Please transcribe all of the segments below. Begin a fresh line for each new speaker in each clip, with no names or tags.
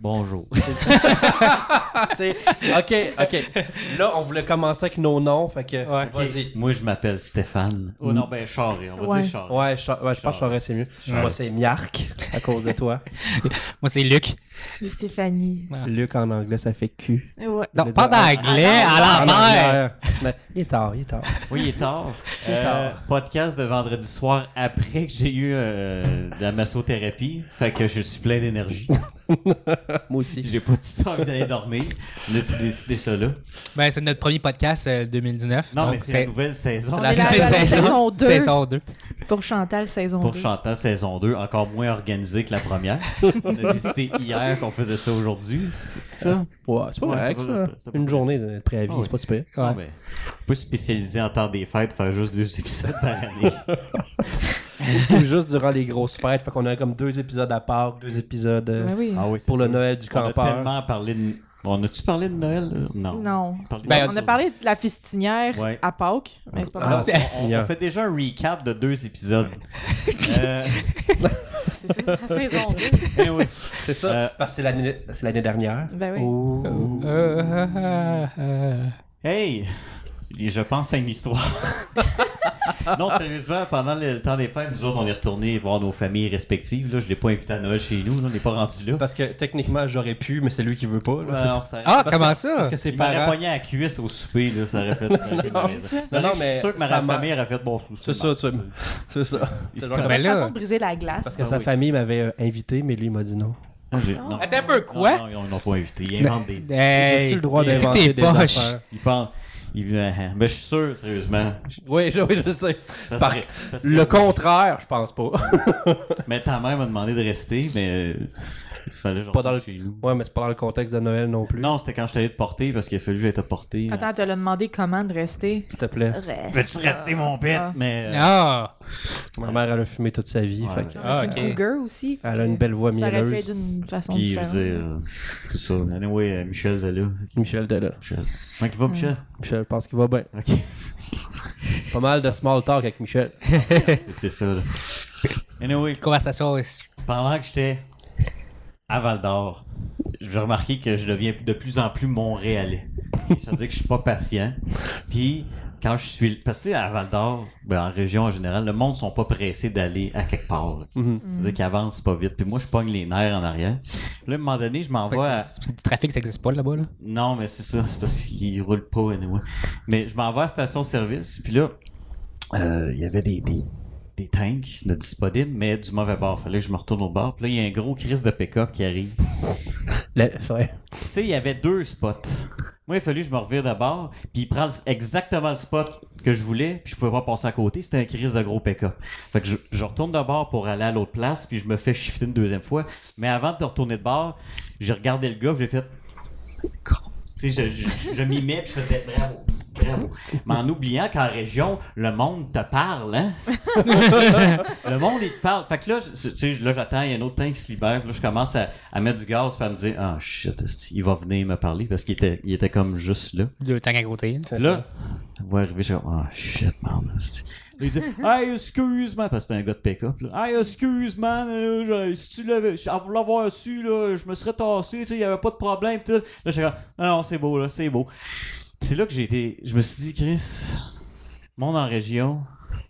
Bonjour.
T'sais, ok, ok. Là, on voulait commencer avec nos noms, fait que
Ouais.
vas-y.
Moi, je m'appelle Stéphane. Oh non, ben Charé, on va
Ouais.
dire Charé.
Ouais, Cha- ouais, je pense que Charest, c'est mieux. Moi, c'est Miarc, à cause de toi.
Moi, c'est Luc.
Stéphanie.
Luc, en anglais, ça fait Q.
Ouais.
Non,
voulais
pas
dire-
d'anglais, à
En
l'envers.
arrière. Mais il est tard, il est tard.
Oui, il est tard. Euh,
tard.
Podcast de vendredi soir après que j'ai eu euh, de la massothérapie. Fait que je suis plein d'énergie.
Moi aussi.
J'ai pas du tout envie d'aller dormir. On a décidé ça là.
Ben, c'est notre premier podcast euh, 2019.
Non,
donc
mais c'est la nouvelle saison.
C'est la nouvelle saison deux.
Saison 2.
Pour Chantal, saison
Pour
2.
Chantant saison 2, encore moins organisée que la première. On a décidé hier qu'on faisait ça aujourd'hui. C'est ça?
Ouais, c'est pas
Ouais,
correct,
c'est pas-
ça.
c'est pas-
Une journée de préavis,
Ah ouais.
c'est pas super.
Non, mais pas spécialisé en temps des fêtes, faire juste deux épisodes par année.
Ou juste durant les grosses fêtes, fait qu'on a comme deux épisodes à part, deux épisodes euh,
Ben oui.
Ah oui,
pour le Noël du
On a
campeur.
tellement parlé de... On a-tu parlé de Noël? là? Non.
Non.
On, parlait-
Ben,
on a parlé de la fistinière
euh, Ouais.
à Pâques, mais c'est pas
Ah,
grave.
on- on, on fait déjà un recap de deux épisodes. Euh,
C'est ça, c'est la saison 2.
ben oui.
C'est
Euh,
ça, parce que c'est l'année c'est l'année dernière.
Ben oui.
Oh.
Euh,
Hey! Je pense à une histoire. non, sérieusement, pendant le temps des fêtes, nous autres, on est retournés voir nos familles respectives. Là, je ne l'ai pas invité à Noël chez nous. là, on n'est pas rendu là.
Parce que techniquement, j'aurais pu, mais c'est lui qui veut pas. là, c'est ça.
Ah,
Parce
comment
que-
ça?
Parce que c'est
Il m'aurait
parents.
pogné à la cuisse au souper, là, ça aurait fait.
ça.
Non, non,
Non, non,
mais. Je
mais
suis sûr que ma
ça m'a-
mère a fait bon sou.
C'est ça, tu C'est
C'est
ça. genre-
Ben
De toute
là,
façon de briser la glace.
Parce que
Ah
sa
oui.
famille m'avait euh, invité, mais lui il m'a dit non. Ah.
Non,
Attends un peu, quoi?
Non, non, ils n'ont pas invité. Ils inventent des.
Hey,
J'ai-tu le droit
est-ce que
d'inventer
t'es
des
poche?
affaires?
Ils pensent. ils- euh, Mais je suis sûr, sérieusement.
Oui, je, oui, je sais.
ça
Par-
serait- ça serait-
Le contraire, je pense pas.
Mais ta mère m'a demandé de rester, mais. euh, Il fallait genre.
Pas dans le-
chez nous.
ouais, mais c'est pas dans le contexte de Noël non plus.
Non, c'était quand je t'allais te porter parce qu'il a fallu que j'aille te porter.
Attends, elle te l'a demandé comment de rester.
S'il te plaît.
Reste.
Peux-tu rester mon père?
Ah.
Mais. euh,
Ah!
Ma mère, elle a fumé toute sa vie.
Ouais,
fait
ouais.
que-
Non, mais
Ah,
c'est
ok.
une cougar aussi. fait
Elle a une
que
belle voix
Ça aurait pu être
mielleuse.
d'une façon
Puis, je
différente.
veux dire. euh, C'est ça. Anyway, euh, Michel est là.
Michel Della.
Michel. Comment il va, Michel?
Michel, je pense qu'il va bien.
Ok.
Pas mal de small talk avec Michel.
C'est- C'est ça, là. Anyway,
Conversation. est-
pendant que j'étais à Val d'Or, j'ai remarqué que je deviens de plus en plus montréalais. Ok, Ça veut dire que je suis pas patient. Puis quand je suis. Parce que tu sais, à Val d'Or, ben, en région en général, le monde sont pas pressés d'aller à quelque part. là.
Mhm.
C'est-à-dire qu'ils avancent pas vite. Puis moi, je pogne les nerfs en arrière. Là, à un moment donné, je m'en
Ouais,
vais à...
c'est- c'est- Du trafic, ça existe pas là-bas, là.
Non, mais c'est ça, c'est parce qu'il roule pas, anyway. Mais je m'en vais à la station-service, puis là, euh, il y avait des, des, des tanks de disponibles, mais du mauvais bord. Fallait que je me retourne au bord. Puis là, il y a un gros crise de pick-up qui arrive.
Le- c'est vrai.
Tu sais, il y avait deux spots. Moi, il a fallu que je me revire de bord, puis il prend le- exactement le spot que je voulais, puis je pouvais pas passer à côté. C'était un crise de gros PK. Fait que je, je retourne de bord pour aller à l'autre place, puis je me fais shifter une deuxième fois. Mais avant de te retourner de bord, j'ai regardé le gars, puis j'ai fait. Tu sais, je, je, je m'y mets, puis je faisais bravo, bravo. Mais en oubliant qu'en région, le monde te parle, hein? le monde, il te parle. Fait que là, je- tu sais, là, j'attends, il y a un autre tank qui se libère. Puis Là, je commence à, à mettre du gaz puis à me dire, ah shit, esti, il va venir me parler parce qu'il était, il était comme juste là.
Deux temps à côté.
C'est
Là, on va arriver, je suis comme, ah shit, man. esti. Là, Il dit, hey, excuse-moi, parce que c'était un gars de pick-up. là. Hey, excuse-moi, euh, je- si tu l'avais, à vous l'avoir su, là, je me serais tassé, tu sais, il n'y avait pas de problème. pis tout. Là, je suis comme, ah non, c'est beau, là, c'est beau. Puis C'est là que j'ai été, je me suis dit, Chris, le monde en région,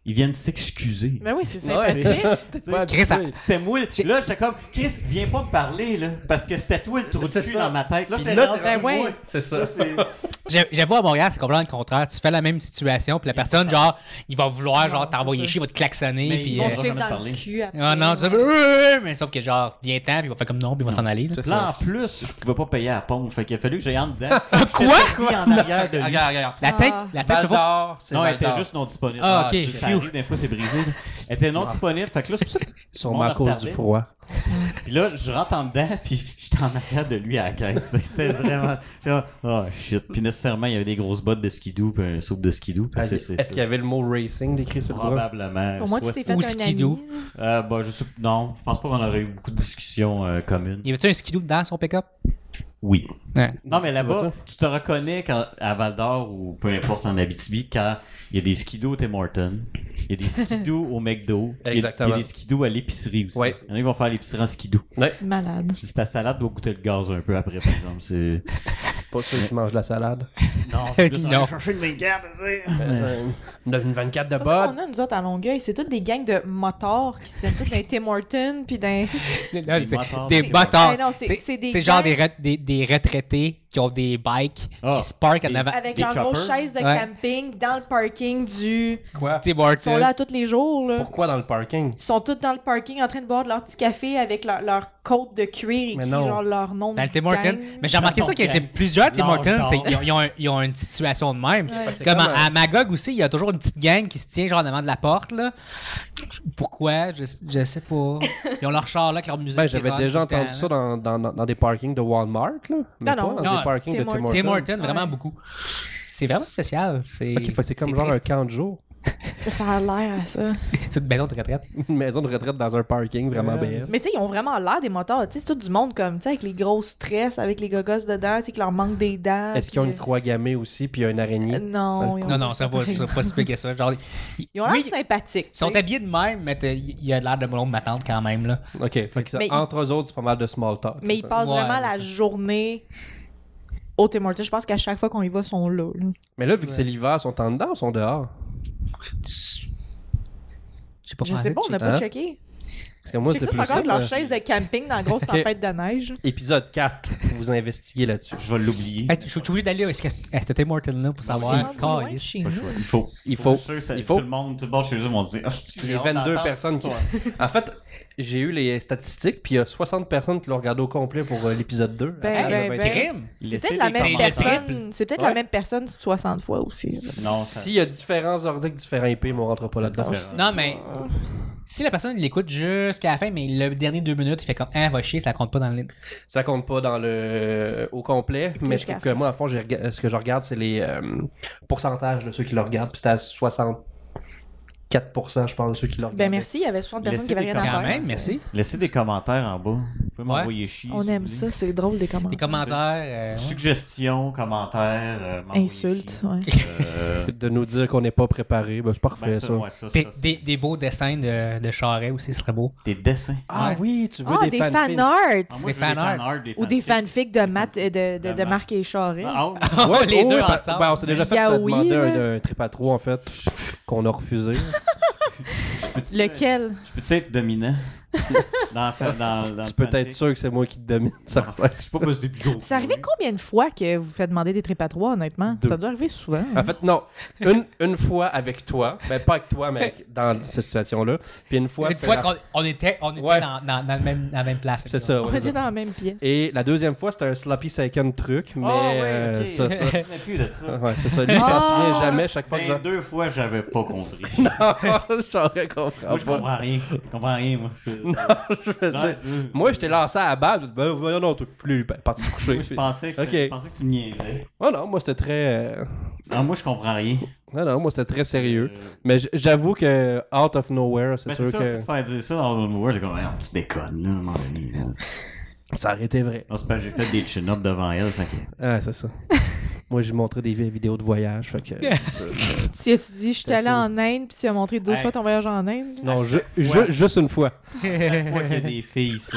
ils viennent s'excuser.
Ben oui, c'est
ça. Ouais,
sympathique.
c'est pas
Chris, ça-
habitué.
C'était moi. Là, j'étais comme, Chris, viens pas me parler, là. Parce que c'était toi le trou de
C'est
cul
ça.
dans ma tête. Là,
Puis
c'est
là,
rendu
c'est
rendu
moi.
moi.
C'est ça.
Ça, c'est-
J'ai- J'avoue, à Montréal, c'est complètement le contraire. Tu fais la même situation, puis la personne, genre, il va vouloir, genre,
Non,
t'envoyer
c'est ça.
chier, il va te klaxonner,
Mais
puis.
ils vont
euh,
te
On
va
suit
jamais
dans
parler.
le cul après.
Ah non, ça veut. Mais sauf que, genre, viens temps, puis il va faire comme non, puis il va s'en aller, là.
Là, en plus, je pouvais pas payer à la pompe. Fait qu'il a fallu que j'aille en dedans.
Quoi?
Quoi? en arrière de lui.
Regarde, regarde.
La tête,
Ah.
la tête,
Val
c'est pas.
d'Or, c'est
Non, elle
Val
était
d'Or.
juste non disponible.
Ah, ok.
shit, ça
Phew.
arrive, des fois, c'est brisé. là. Elle était non disponible. Fait que là, c'est pour ça.
Ah. Sûrement à cause du froid.
Puis là, je rentre en dedans, puis j'étais en arrière de lui à la caisse. Fait que C'était vraiment. j'étais là, Oh shit. Puis nécessairement, il y avait des grosses bottes de skidoo, puis un soupe de skidoo. Puis c'est-
Est-ce
c'est-
qu'il y avait le mot racing décrit sur le bras?
Probablement.
Au moins, tu
soit
t'es
ça-
fait
Ou
un ami.
skidoo.
Euh, bah, je sais, non, je pense pas qu'on aurait eu beaucoup de discussions euh, communes.
Il y avait-tu un skidoo dedans, son pick-up?
Oui.
Ouais.
Non, mais
vois
là-bas, tu te reconnais quand, à Val d'Or ou peu importe en Abitibi quand il y a des skidos au Tim Hortons, il y a des skidos au McDo, il y a- il y
Exactement.
a des skidos à l'épicerie aussi.
Ouais.
Il y en a qui vont faire l'épicerie en skidoo.
Malade.
Puis ta salade doit goûter le gaz un peu après, par exemple. C'est...
Pas ceux qui mangent de la salade.
Non,
c'est plus, on va
chercher une 24, tu sais.
Euh, on a une 24 de
C'est pas ça
botte.
qu'on a, nous autres, à Longueuil. C'est toutes des gangs de motards qui se tiennent toutes dans les Tim Hortons, puis dans...
Là, c'est-
motards,
Des
c'est-
motards.
Mais non, c'est-
C'est
c'est des
c'est genre
gens-
des, ret- des, des retraités qui ont des bikes
Ah,
qui se parkent en
des-
avant.
avec
Des
leur grosse
choppers.
chaise de
Ouais.
camping dans le parking du...
Quoi?
Tim
Ils sont
Hortons.
là tous les jours, là.
Pourquoi dans le parking?
Ils sont tous dans le parking en train de boire de leur petit café avec leur, leur coat de cuir
Mais
écrit
non.
genre leur nom de
Dans le Tim Hortons.
gang.
Mais j'ai remarqué
Dans
ça
ton
qu'il y a
gang.
plusieurs Tim
Lâche
Hortons,
donc.
c'est- ils ont, ils ont un- ils ont une situation de même.
Ouais. Fait
que c'est
Comme
comme
à,
un-
à Magog aussi, il y a toujours une petite gang qui se tient genre en avant de la porte. Là. Pourquoi? Je, je sais pas. Ils ont leur char là avec leur musique.
Ben,
qui
j'avais
rock
déjà
tout le
entendu
temps,
ça
là.
dans, dans, dans- dans des parkings de Walmart, là. Mais
Non,
pas
non.
dans
Non,
des parkings
Tim
de Tim
Hortons.
Hortons.
Tim Hortons, vraiment
Ouais.
beaucoup. C'est vraiment spécial. C'est
Ok, fait que c'est comme genre un
triste.
camp de jour.
Ça a l'air à ça.
C'est une maison de ben retraite.
Une maison de retraite dans un parking vraiment
Ouais.
BS.
Mais tu sais, ils ont vraiment l'air des motards. Tu sais, c'est tout du monde comme, tu sais, avec les grosses tresses, avec les gogosses dedans, tu sais, qui leur manque des dents.
Est-ce
puis,
qu'ils ont
euh,
une croix gammée aussi, puis il y a une araignée?
euh, Non, ils ont
Non, non, ça va
pareil.
ça va pas si pire que ça. Genre, ils
Ils ont l'air sympathiques.
Ils sont
tu sais.
habillés de même, mais t'as- il y a l'air de mon ma tante quand même. Là.
Ok, fait que ça-
Mais ils-
entre eux autres, c'est pas mal de small talk.
Mais ils
ça.
passent
Ouais,
vraiment la
c'est ça.
journée au Tim Hortons. Je pense qu'à chaque fois qu'on y va, ils sont là. là.
Mais là, vu que c'est l'hiver, ils sont en dedans ou ils sont dehors?
Je sais pas.
Je sais pas, on n'a pas
Hein?
checké.
Parce que moi,
Check
c'est
ça, c'est
plus
encore
ça.
avec leur
là.
chaise de camping dans la grosse tempête de neige.
Épisode 4, vous investiguez là-dessus.
Je vais l'oublier.
Hey, tu- je suis obligé d'aller à ce que- à ce Tim Hortons là pour savoir.
C'est loin de
Calisse.
chez
Pas
nous.
le choix. Il faut.
Il faut.
Je suis sûr que ça-
Il faut.
Tout le monde, tout le monde chez eux vont dire. Ah, j'ai
Les
hâte
22
d'entendre
personnes
ça.
En fait, j'ai eu les statistiques, puis il y a 60 personnes qui l'ont regardé au complet pour euh, l'épisode 2.
Ben,
Après,
ben,
le
ben.
21.
Crime.
C'est
Laissez
peut-être la
des
même
commentaires.
personne. C'est peut-être
Ouais.
la même personne 60 fois aussi.
Non, ça-
S'il y a différents ordi avec différents IP, mais on rentre pas là-dedans.
Différent.
Non, mais si la personne l'écoute jusqu'à la fin, mais le dernier deux minutes, il fait comme Ah, va chier, ça compte pas dans le livre.
Ça compte pas dans le au complet, mais je
jusqu'à
trouve que moi, à fond, j'ai rega- euh, ce que je regarde, c'est les euh, pourcentages de ceux qui le regardent, puis c'était à 64%, je pense, de ceux qui le regardent.
Ben merci, il y avait 60 personnes
Laissez
qui avaient
des
rien à
Quand
faire.
même, merci.
Laissez des commentaires en bas. Vous pouvez m'envoyer chier.
On
si
aime
vous
ça,
voulez.
c'est drôle des
Les
commentaires.
commentaires. euh, ouais.
Suggestions, commentaires, euh, m'envoyer
Insultes,
chier.
ouais.
Euh,
De nous dire qu'on n'est pas préparé, ben, c'est parfait,
ben
ça.
ça, ouais, ça,
Des,
ça, ça.
des- des beaux dessins de, de Charret aussi, ce serait beau.
Des dessins.
Ah oui, tu veux
Ah,
des,
des
fanfilms.
fan art!
Ah, moi,
Des
je veux des
fanarts.
fanarts, des
Ou des
fanfics.
fanfics de Matt, euh, de, de, de
Vraiment.
Marc et Charest.
Ah, oh.
Oh, les
Oh,
deux
pa-
ensemble.
ben, on s'est déjà
Du
fait euh,
yaoi,
demander un,
là.
un trip à trois, en fait, qu'on a refusé.
Je peux-tu-
Lequel?
Je peux-tu être dominant? dans, dans, dans, dans
tu
le
peux être
fanfic?
sûr que c'est moi qui te domine. Ça
Non, Je sais pas moi, c'est des plus gros.
Ça arrivait combien de fois que vous faites demander des tripes à trois, honnêtement?
Deux. Ah,
Ça doit arriver souvent.
En fait, non. Une, une fois avec toi, ben pas avec toi, mais avec- dans cette situation-là. Puis une fois,
Une
c'était
fois
la-
qu'on on était, on était
Ouais.
dans, dans- dans le même, dans la même place.
c'est ça.
On
ouais,
était
c'est ça.
dans la même pièce.
Et la deuxième fois, c'était un sloppy second truc, mais
Ah ouais,
euh,
ok.
ça, ça,
Je me souviens plus de ça.
ouais, c'est ça. Lui, il s'en
Ah!
souvient jamais. Chaque fois que
Ben,
j'en
deux fois, j'avais pas compris.
j'aurais compris.
moi, je comprends rien. Je comprends rien, moi. Je-
Je veux
Non,
dire,
je-
moi, j'étais lancé à la balle. Ben, voyons, non, t'es plus ben, parti se coucher.
Moi, je pensais que,
Ok.
c'était- je pensais que tu me niaisais.
Oh non, moi, c'était très. euh,
Non, moi, je comprends rien.
Non, non, moi, c'était très sérieux.
Euh,
Mais j- j'avoue que out of nowhere, c'est
Ben,
sûr
c'est ça,
que
tu te fais dire ça dans le world, j'ai comme, Voyons, tu déconnes, là, à un moment donné. là.
ça aurait été vrai.
Non, c'est pas, j'ai fait des chin-ups devant elle, fait que-
Ah, c'est ça. Moi, j'ai montré des vi- vidéos de voyage. Fait que...
Tu as-tu dit, je suis allé
fait.
en Inde, puis tu as montré 12
Hey.
fois ton voyage en Inde?
Non, ju-
chaque
ju-
fois.
juste une fois.
Ah,
Chaque fois qu'il y a des filles ici.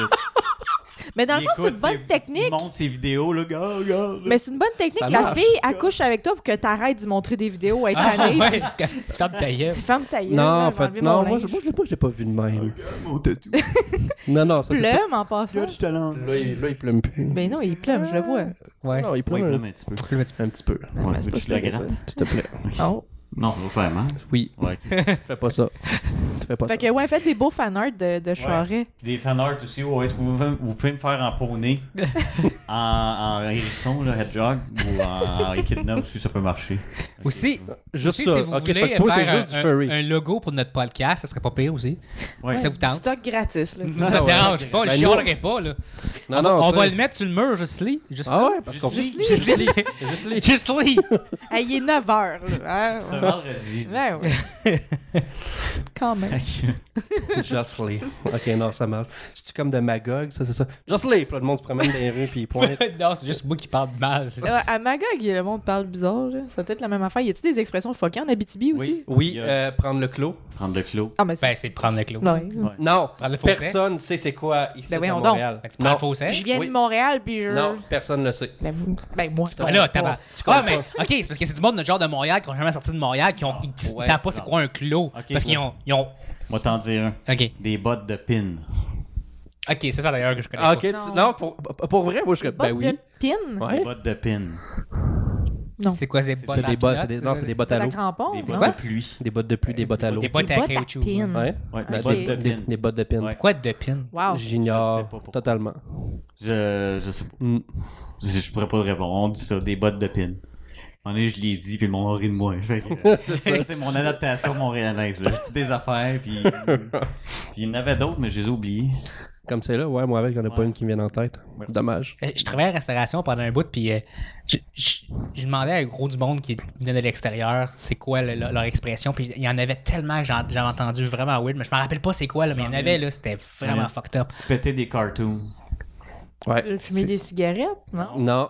Mais dans le fond,
Ils
c'est une
écoutent ses-
bonne
Ils
technique.
montent ses vidéos, là, gars, gars.
Mais c'est une bonne technique.
Ça
La
marche.
fille accouche avec toi pour que t'arrêtes d'y montrer des vidéos à être
Ah,
tannée.
ouais, tu fermes ta gueule.
Ferme ta gueule.
Non, en
là, je vais
fait,
enlever mon
non, moi, je,
linge.
moi, je l'ai pas, je l'ai pas vu de même.
Mon tatou.
Non, non, ça c'est pas-
Plume en passant.
Regarde, je te lance.
Là, il, là, il plume plus.
Ben non, il plume, je le vois.
Ouais.
Non, il
Oui,
plume
non,
un,
mais tu peux.
plume un petit- un petit peu.
Ouais, mais
c'est pas
tu la
si pire que
grattes.
S'il te plaît.
Oh.
Non, ça va faire mal.
Oui,
Ouais. ok.
fais pas ça. Fais pas
Fait
ça.
que ouais, faites des beaux fanarts de, de Charest.
Des fanarts aussi, ouais, vous, pouvez- vous pouvez me faire en poney, en, en hérisson, là, hedgehog, ou en équidna aussi, ça peut marcher.
Aussi,
Juste
aussi,
ça.
si vous
ok,
voulez
fait que toi, c'est
faire
juste
un,
du furry.
un- un logo pour notre podcast, ça serait pas pire aussi.
Ouais.
Si ça vous
Du
tente.
stock gratis, là.
Ça
Ah
te
ouais,
dérange
ok.
pas,
Ben,
je
nous-
chialerais pas. Là.
Non, non,
on
tu
va
sais.
le mettre sur le mur, juste là. Juste
Ah
là.
ouais, parce qu'on
Juste
Juste là.
Juste les-
Juste là.
Hey, il est 9h, là. hein?
Ce vendredi.
Ouais, ouais. Quand même.
Tabarnak.
Josselé. Ok, non, ça marche. C'est-tu comme de Magog, ça, c'est ça? Josselé! Puis là, le monde se promène dans les rues, puis il pointe.
non, c'est juste moi qui parle mal. c'est-
Ouais, Euh, à Magog, le monde parle bizarre. là. C'est peut-être la même affaire. Y a-tu des expressions fuckées en Abitibi aussi?
Oui,
Il y a-
euh, prendre le clos.
Prendre le clos.
Ah, mais c'est.
Ben, c'est de prendre le clou.
Ouais.
Ouais.
Non,
Prendre le fossé.
personne sait c'est quoi ici
Ben
à
voyons donc.
Montréal.
Ben, tu prends
non,
le fausset.
Je viens
Oui.
de Montréal, puis je.
non, personne le sait.
Ben, vous- ben, moi.
Ah là, tabac.
Tu comprends
Ah, mais, ok, c'est parce que c'est du monde de notre genre de Montréal qui ont jamais sorti de Montréal, qui ont, ils, ils
Ah, ouais,
savent pas c'est
non.
quoi un clos.
Ok,
parce qu'ils
ouais.
ont, ils ont.
Moi, t'en dire un.
Ok.
Des bottes de pin.
Ok, c'est ça d'ailleurs que je connais.
Ah, ok,
pas.
tu-
Non.
non, pour, pour vrai, moi, je suis comme, ben
Bottes
oui.
de pin?
Des
Ouais.
bottes de pin.
Non.
C'est quoi, c'est des bottes
C'est des bottes,
à
c'est des-
culotte,
non, c'est des bottes
De
à
la
l'eau.
crampon?
Des
non?
bottes
Quoi?
de pluie.
Des bottes de pluie, des bottes à l'eau.
Des bottes
Des
à
bottes à
caoutchouc.
pin.
ouais.
Ouais.
Ouais,
Ben,
Ah, des
des,
bottes de
des-
pin.
des bottes de pin.
Ouais.
Quoi de pin?
Wow.
Je sais pas
J'ignore
pourquoi.
totalement.
Je, je sais pas. Hmm.
Mm.
Je, je pourrais pas te répondre. On dit ça, des bottes de pin. Un moment donné, je l'ai dit, puis le monde a ri de moi. Fait que, euh,
C'est ça.
ça, c'est mon adaptation montréalaise. Là. Je dis des affaires, puis... puis il y en avait d'autres, mais je les ai oubliées.
Comme c'est là, ouais, moi avec, il n'y en a pas
Ouais.
une qui me vient en tête. Dommage.
Euh, Je travaillais à la restauration pendant un bout, puis euh, je, je- je demandais à gros du monde qui venait de l'extérieur c'est quoi le- le- leur expression, puis il y en avait tellement que j'en- j'avais entendu vraiment weird, mais je me rappelle pas c'est quoi, là, mais il y en avait, là, c'était vraiment
Ouais.
fucked up.
Se péter des cartoons.
Ouais.
Fumer
C'est-
des cigarettes? Non.
Non.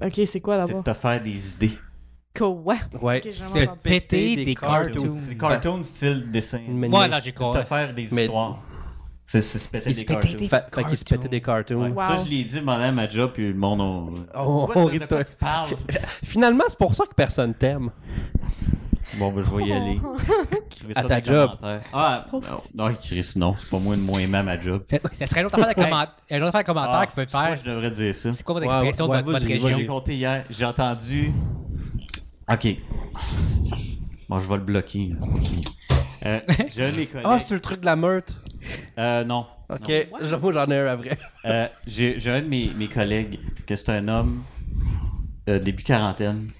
Ok, c'est quoi
C'est de
d'abord?
te faire des idées.
Quoi?
Ouais.
Ok, j'ai
Se
vraiment entendu.
péter des, cartoons.
C'est des cartoons style dessin.
Une
Moi,
manière-
là, j'ai
Te
quoi?
faire des
Mais-
histoires. C'est c'est se péter
Se
des
péter
cartoons.
des-
Fait, fait qu'il se
Cartoons.
pétait des cartoons.
Ouais,
Wow.
Ça, je l'ai dit pendant à ma job, puis le monde... On...
Oh,
Quoi,
on
toi,
rit
de
de
quoi
toi.
tu parles?
Finalement, c'est pour ça que personne t'aime.
Bon, ben, je vais y aller. Écrivez ça
À
dans
ta
les
job.
commentaires. Ah,
Oh. Pauvre
non,
petit.
non, Chris, non, c'est pas moi de moins aimant à ma job.
Ça, ça serait une autre affaire de, comment... une autre affaire de commentaire
Ah,
qui peut
je sais pas,
faire.
je devrais dire ça.
C'est quoi votre
Ouais, ouais,
expression de votre, votre
vas-y,
Moi, j'ai
région?
compté hier, j'ai entendu. Ok. Bon, je vais le bloquer. là. Euh, j'ai un de mes collègues.
Ah, c'est le truc de la meute.
Euh, non.
Ok,
non.
genre, moi j'en ai un à vrai.
Euh, j'ai j'ai un de mes, mes collègues que c'est un homme euh, début quarantaine.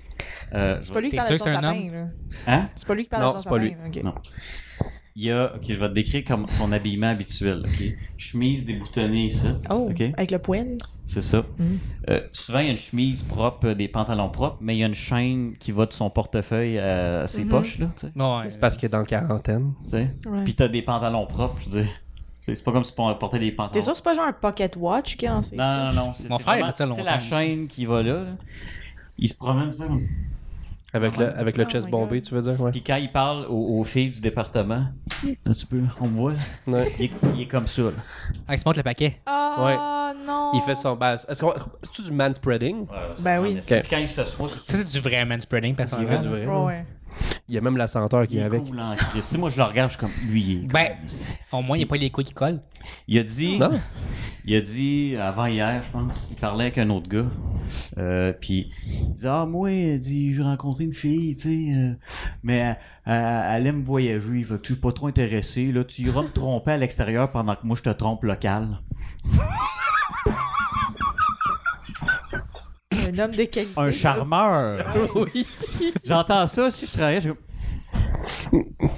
Euh,
C'est pas lui qui
T'es
parle
sûr
de
que
son
c'est un
sapin, là.
Hein?
C'est pas lui qui parle de
Non,
son
c'est pas
sapin.
lui.
ok.
Non. Il y a, ok, je vais te décrire comme son habillement habituel. ok? Chemise déboutonnée, ça.
Oh,
Ok.
avec le poêle.
C'est ça.
Mm.
Mhm.
Euh, souvent, il y a une chemise propre, euh, des pantalons propres, mais il y a une chaîne qui va de son portefeuille à ses
Mm-hmm.
Mhm.
poches, là, tu sais,
Non,
C'est parce qu'il est dans la quarantaine.
tu sais.
Ouais.
Puis t'as des pantalons propres, je veux dire. C'est c'est pas comme si on portait des pantalons.
T'es sûr que c'est pas genre un pocket watch qui est dans ses.
Non, non, non. c'est-
Mon
c'est
frère, il
vraiment-
fait ça longtemps,
C'est la
aussi.
chaîne qui va là. là. Il se promène, ça. comme-
Avec le, avec le
Oh
chest
my
bombé,
God.
tu veux dire? Ouais.
Puis quand il parle aux, aux filles du département, là, tu peux, on me voit.
Ouais.
Il est, il est comme ça, là.
Ah, il se montre le paquet.
Ah, non.
Il fait son base. Est-ce qu'on. C'est-tu du manspreading?
Ben oui.
Puis quand il s'assoit, c'est
Ça, c'est du vrai manspreading, personnellement.
du vrai.
Ouais, ouais.
Il y a même la senteur qui
il
est
est
avec.
cool en Christ. Si moi je le regarde, je suis comme lui. il est
Ben.
cool.
Au moins, il n'y a pas les couilles qui collent.
Il a dit.
Non?
Il a dit avant hier, je pense, il parlait avec un autre gars. Euh, puis il disait Ah, moi, il dit, j'ai rencontré une fille, tu sais, euh, mais elle, elle- elle aime voyager, fait que je suis pas trop intéressé. Là, tu iras me tromper à l'extérieur pendant que moi je te trompe local.
Un homme de qualité.
Un charmeur
oui.
J'entends ça, si je travaillais, je.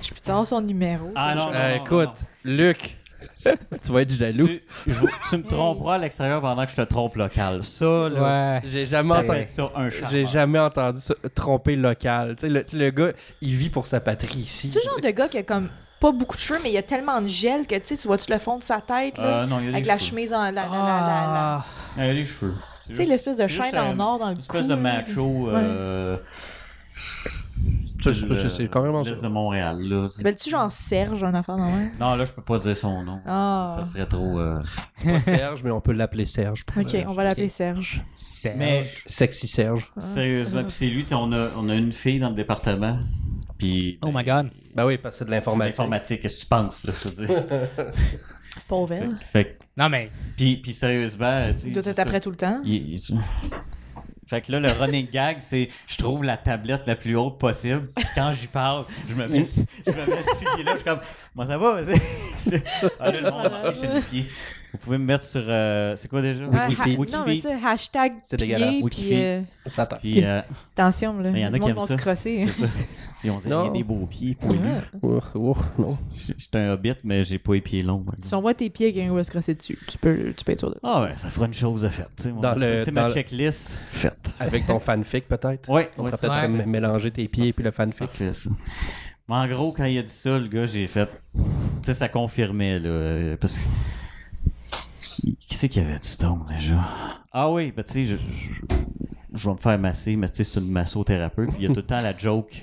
Je peux te savoir son numéro.
Ah non, non,
Euh,
non, non, non.
écoute, Luc, tu vas être jaloux.
Tu, je- tu me tromperas à l'extérieur pendant que je te trompe local. Ça, là.
Ouais.
Oh, J'ai jamais
ça,
entendu.
ça, un charmeur.
J'ai jamais entendu ça, tromper local. Tu sais, le, tu sais, le gars, il vit pour sa patrie ici.
C'est le genre de gars qui a comme pas beaucoup de cheveux, mais il y a tellement de gel que tu sais, tu vois-tu le fond de sa tête, là?
Euh, non, il y a des
avec la
cheveux.
chemise en. La, la, la, la, la-
Ah.
Il y a des cheveux.
Tu sais, l'espèce de
C'est juste
chaîne
un-
en or dans le
Une
cou.
espèce de macho. euh,
C'est-
style,
c'est- c'est
euh,
carrément
l'Est
ça.
de Montréal, là.
S'appelle-tu genre Serge, un affaire dans même?
Non, là, je peux pas dire son nom.
Ah.
Ça serait trop. euh,
C'est pas Serge, mais on peut l'appeler Serge. pour
Ok,
Serge.
on va l'appeler Serge.
Serge.
Ah,
Mais
Sexy Serge.
sérieusement, puis c'est lui, tu sais, on a, on a une fille dans le département. Puis.
Oh my god.
Ben oui, parce que c'est de
Informatique.
l'informatique.
qu'est-ce que tu penses, là, je veux dire?
Pauvre
Fait-
elle.
fait que-
Non, mais
puis, puis sérieusement, tu sais.
Il doit
c'est
être
ça.
après tout le temps.
Il- il- tu- Fait que là, le running gag, c'est je trouve la tablette la plus haute possible. Puis quand j'y parle, je me mets, je me mets sur pied là. Je suis comme, moi ça va. c'est- ah, là, le monde m'a fait chez les pieds. Vous pouvez me mettre sur, euh, c'est quoi déjà?
Ouais,
Wikifeet.
ha- Non, mais
Wikifeet.
ça, hashtag
C'est
pied,
dégueulasse.
puis euh,
Ça attend.
Puis, euh,
attention, là.
Mais
Il y en a qui
aiment
vont
ça.
se crosser.
c'est ça. Si on dit, il y a
Non.
des beaux pieds poilus.
Ouais.
Ouh, ouh, non.
Je je suis un hobbit, mais j'ai pas les pieds longs. par exemple.
Si on voit tes pieds, et quelqu'un va se crosser dessus. Tu peux, tu peux être sûr de ça.
Ah ouais, ça fera une chose de faite. tu sais, mon-
Dans le-
tu sais, ma
dans le-
checklist, faite.
Avec ton fanfic,
Ouais,
peut-être. On
ouais, Ah,
pourrait
ça-
peut-être
ouais.
mélanger tes pieds et le fanfic.
Parfait, ça. Mais en gros, quand il a dit ça, le gars, j'ai fait. Tu sais, ça confirmait, là. euh, Parce que. Qui c'est qui avait dit Stone, déjà Ah oui, ben tu sais, je. je- je- je vais me faire masser, mais tu sais, c'est une massothérapeute. Puis il y a tout le temps la joke.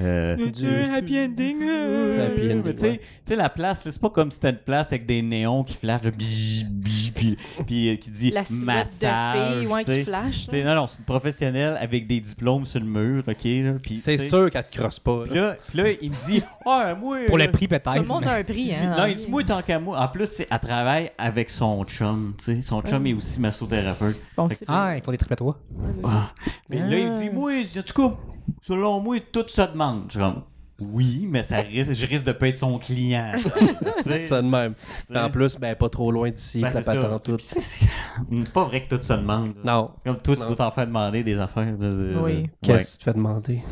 euh,
du-
happy ending. euh,
Happy ending,
mais tu sais-
ouais.
tu sais, la place, là, c'est pas comme si c'était une place avec des néons qui flashent, là, bzz, bzz, puis, puis, euh, qui dit
La silhouette
massage.
de fille ouais,
tu sais.
qui flash.
Tu sais, non, non, c'est une professionnelle avec des diplômes sur le mur, OK? là, puis,
C'est
tu sais,
sûr qu'elle te crosse pas.
Puis là, puis là, il me dit, ah, moi.
Pour
euh,
le prix, peut-être.
Tout le monde a un
il
prix.
dit-
Hein,
non, il dit, moi, tant qu'à moi. En plus, c'est- elle travaille avec son chum, tu sais. Son chum est aussi massothérapeute.
Bon,
Fait que
c'est-
Ah, il faut des triple à trois.
Ah. Mais là, il dit, moi, en tout cas, selon moi, tout se demande. Je suis comme, oui, mais ça risque, je risque de pas être son client. Tu sais,
Ça de même.
tu sais.
En plus, ben pas trop loin d'ici,
Ben,
ça
c'est ça.
patente tout.
Puis c'est- c'est c'est pas vrai que tout se demande. là.
Non.
C'est comme toi, tu
Non.
dois t'en faire demander des affaires. euh,
Oui.
Ouais.
Qu'est-ce que tu te fais demander?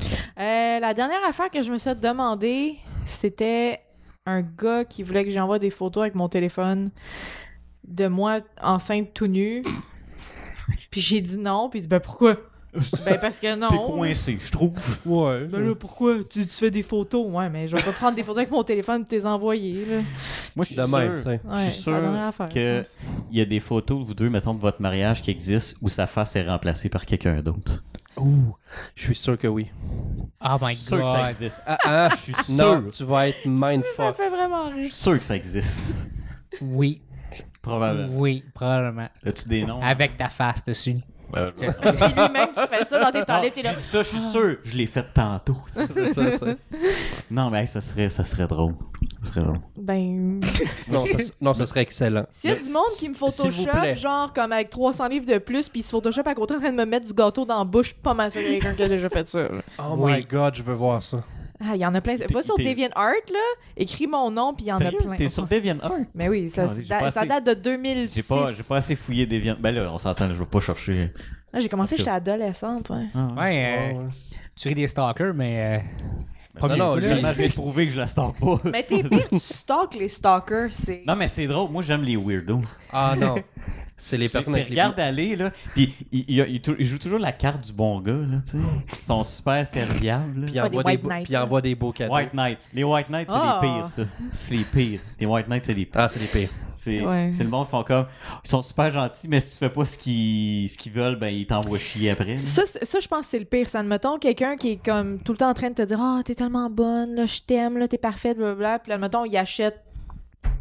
Euh, la dernière affaire que je me suis demandé, c'était un gars qui voulait que j'envoie des photos avec mon téléphone de moi enceinte tout nue. puis j'ai dit non, puis il dit ben pourquoi Ben parce que
T'es
non.
coincé, je trouve.
Ouais.
Ben là, pourquoi tu, tu fais des photos Ouais, mais je vais pas prendre des photos avec mon téléphone et te les envoyer. Là.
Moi, je suis
De même, tu
sûr
sais.
Ouais,
Je suis
c'est
sûr
la dernière affaire,
que-
je pense.
qu'il y a des photos de vous deux, mettons, de votre mariage qui existent où sa face est remplacée par quelqu'un d'autre.
Ouh, je suis sûr que oui.
Oh my
Je suis sûr que ça
god.
existe.
Ah, ah,
Je suis sûr.
non, tu vas être
Ça me
mindfuck.
fait vraiment
Je
rire.
suis sûr que ça existe.
Oui,
Probablement.
oui, probablement.
As-tu des noms?
Avec ta face dessus.
Probablement.
C'est lui-même qui se fait ça dans tes
Ah,
toilettes. t'es là.
j'ai dit ça, je suis sûr. Je l'ai fait tantôt.
C'est ça, tu sais.
Non, mais hey, ça, serait, ça serait drôle. Ça serait drôle.
Ben.
Non, ça, non, ça serait excellent.
S'il y a du monde qui me
S'il vous
photoshop,
plaît.
genre comme avec 300 livres de plus, puis ils se photoshop à côté en train de me mettre du gâteau dans la bouche, je suis pas mal sûr qu'il y a quelqu'un qui a déjà fait ça. là.
Oh
Oui.
my god, je veux voir ça.
Ah, il y en a plein. Va sur
t'es-
DeviantArt, là, écris mon nom, puis il y en a
Sérieux?
plein.
T'es sur DeviantArt?
Mais oui, ça,
Non, j'ai
ça-
pas
ça
assez-
date de 2006.
J'ai pas, j'ai pas assez fouillé Deviant. Ben là, on s'entend, là, je vais pas chercher.
Ah, j'ai commencé,
Parce que-
j'étais adolescente, ouais.
Ah,
Ouais, euh,
Ouais, ouais.
tu ris des stalkers, mais. euh, pas
Non,
mieux
non,
que
lui-
toi, là.
Justement, je vais prouver que je la sors pas.
Mais t'es pire, tu stalks les stalkers, c'est...
Non, mais c'est drôle. Moi, j'aime les weirdos.
Ah non. C'est les personnes
Ils
avec les
regardent aller, là, puis ils, ils- ils tou- ils jouent toujours la carte du bon gars, là, tu sais. Ils sont super serviables. là.
Puis ils
Ah, des
envoient des,
White
beaux-
Knights,
puis ils
là.
envoient des beaux cadeaux.
White Knight. Les White Knights, c'est
Ah.
les pires, ça. C'est les pires. Les White Knights, c'est les pires.
Ah, c'est les pires.
C'est
Ouais.
c'est le monde qui font comme. Ils sont super gentils, mais si tu fais pas ce qu'ils ce qu'ils veulent, ben ils t'envoient chier après. là.
Ça, c'est- ça, je pense que c'est le pire. Ça, admettons, quelqu'un qui est comme tout le temps en train de te dire « Ah, t'es tellement bonne, là, je t'aime, là, t'es parfaite, blablabla. » Puis là, admettons, il achète,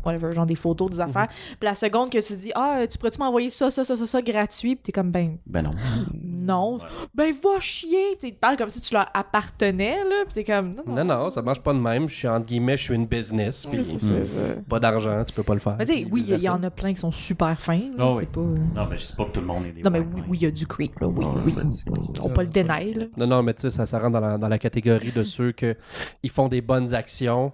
whatever, genre des photos, des affaires. Puis la seconde que tu dis « Ah, tu pourrais-tu m'envoyer ça, ça, ça, ça, ça, gratuit? » Puis t'es comme « Ben,
Ben non.
non. Ben, va chier! » Puis ils te parlent comme si tu leur appartenais, là. Puis t'es comme « Non, non.
Non, non, ça marche pas de même. Je suis entre guillemets, je suis une business. Puis
C'est ça, ça.
pas d'argent, tu peux pas le faire.
Mais tu sais, oui, il y en
a.
a plein qui sont super fins. là,
Ah
c'est
oui.
pas...
Non, mais je sais pas que tout le monde est des
Non, mais
White
oui,
Knights.
oui, il y a Ah, du creep, là. Oui, oui. On peut le dénier, là.
Non, non, mais tu sais, ça, ça rentre dans la, dans la catégorie de ceux que ils font des bonnes actions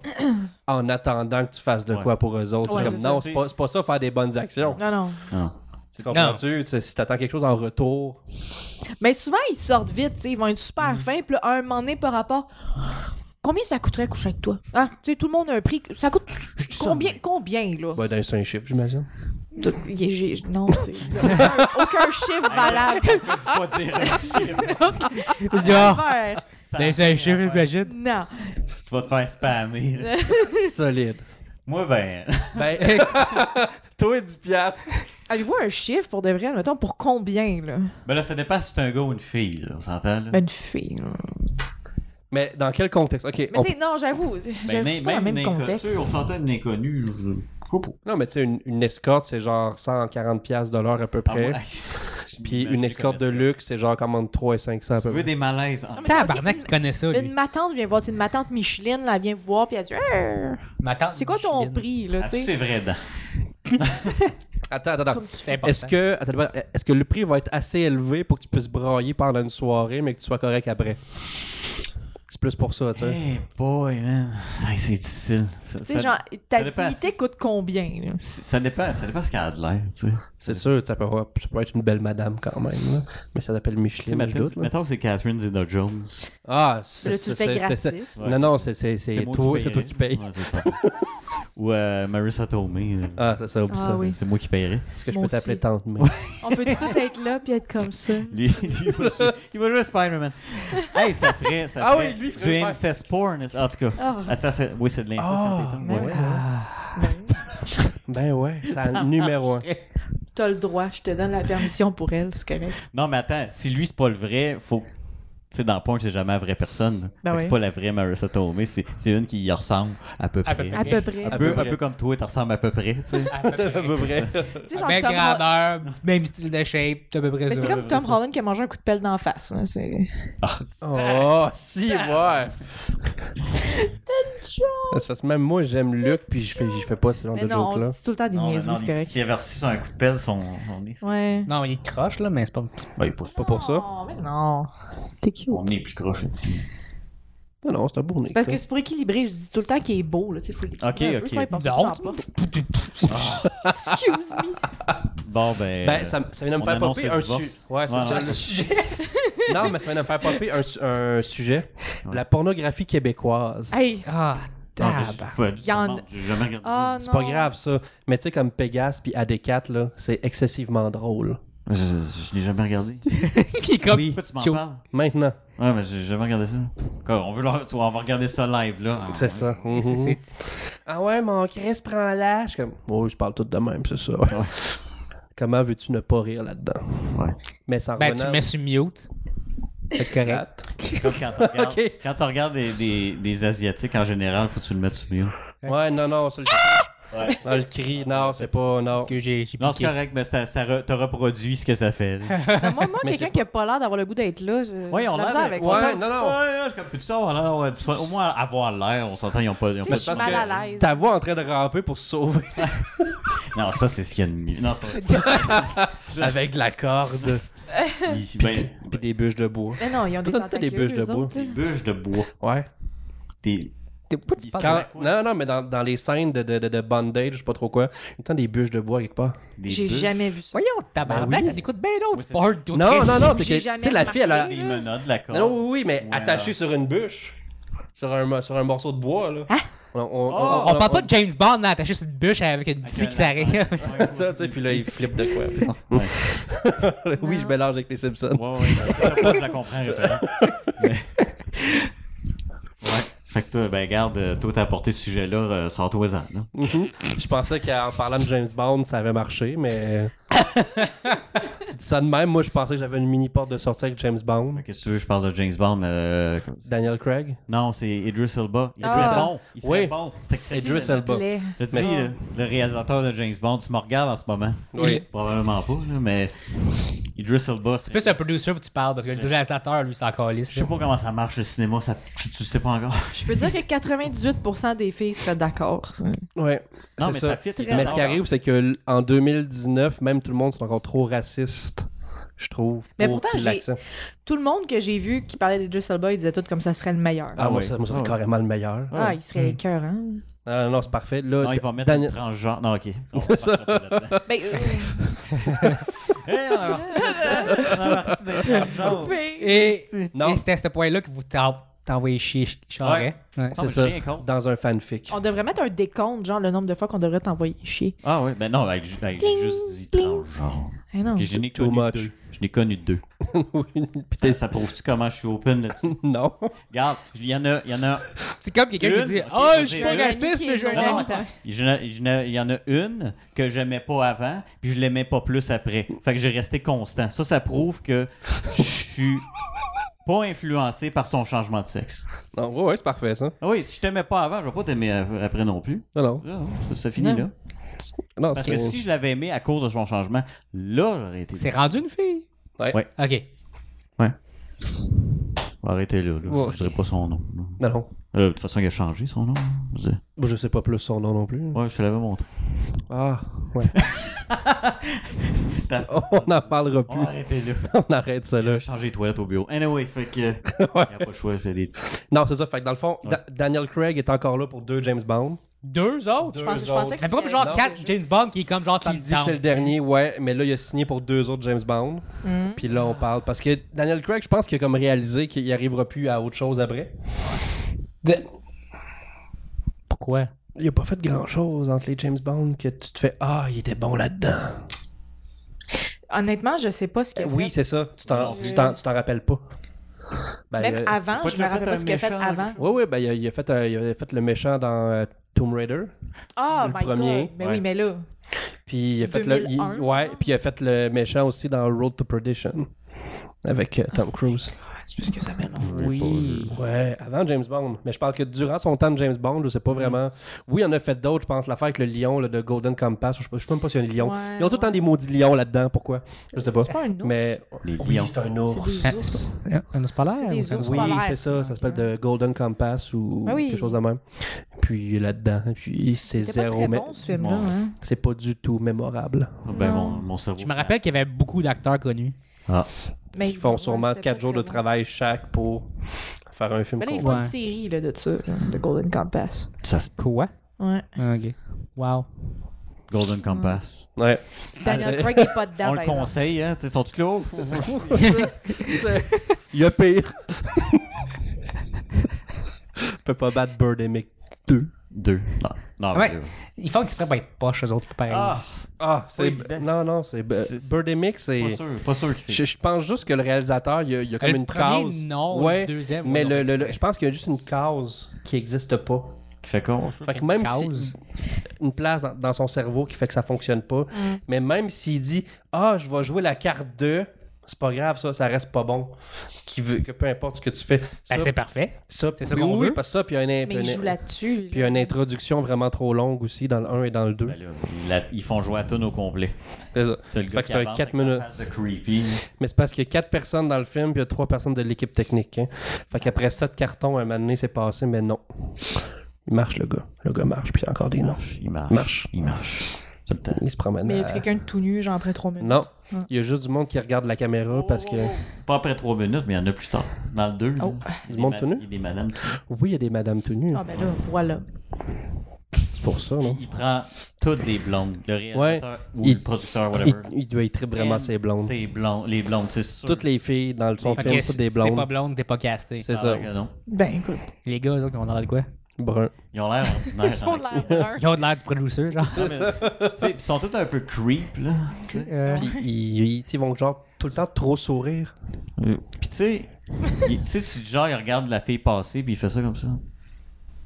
en attendant que tu fasses de
Ouais.
quoi pour eux autres.
Ouais,
c'est comme,
c'est
non,
ça.
c'est pas, c'est pas ça faire des bonnes actions.
Non, non.
Non.
Tu comprends-tu? Tu sais, Si t'attends quelque chose en retour,
Mais souvent, ils sortent vite, tu sais, ils vont être super fins, puis là, à un moment donné, par rapport... Combien ça coûterait coucher avec toi? Hein? Tu sais, tout le monde a un prix. Ça coûte combien, combien, là?
bah, d'un seul chiffre, j'imagine.
De- il est- j'ai- Non, c'est... il y a aucun, aucun chiffre valable.
Faut pas dire un chiffre.
Genre, ben,
Ouais,
Ça
des
a rien à
chiffres,
ben.
faire.
j'imagine.
Ah, non.
Tu vas te faire spammer. là.
Solide.
Moi, ben.
Ben, toi, 10 piastres.
Avez-vous un chiffre, pour de vrai, mettons, pour combien, là?
Ben là, ça dépend si c'est un gars ou une fille, là, on s'entend, là?
Ben, une fille. là.
Mais dans quel contexte? OK,
Mais
on-
tu sais, non, j'avoue,
Ben,
j'avoue, c'est pas dans le même
une inco-
contexte.
tu sais, on s'entend une inconnue. je- je sais pas.
Non, mais tu sais, une, une escorte, c'est genre 140 piastres de l'heure à peu
Ah,
près.
moi,
Puis
j'imagine
une escorte de
comme
luxe, c'est genre commande 3 et 500 à
Tu
peu
veux
près.
des malaises. hein?
mais-
Tabarnak, il connaît ça,
Une
lui.
ma tante vient voir, tu sais, une ma tante Micheline, là, elle vient voir, puis elle dit Hey,
Ma tante
C'est quoi ton
Micheline.
prix, là,
Ah,
tu
c'est
sais?
vrai, Dan.
Attends, attends, attends.
Comme tu
C'est important.
Est-ce que, attends, attends, est-ce que le prix va être assez élevé pour que tu puisses brailler pendant une soirée, mais que tu sois correct après? C'est plus pour ça, tu sais.
Hey boy, man. Hey, c'est difficile. Ça,
Tu
ça-
sais, genre, ta
ça dépend
dignité
si-
coûte combien, là?
c- ça dépend, ça dépend ce qu'elle a de l'air, tu sais.
C'est sûr, ça peut, avoir- ça peut être une belle madame quand même, là. mais ça s'appelle
Tu sais,
Micheline, je
mettons,
doute. là.
mettons que c'est Catherine Zeta-Jones.
Ah,
Là,
c'est
tu le
c'est-
fais
c'est- c'est-
gratis.
Ouais,
Non, non, c'est c'est- c'est
moi
toi,
qui
c'est toi
paierais.
qui payes.
Ouais, c'est ça. Ou à Marissa Tomei. euh,
Ah, c'est ça, oublie
Ah
ça.
oui.
C'est moi qui paierai.
Est-ce que je
Moi
peux t'appeler
aussi.
tante mais...
On peut tout être là puis être comme ça.
Lui, lui, il, va jouer, il va jouer à Spider-Man. Hey, ça ferait, ça
Ah
ferait
oui, lui, il ferait
du
faire-
incest porn. En tout cas.
Ah.
Attends, c'est- oui, c'est de l'inceste
Ah,
quand t'es
ouais.
tendre.
Ben,
Ben ouais, c'est un numéro un.
T'as le droit, je te donne la permission pour elle, c'est correct.
Non, mais attends, si lui, c'est pas le vrai, faut. Tu sais, dans Porn, c'est jamais la vraie personne. Fait
Ben
que
oui.
C'est pas la vraie Marissa Tomei, c'est c'est une qui y ressemble à peu
À
près.
peu
À peu près.
Un
À
peu,
peu
un
près.
peu comme toi, tu ressembles à peu près, tu sais.
À peu près.
Tu sais, genre
Même
Tom Ho-
grandeur, même style de shape, c'est à peu près
Mais
ça.
c'est comme Tom Holland qui a mangé un coup de pelle d'en face. là, C'est
Oh, si, ouais. C'est parce que même moi, j'aime Luc, puis je fais, j'y fais pas ce genre
Mais
de
non, on
joke-là.
dit tout le temps des niaiseries, c'est correct.
s'il avait reçu sur un coup de pelle, son, son nez,
Ouais.
Non, il croche, là, mais c'est pas. c'est-
Ben, pas, pas pour ça.
Non, mais non. T'es cute.
son nez est plus croche.
Non, non, c'est un beau nez.
C'est parce
ça.
que c'est pour équilibrer, je dis tout le temps qu'il est beau, là, tu sais, faut l'équilibrer
Ok,
un peu,
ok.
sinon il pense
Non.
tout le temps pas. Excuse me.
Bon, ben.
Ben, ça, ça vient de me
on
faire
annonce
popper
le
un
divorce.
sujet. Ouais, c'est
Ouais,
ça,
ouais.
le sujet. non, mais ça vient de me faire popper un, su- un sujet. La pornographie québécoise.
Hey,
Ah,
Ah, mais
tabac.
j'ai pas du
Y en-
tout, J'ai jamais regardé.
ah non.
C'est pas grave, ça. Mais tu sais, comme Pégase puis AD4, là, c'est excessivement drôle.
Je, je l'ai jamais regardé.
Qui est comme.
Oui.
Pourquoi tu m'en
Joe.
parles?
Maintenant,
Ouais, mais j'ai jamais regardé ça. Encore, on, veut leur- tu vois, on va regarder ça live, là. Ah,
c'est
ouais.
ça.
C'est-
Mhm.
c'est-
Ah ouais, mon Chris, prend là. Je suis comme, oh, je parle tout de même, c'est ça. Comment veux-tu ne pas rire là-dedans?
Ouais.
Mais sans
Ben, tu le mets sur mute. C'est correct.
C'est comme quand on regarde,
Ok.
quand on regarde des, des, des Asiatiques en général, faut que tu le mettes sur mieux.
Ouais, non, non, ça, le...
Ah!
Non, le cri, non, c'est pas, non.
Parce que j'ai j'ai
Non, c'est
piqué.
correct, mais ça, ça re- te reproduit ce que ça fait. là.
Non, moi, moi
Mais
quelqu'un
c'est
qui a pas l'air d'avoir le goût d'être là, je
Ouais,
j'ai
on
de la
l'air.
misère avec
de-
ça.
Ouais, non, non.
Ouais, ouais, je comprends. Puis ça, on a l'air d'avoir du fun. Au moins, avoir l'air, on s'entend, ils ont pas. ils ont
Tu
pas
sais, je
de-
parce
suis mal
que
à l'aise.
Ta voix en train de ramper pour se sauver
Non, ça, c'est ce qu'il y a de mieux. Non, c'est pas vrai.
avec de la corde
Il- ben,
puis des bûches de bois.
Mais non, ils ont des
Tout le temps des
tentacules,
bûches de
eux
bois.
autres, là.
des bûches de bois.
Ouais.
Des...
De quoi tu parles?
Quand... Non, non, mais dans, dans les scènes de, de, de, de bondage, je sais pas trop quoi, tout le temps des bûches de bois quelque part.
des
J'ai
bûches,
jamais vu ça.
Voyons, tabarnak,
Ben oui.
t'en écoutes bien d'autres
Oui, c'est-
sports. toi,
Non, non,
Chris.
non, c'est
J'ai
que,
jamais
tu sais, la fille, elle a...
remarqué.
Des menottes, de la corde.
Non, oui, oui, mais
Ouais.
attachée sur une bûche, sur un, sur un morceau de bois, là. On, on,
Oh!
On parle pas de James Bond, là, attaché sur une bûche avec une scie qui s'arrête.
ça, tu sais, puis là, il flippe de quoi.
Ouais,
oui, je mélange avec les Simpsons.
ouais, ouais, je la comprends, référence. Mais- Ouais. Fait que toi, ben, garde, euh, toi, t'as apporté ce sujet-là, euh, sors-toi-en. là.
Mhm. Je pensais qu'en parlant de James Bond, ça avait marché, mais. Dis ça de même, moi, je pensais que j'avais une mini porte de sortie avec James Bond.
Qu'est-ce que tu veux, je parle de James Bond. euh, comme-
Daniel Craig.
Non, c'est Idris Elba. Idris
Ah.
bon. Il serait
Oui.
bon. C'est excellent.
Idris Elba.
Laid.
Je te dis,
Mais-
le, le réalisateur de James Bond, tu me regardes en ce moment.
Oui.
Probablement pas, là, mais Idris Elba, c'est...
Plus un producer, faut que tu parles, parce que le réalisateur, lui, c'est encore lisse.
Je sais pas comment ça marche le cinéma, ça... tu, tu le sais pas encore.
Euh,
Je peux dire que 98% des filles seraient d'accord.
Ouais.
Non,
c'est
mais ça,
ça.
fit.
Mais ce qui arrive, c'est que l- en 2019, même tout le monde est encore trop raciste, je trouve.
Mais
pour
pourtant, j'ai-
l'accent.
Tout le monde que j'ai vu qui parlait de Just Elba, il disait tout comme ça serait le meilleur.
Ah, Hmm.
Ah
moi,
oui.
ça, moi, ça
Ah
serait
oui.
carrément le meilleur.
Ah, il serait écœurant.
Ah, non, c'est parfait. Là,
Non, il va mettre
Daniel-
un transgenre. Non, ok. On repartira pas là-dedans.
Ben, euh,
Eh, on est parti d'un transgenre.
Et,
Non.
et c'était à ce point-là que vous t'en- t'envoyez chier, ch- Charest. Ouais.
Non, mais
C'est
j'ai rien
ça,
contre.
dans un fanfic.
on devrait mettre un décompte, genre le nombre de fois qu'on devrait t'envoyer chier.
Ah ouais, ben non, avec, ju- avec, j'ai juste dit transgenre.
Eh non.
Ok, Je n'ai
Ah. Too
connu
much.
deux. Je n'ai connu deux.
Oui, puis
Ça,
t'es-
ça prouve-tu comment je suis open là-dessus?
non.
Regarde, il y en a, il y en a
C'est comme quelqu'un
Une,
qui dit
ok,
Oh, je
vas-y.
suis pas
Un ami
raciste,
qui
mais
est
j'ai un
non,
Non,
ami.
non, attends.
Il y en a- il y en a- il y en a une que j'aimais pas avant, puis je l'aimais pas plus après. Fait que j'ai resté constant. Ça, ça prouve que je suis pas influencé par son changement de sexe.
Non, ouais, ouais, c'est parfait, ça.
Ah oui, si je t'aimais pas avant, je vais pas t'aimer a- après non plus.
Non, non.
Ah, Ça, ça finit
Non.
là.
Non,
Parce
c'est-
que si je l'avais aimé à cause de son changement, là, j'aurais été.
C'est rendu une fille.
Ouais.
Ouais.
Ok.
Arrêtez là. là.
Ouais.
Je dirais pas son nom. là.
Non, non.
Euh, de toute façon, il a changé son nom. Je disais-
Bon, Je sais pas plus son nom non plus.
Ouais, je te l'avais montré.
Ah, ouais.
T'as-
On n'en parlera
Oh,
plus.
arrêtez là.
On arrête ça là.
J'ai changé les toilettes au bureau. Anyway, fait que. Il a pas le choix, c'est des.
Non, c'est ça. Fait que dans le fond, Da- Daniel Craig est encore là pour deux James Bond.
Deux autres.
Je pensais, je
autres.
pensais que
C'est pas comme genre
Non.
4 James Bond qui est comme genre ça
Qui
me
dit que c'est le
tente.
dernier, ouais, mais là, il a signé pour deux autres James Bond.
Mhm.
Puis là, on parle. Parce que Daniel Craig, je pense qu'il a comme réalisé qu'il arrivera plus à autre chose après.
De- Pourquoi
Il a pas fait grand chose entre les James Bond que tu te fais Ah, il était bon là-dedans.
Honnêtement, je sais pas ce qu'il a
Oui,
fait.
c'est ça. Tu t'en,
Je-
tu t'en, tu t'en rappelles pas. Ben,
Même
euh,
avant,
pas
je
déjà
me
fait
rappelle
un
pas ce qu'il a fait
méchant,
avant.
Oui, oui, ben, il, a, il a fait, euh, il a fait le méchant dans euh, Tomb Raider.
Ah,
Le
my
premier,
God. Mais
ouais.
oui, mais là.
Puis il a fait, le, il-
2001,
ouais,
genre.
puis il a fait le méchant aussi dans Road to Perdition avec euh, Tom Cruise.
Ah, C'est parce que ça m'énerve.
euh,
Oui.
Ouais, avant James Bond. Mais je parle que durant son temps de James Bond, je sais pas vraiment. Oui, il en a fait d'autres, je pense, l'affaire avec le lion là, de Golden Compass. Je sais pas- je sais même pas s'il y a un lion.
Ouais,
Ils ont tout le temps
ouais.
des maudits lions là-dedans, pourquoi Je sais pas.
C'est pas un ours.
Mais
Les
oui,
lions.
c'est un
C'est
ours.
des ours.
Un ours polaire?
C'est des
ou-
ours.
Oui,
polaires.
c'est ça, ça s'appelle The Golden Compass ou
Ah oui.
quelque chose de même. Puis là-dedans, puis c'est
C'était pas
zéro,
très
mais
bon, ce film-là.
Ouais.
hein.
c'est pas du tout mémorable.
Ben,
Non.
mon, mon cerveau.
Je me rappelle qu'il y avait beaucoup d'acteurs connus.
Ah.
Mais
Ils font
Ben ouais,
sûrement
c'était
4
pas
jours
très
de
bon.
travail chaque pour faire un film.
Mais là,
qu'on-
ils font une
Ouais.
série là, de ça, là, de Golden Compass.
Ça se-
Quoi?
Ouais.
Ok. Ah. Wow.
Golden Compass.
Ouais.
Daniel
Ah, c'est-
Craig n'est pas dedans.
On le
par exemple.
conseille, hein? Tu sais, Ils sont tous là. oh, oh, oh.
Il y a pire. Je peux pas battre Birdemic 2.
Deux. Non, non
Ouais.
mais deux.
Ils font exprès pour être poches, eux autres, pour pareil.
Ah,
Ah, c'est.
évident.
Non, non, c'est.
C'est-
Birdemic,
pas
c'est.
sûr. Pas sûr qu'il fait.
Je, je pense juste que le réalisateur, il y a, il y a comme
Le
une
premier,
cause.
non,
Ouais,
le deuxième,
Mais
ouais,
le,
non,
le-
c'est
le-
vrai.
je pense qu'il y a juste une cause qui n'existe pas.
qu'il fait con. ça.
Fait que même
cause.
si une place dans, dans son cerveau qui fait que ça fonctionne pas, mais même s'il dit ah je vais jouer la carte 2, c'est pas grave ça, ça reste pas bon. Qui veut que peu importe ce que tu fais, ça,
Ben, c'est parfait.
ça,
c'est ça
oui,
qu'on
oui,
veut.
parce que ça puis il y a une,
Mais il joue là-dessus.
puis il y a une introduction vraiment trop longue aussi dans le 1 et dans le 2.
Ben là, la- ils font jouer à tonne au complet.
C'est ça.
T'as le
Fait
gars
que
qui
c'est un
avance
quatre
avec sa
minutes.
face de creepy.
Mais c'est parce qu'il y a 4 personnes dans le film, puis il y a 3 personnes de l'équipe technique. hein. Fait qu'après 7 cartons, un moment donné, c'est passé, mais non. Il marche le gars. Le gars marche, puis il y a encore des
Il
noms.
marche. Il marche.
Marche.
Il marche. Tout le temps.
Il se promène.
Mais y
à-
a-tu quelqu'un de tout nu, genre après 3 minutes?
Non.
Ah.
Il y a juste du monde qui regarde la caméra
Oh,
Oh.
parce que.
Pas après trois minutes, mais il y en a plus tard. Dans le deux.
Oh.
là.
Du monde tout nu?
Il y a des madames tout nues.
Oui, il y a des madames tout nues.
Ah, ben là, voilà.
C'est pour ça, non?
Il prend toutes des blondes. Le réalisateur ou
Il-
le producteur,
Il,
whatever.
il doit être vraiment ses blondes.
C'est blond. Les blondes, c'est sûr.
Toutes les filles dans le son
Fait
film,
que
c'est
si
des
si t'es pas
blondes.
blonde, t'es pas casté.
C'est
Ça a
ça.
l'air que non.
Ben, écoute.
Les gars, eux autres, ils ont l'air de quoi?
Brun.
Ils ont l'air ordinaires. en
Ils ont de l'air du producer, genre.
Non, mais, tu sais, ils sont tous un peu creep, là. tu sais.
Euh,
Puis ils, ils- ils vont genre tout le temps trop sourire.
Puis tu sais, il- tu sais, si le genre, il regarde la fille passer, puis il fait ça comme ça. Tu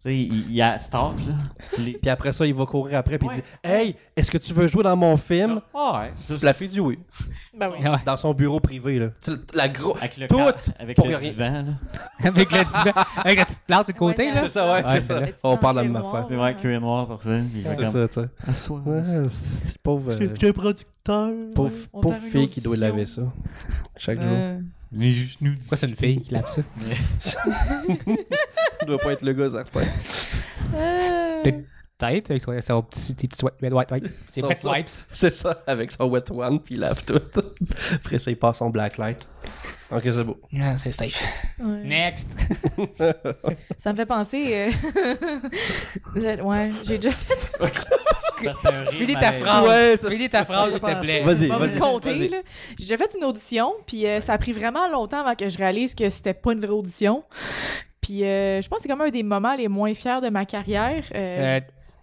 sais, il, il a stalk, là. Les...
Puis après ça, il va courir après, puis il
Ouais.
dit Hey, est-ce que tu veux jouer dans mon film?
Ah, ouais. Ça,
Puis
c'est-
La fille dit oui.
Ben oui.
ouais.
Dans son bureau privé, là. Tu sais, La grosse.
Avec le,
Tout
ca- avec
pour
le
rien.
divan, là.
avec, le divan, avec la petite place sur le côté,
Ouais,
là.
ouais.
C'est ça, ouais,
Ouais,
c'est
c'est
ça.
vrai.
On parle de la même
Noir.
affaire.
C'est vrai, cuir noir, parfait. Puis il fait
C'est
comme,
ça, tu sais.
Assois.
Ouais, c'est pauvre. euh,
un producteur.
Pauvre,
on
pauvre
fait une
fille qui doit
audition.
laver ça. Chaque jour.
Euh,
Il est juste nous dit.
Pourquoi c'est une fille qui lave ça?
Ça doit pas être le gars, certain.
euh,
Peut-être, avec son, son petit, tes petits wet, wet, wet, wipes. Ses
Son-
wet
son-
wipes.
C'est ça, avec son wet one, puis il lave tout. Après ça, il passe son black light. Ok, c'est beau.
Ah, c'est safe.
ouais.
Next!
Ça me fait penser. euh, le- ouais, j'ai déjà fait
Finis ta phrase.
Ouais, ça-
Finis ta phrase, s'il te plaît.
Vas-y,
pas me
vas-y.
compter,
vas-y.
là. J'ai déjà fait une audition, puis euh, ça a pris vraiment longtemps avant que je réalise que c'était pas une vraie audition. Puis euh, je pense que c'est comme un des moments les moins fiers de ma carrière. Euh,
Euh,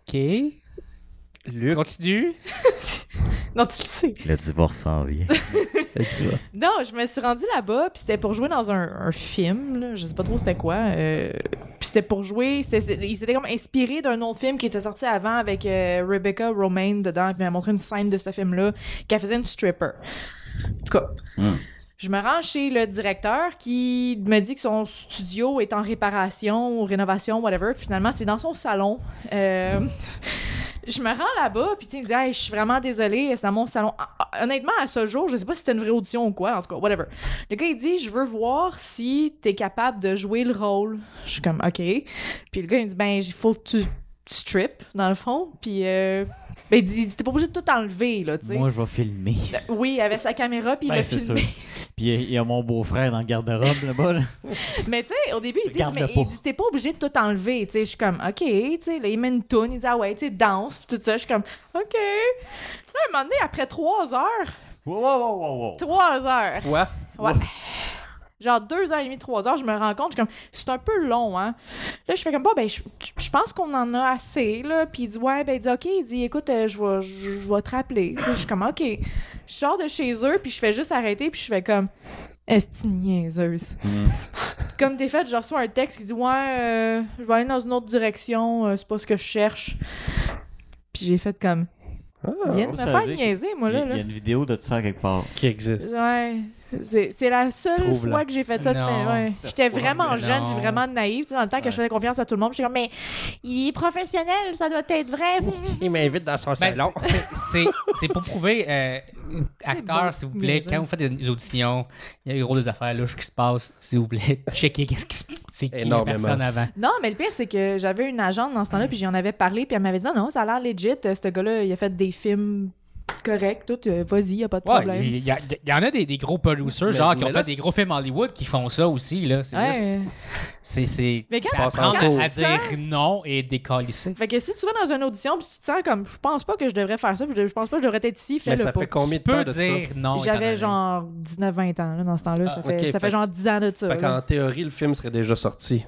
ok.
Luc,
Continue.
Non, tu le sais.
Le divorce s'en vient.
tu vas.
Non, je me suis rendue là-bas, puis c'était pour jouer dans un, un film, là, je sais pas trop c'était quoi. euh, puis c'était pour jouer, c'était- c'était- ils étaient comme inspirés d'un autre film qui était sorti avant avec euh, Rebecca Romaine dedans, puis elle m'a montré une scène de ce film-là, qu'elle faisait une stripper. En tout cas,
Hmm.
je me rends chez le directeur qui me dit que son studio est en réparation ou rénovation, whatever. Finalement, c'est dans son salon. Euh, je me rends là-bas, puis tu sais, il me dit Hey, Je suis vraiment désolée, c'est dans mon salon. Ah, ah, Honnêtement, à ce jour, je sais pas si c'était une vraie audition ou quoi, en tout cas, whatever. Le gars, il dit Je veux voir si t'es capable de jouer le rôle. Je suis comme OK. Puis le gars, il me dit Ben, il faut que tu strip, dans le fond. Puis euh, ben, il dit T'es pas obligé de tout enlever, là, tu sais.
Moi, je vais filmer.
Oui, il avait sa caméra, puis il
Ben,
l'a
c'est
filmé.
sûr. Puis il y a mon beau-frère dans le garde-robe là-bas. là.
Mais tu sais, au début, il dit,
Regarde
mais
le
il
pot.
dit, t'es pas obligé de tout enlever. Tu sais, je suis comme, OK, tu sais, là, il met une toune, il dit, ah ouais, tu sais, danse, pis tout ça. Je suis comme, OK. Puis Là, un moment donné, après trois heures,
Wow, wow, wow, wow, wow.
trois heures,
Quoi?
ouais. Genre deux heures et demie, trois heures, je me rends compte, je suis comme, c'est un peu long, hein. Là, je fais comme, bon, ben, je, je pense qu'on en a assez, là. Puis il dit, ouais, ben, il dit, OK, il dit, écoute, euh, je vais je- je vais te rappeler. Tu sais, Je suis comme, OK. Je sors de chez eux, puis je fais juste arrêter, puis je fais comme, est-ce que niaiseuse? Comme t'es fait, je reçois un texte qui dit Ouais, euh, je vais aller dans une autre direction, euh, c'est pas ce que je cherche. Puis j'ai fait comme
Ah,
Viens de me
ça
faire
veut dire
niaiser, moi
Il y
là.
a- il
là.
y a une vidéo de ça quelque part.
qui existe.
Ouais. C'est c'est la seule
Trouve-la.
fois que j'ai fait ça. de
Non.
ma- ouais. J'étais
Trouve-la.
vraiment jeune
Non.
puis vraiment naïve. Tu sais, dans le temps que je faisais confiance à tout le monde, j'étais comme Mais il est professionnel, ça doit être vrai.
Il m'invite dans son
Ben,
salon.
c'est- c'est- C'est c'est pour prouver, euh, acteurs,
bon,
s'il vous plaît,
niaiseux.
quand vous faites des auditions, il y a des gros des affaires louches qui se passent, s'il vous plaît, checkez qu'est-ce qui se c'est qui la
Énormément.
personne avant.
Non, mais le pire, c'est que j'avais une agente dans ce temps-là, puis j'en avais parlé, puis elle m'avait dit Non, non, ça a l'air legit. euh, Ce gars-là, il a fait des films corrects, tout. euh, Vas-y, y a pas de
Ouais,
problème.
il y, a- il y en a des, des gros producers,
Mais-
genre, qui
mais
ont
là,
fait des
c'est-
gros films Hollywood qui font ça aussi, là. C'est
Ouais.
juste. C'est. c'est-
Mais quand
c'est
tu-
apprendre
quand
à
tu sens-
dire non et décalisser.
Fait que si tu vas dans une audition puis tu te sens comme je pense pas que je devrais faire ça, puis je je pense pas que je devrais être ici,
Mais
fais-le
ça
pas.
fait combien
Tu
de temps
peux
de
dire non. étant donné.
J'avais genre 19-20 ans là, dans ce temps-là.
Ah,
ça fait,
ok,
ça fait,
fait-
genre 10 ans de ça.
ça? Fait
là.
qu'en théorie, le film serait déjà sorti.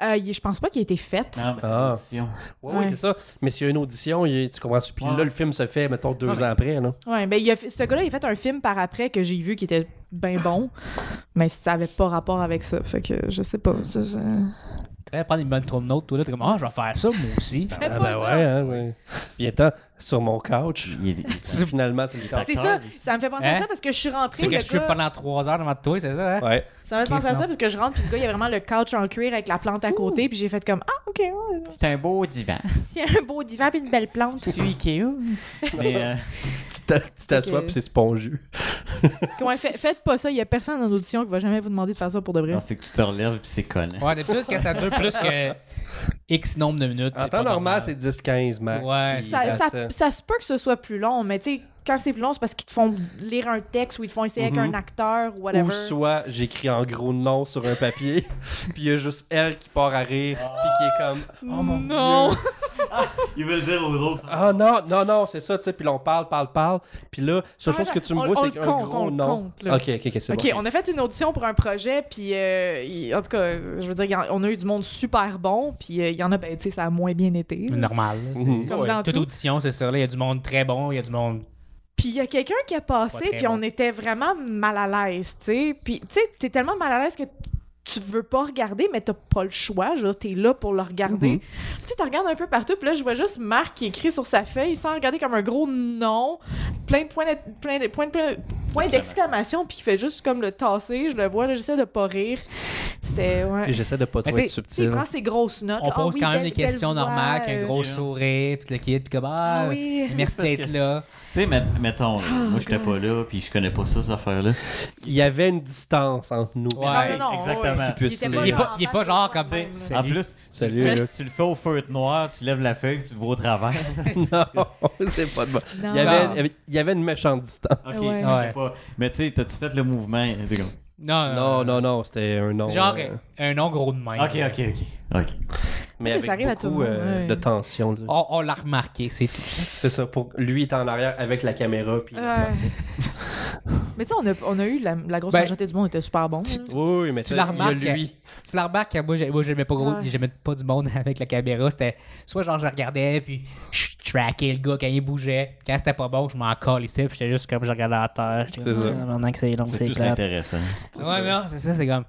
Euh, il- je pense pas qu'il a été fait.
Non, mais c'est
Ah.
une édition.
Oui, oui,
Ouais.
c'est ça. Mais s'il y a une audition, il y a- tu comprends Puis
Ouais.
là, le film se fait, mettons, deux
Non, mais-
ans après. Là.
Ouais, ben, il a fait- ce gars-là, il a fait un film par après que j'ai vu qui était bien bon, mais ça avait pas rapport avec ça. Fait que je sais pas. ça- ça-
Ah
Tu vas prendre une bonne trompe note, toi, là, t'es comme, ah, je vais faire ça, moi aussi.
Fais
Ah,
pas
ben
ça.
ouais, hein, ouais. Bientôt, sur mon couch.
Il- il-
Tu- Finalement, c'est le
Ah,
couch.
C'est ça, ça me fait penser
Hein?
à ça parce que je suis rentrée.
Tu sais que
le
je suis
gars-
pendant trois heures devant toi, c'est ça, hein?
Ouais.
Ça me fait penser à
Chris,
ça
non.
parce que je rentre, puis le gars, il y a vraiment le couch en cuir avec la plante à côté, puis j'ai fait comme Ah, ok, ouais,
C'est un beau divan.
c'est un beau divan, puis une belle plante.
Tu Ikea?
mais, euh,
Tu t'a- tu t'assois,
que-
puis c'est spongieux.
Ouais, fait- faites pas ça. Il y a personne dans l'audition qui va jamais vous demander de faire ça pour de vrai.
non, c'est que tu te relèves puis c'est con.
Ouais, d'habitude, quand ça dure plus que X nombre de minutes.
En
c'est
temps
pas
normal, c'est 10-15 max.
Ouais,
puis
ça,
that's
ça-
it.
ça se peut que ce soit plus long, mais tu sais, quand c'est plus long, c'est parce qu'ils te font lire un texte ou ils te font essayer avec
Mhm.
un acteur ou
Ou
whatever.
soit j'écris en gros non sur un papier, puis il y a juste elle qui part à rire, puis qui est comme Oh mon
Non.
dieu!
Ils veulent dire aux autres.
Ah non, non, non, c'est ça, tu sais. Puis là, on parle, parle, parle. Puis là, seule chose que tu me
Ah, On-
vois,
on
c'est
le
un
compte, on
gros
le
non.
compte, là.
ok, ok, ok, c'est
Ok,
bon.
on a fait une audition pour un projet, puis euh, il- en tout cas, je veux dire, il y en- on a eu du monde super bon, puis euh, il y en a, ben, tu sais, ça a moins bien été. là.
normal. là, c'est-
Mhm.
Comme
Ouais.
dans
Toute
tout.
audition, c'est ça. là. Il y a du monde très bon, il y a du monde.
Puis il y a quelqu'un qui a
Pas
passé,
très
puis
bon.
on était vraiment mal à l'aise, tu sais. Puis tu sais, t'es tellement mal à l'aise que t- tu veux pas regarder, mais t'as pas le choix. Je veux dire, t'es là pour le
Mhm.
regarder. Tu sais, t'en regardes un peu partout, puis là, je vois juste Marc qui écrit sur sa feuille sans regarder comme un gros non, plein de points d'ex- plein de- points de- plein de- points d'exclamation, puis il fait juste comme le tasser. Je le vois, là, j'essaie de pas rire. C'était, ouais.
Et j'essaie de pas trop
Mais tu
être
sais,
Tu sais, il
subtil.
prend ses grosses notes.
On
là. Ah
pose
oui,
quand même
belle-
des questions
belle voix,
normales, avec un
euh,
gros
Yeah.
sourire, puis le kid, puis comme, ah,
Ah oui.
merci
Parce que-
d'être là.
Tu sais, met- mettons, là, moi j'étais
God.
pas là puis je connais pas ça, cette affaire-là.
Il y avait une distance entre nous.
Ouais.
Ah Non, non, non,
exactement.
ouais.
Puis
était
c'est-
pas
Il est
genre
pas- il est
en
pas
face
genre
de
comme-
moi-même, là.
c'est-
En
Salut.
plus, tu
Salut,
le, fais,
Luc.
tu le fais au feu noir, tu lèves la feuille, tu le vois au travers.
Non, c'est pas de bon.
Non.
Il y,
Bah.
avait, il y avait une méchante distance.
Ok,
Ouais.
je sais pas. Mais tu sais, t'as-tu fait le mouvement? T'es comme,
Euh.
Non,
Non, non, non, c'était un non.
Genre,
euh,
un nom gros de main.
Ok, ok, ok. ok.
mais
Ça,
avec
ça arrive à tout le
beaucoup
monde,
euh,
ouais. Oh.
de tension. là.
On, on l'a remarqué, c'est tout.
C'est ça, pour lui il est en arrière avec la caméra. Puis...
Euh. Ouais. mais tu sais, on a, on a eu la, la grosse
Ben,
majorité du monde était super bon. là.
Oui, oui, mais
Tu
ça,
la
il y a
remarques,
lui.
Tu la remarques, moi, j'ai- moi, j'aimais pas gros,
Ouais.
j'aimais pas du monde avec la caméra. C'était soit genre, je regardais, puis je traquais le gars quand il bougeait. Quand c'était pas bon, je m'en calissais, puis j'étais juste comme, je regardais à terre. J'étais
C'est
comme,
ça.
Ah, maintenant que c'est long,
C'est
c'est
plus
plate.
intéressant.
Ouais, non, c'est ça, c'est comme.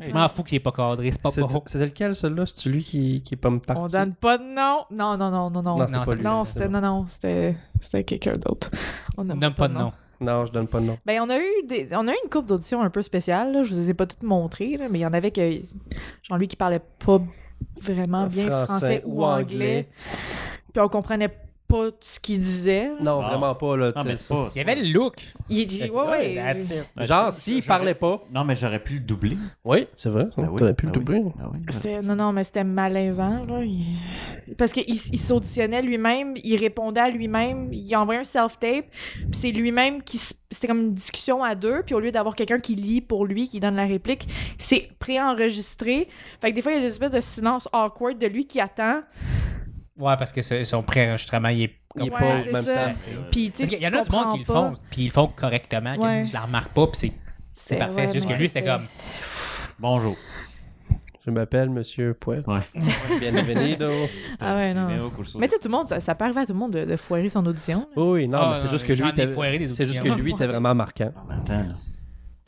Je m'en fous qu'il est pas cadré, c'est pas
C'est-
bon.
C'était lequel, celui-là C'est celui qui, qui est pas me parti.
On donne pas de nom. Non, non, non, non, non.
Non, c'était
Non,
pas lui.
Non,
c'est
c'était
bon.
non, non, c'était c'était quelqu'un d'autre. On
On
nomme
donne pas de nom.
Non, je donne pas de nom.
Ben, on a eu des, on a eu une coupe d'auditions un peu spéciales. là. Je vous les ai pas toutes montrées, là, mais il y en avait que genre lui qui parlait pas vraiment bien
Euh, Français
français,
ou
ou anglais. Puis on comprenait pas ce qu'il disait.
Non,
Ah.
vraiment pas, là.
Non,
tu
mais
sais.
c'est pas.
Il y avait le look.
Il dit ouais ouais. j'ai-
Genre, s'il parlait pas.
Non, mais j'aurais pu le doubler.
Oui, c'est vrai.
Ben oui,
T'aurais pu
ben
le
oui.
doubler.
Ah oui.
C'était- non, non, mais c'était malaisant. Là. Il- Parce qu'il il s'auditionnait lui-même, il répondait à lui-même, il envoyait un self-tape, puis c'est lui-même qui... s- C'était comme une discussion à deux, puis au lieu d'avoir quelqu'un qui lit pour lui, qui donne la réplique, c'est préenregistré. Fait que des fois, il y a des espèces de silence awkward de lui qui attend.
Ouais, parce que ce- son préenregistrement, il est.
Il est
Ouais,
pas au
c'est
même
ça.
temps.
Puis, tu
Parce
sais,
qu'il y en
tu
a du monde
comprends
qui le
pas.
font, puis ils le font correctement,
Ouais.
que tu la remarques pas, puis c'est- c'est
C'est
parfait. C'est juste que
vraiment-
lui, c'était comme.
Bonjour.
Je m'appelle Monsieur Poil.
Ouais.
Bienvenido.
Ah ouais, non.
Numéro course-
Mais tu sais, tout le monde, ça, ça peut arriver à tout le monde de, de foirer son audition.
Oh oui, non,
Ah,
mais c'est
non,
juste que
j'en
lui,
ai
t'avais-
foiré des hein.
c'est juste que
auditions.
lui était vraiment marquant.
Ah, mais Attends, là.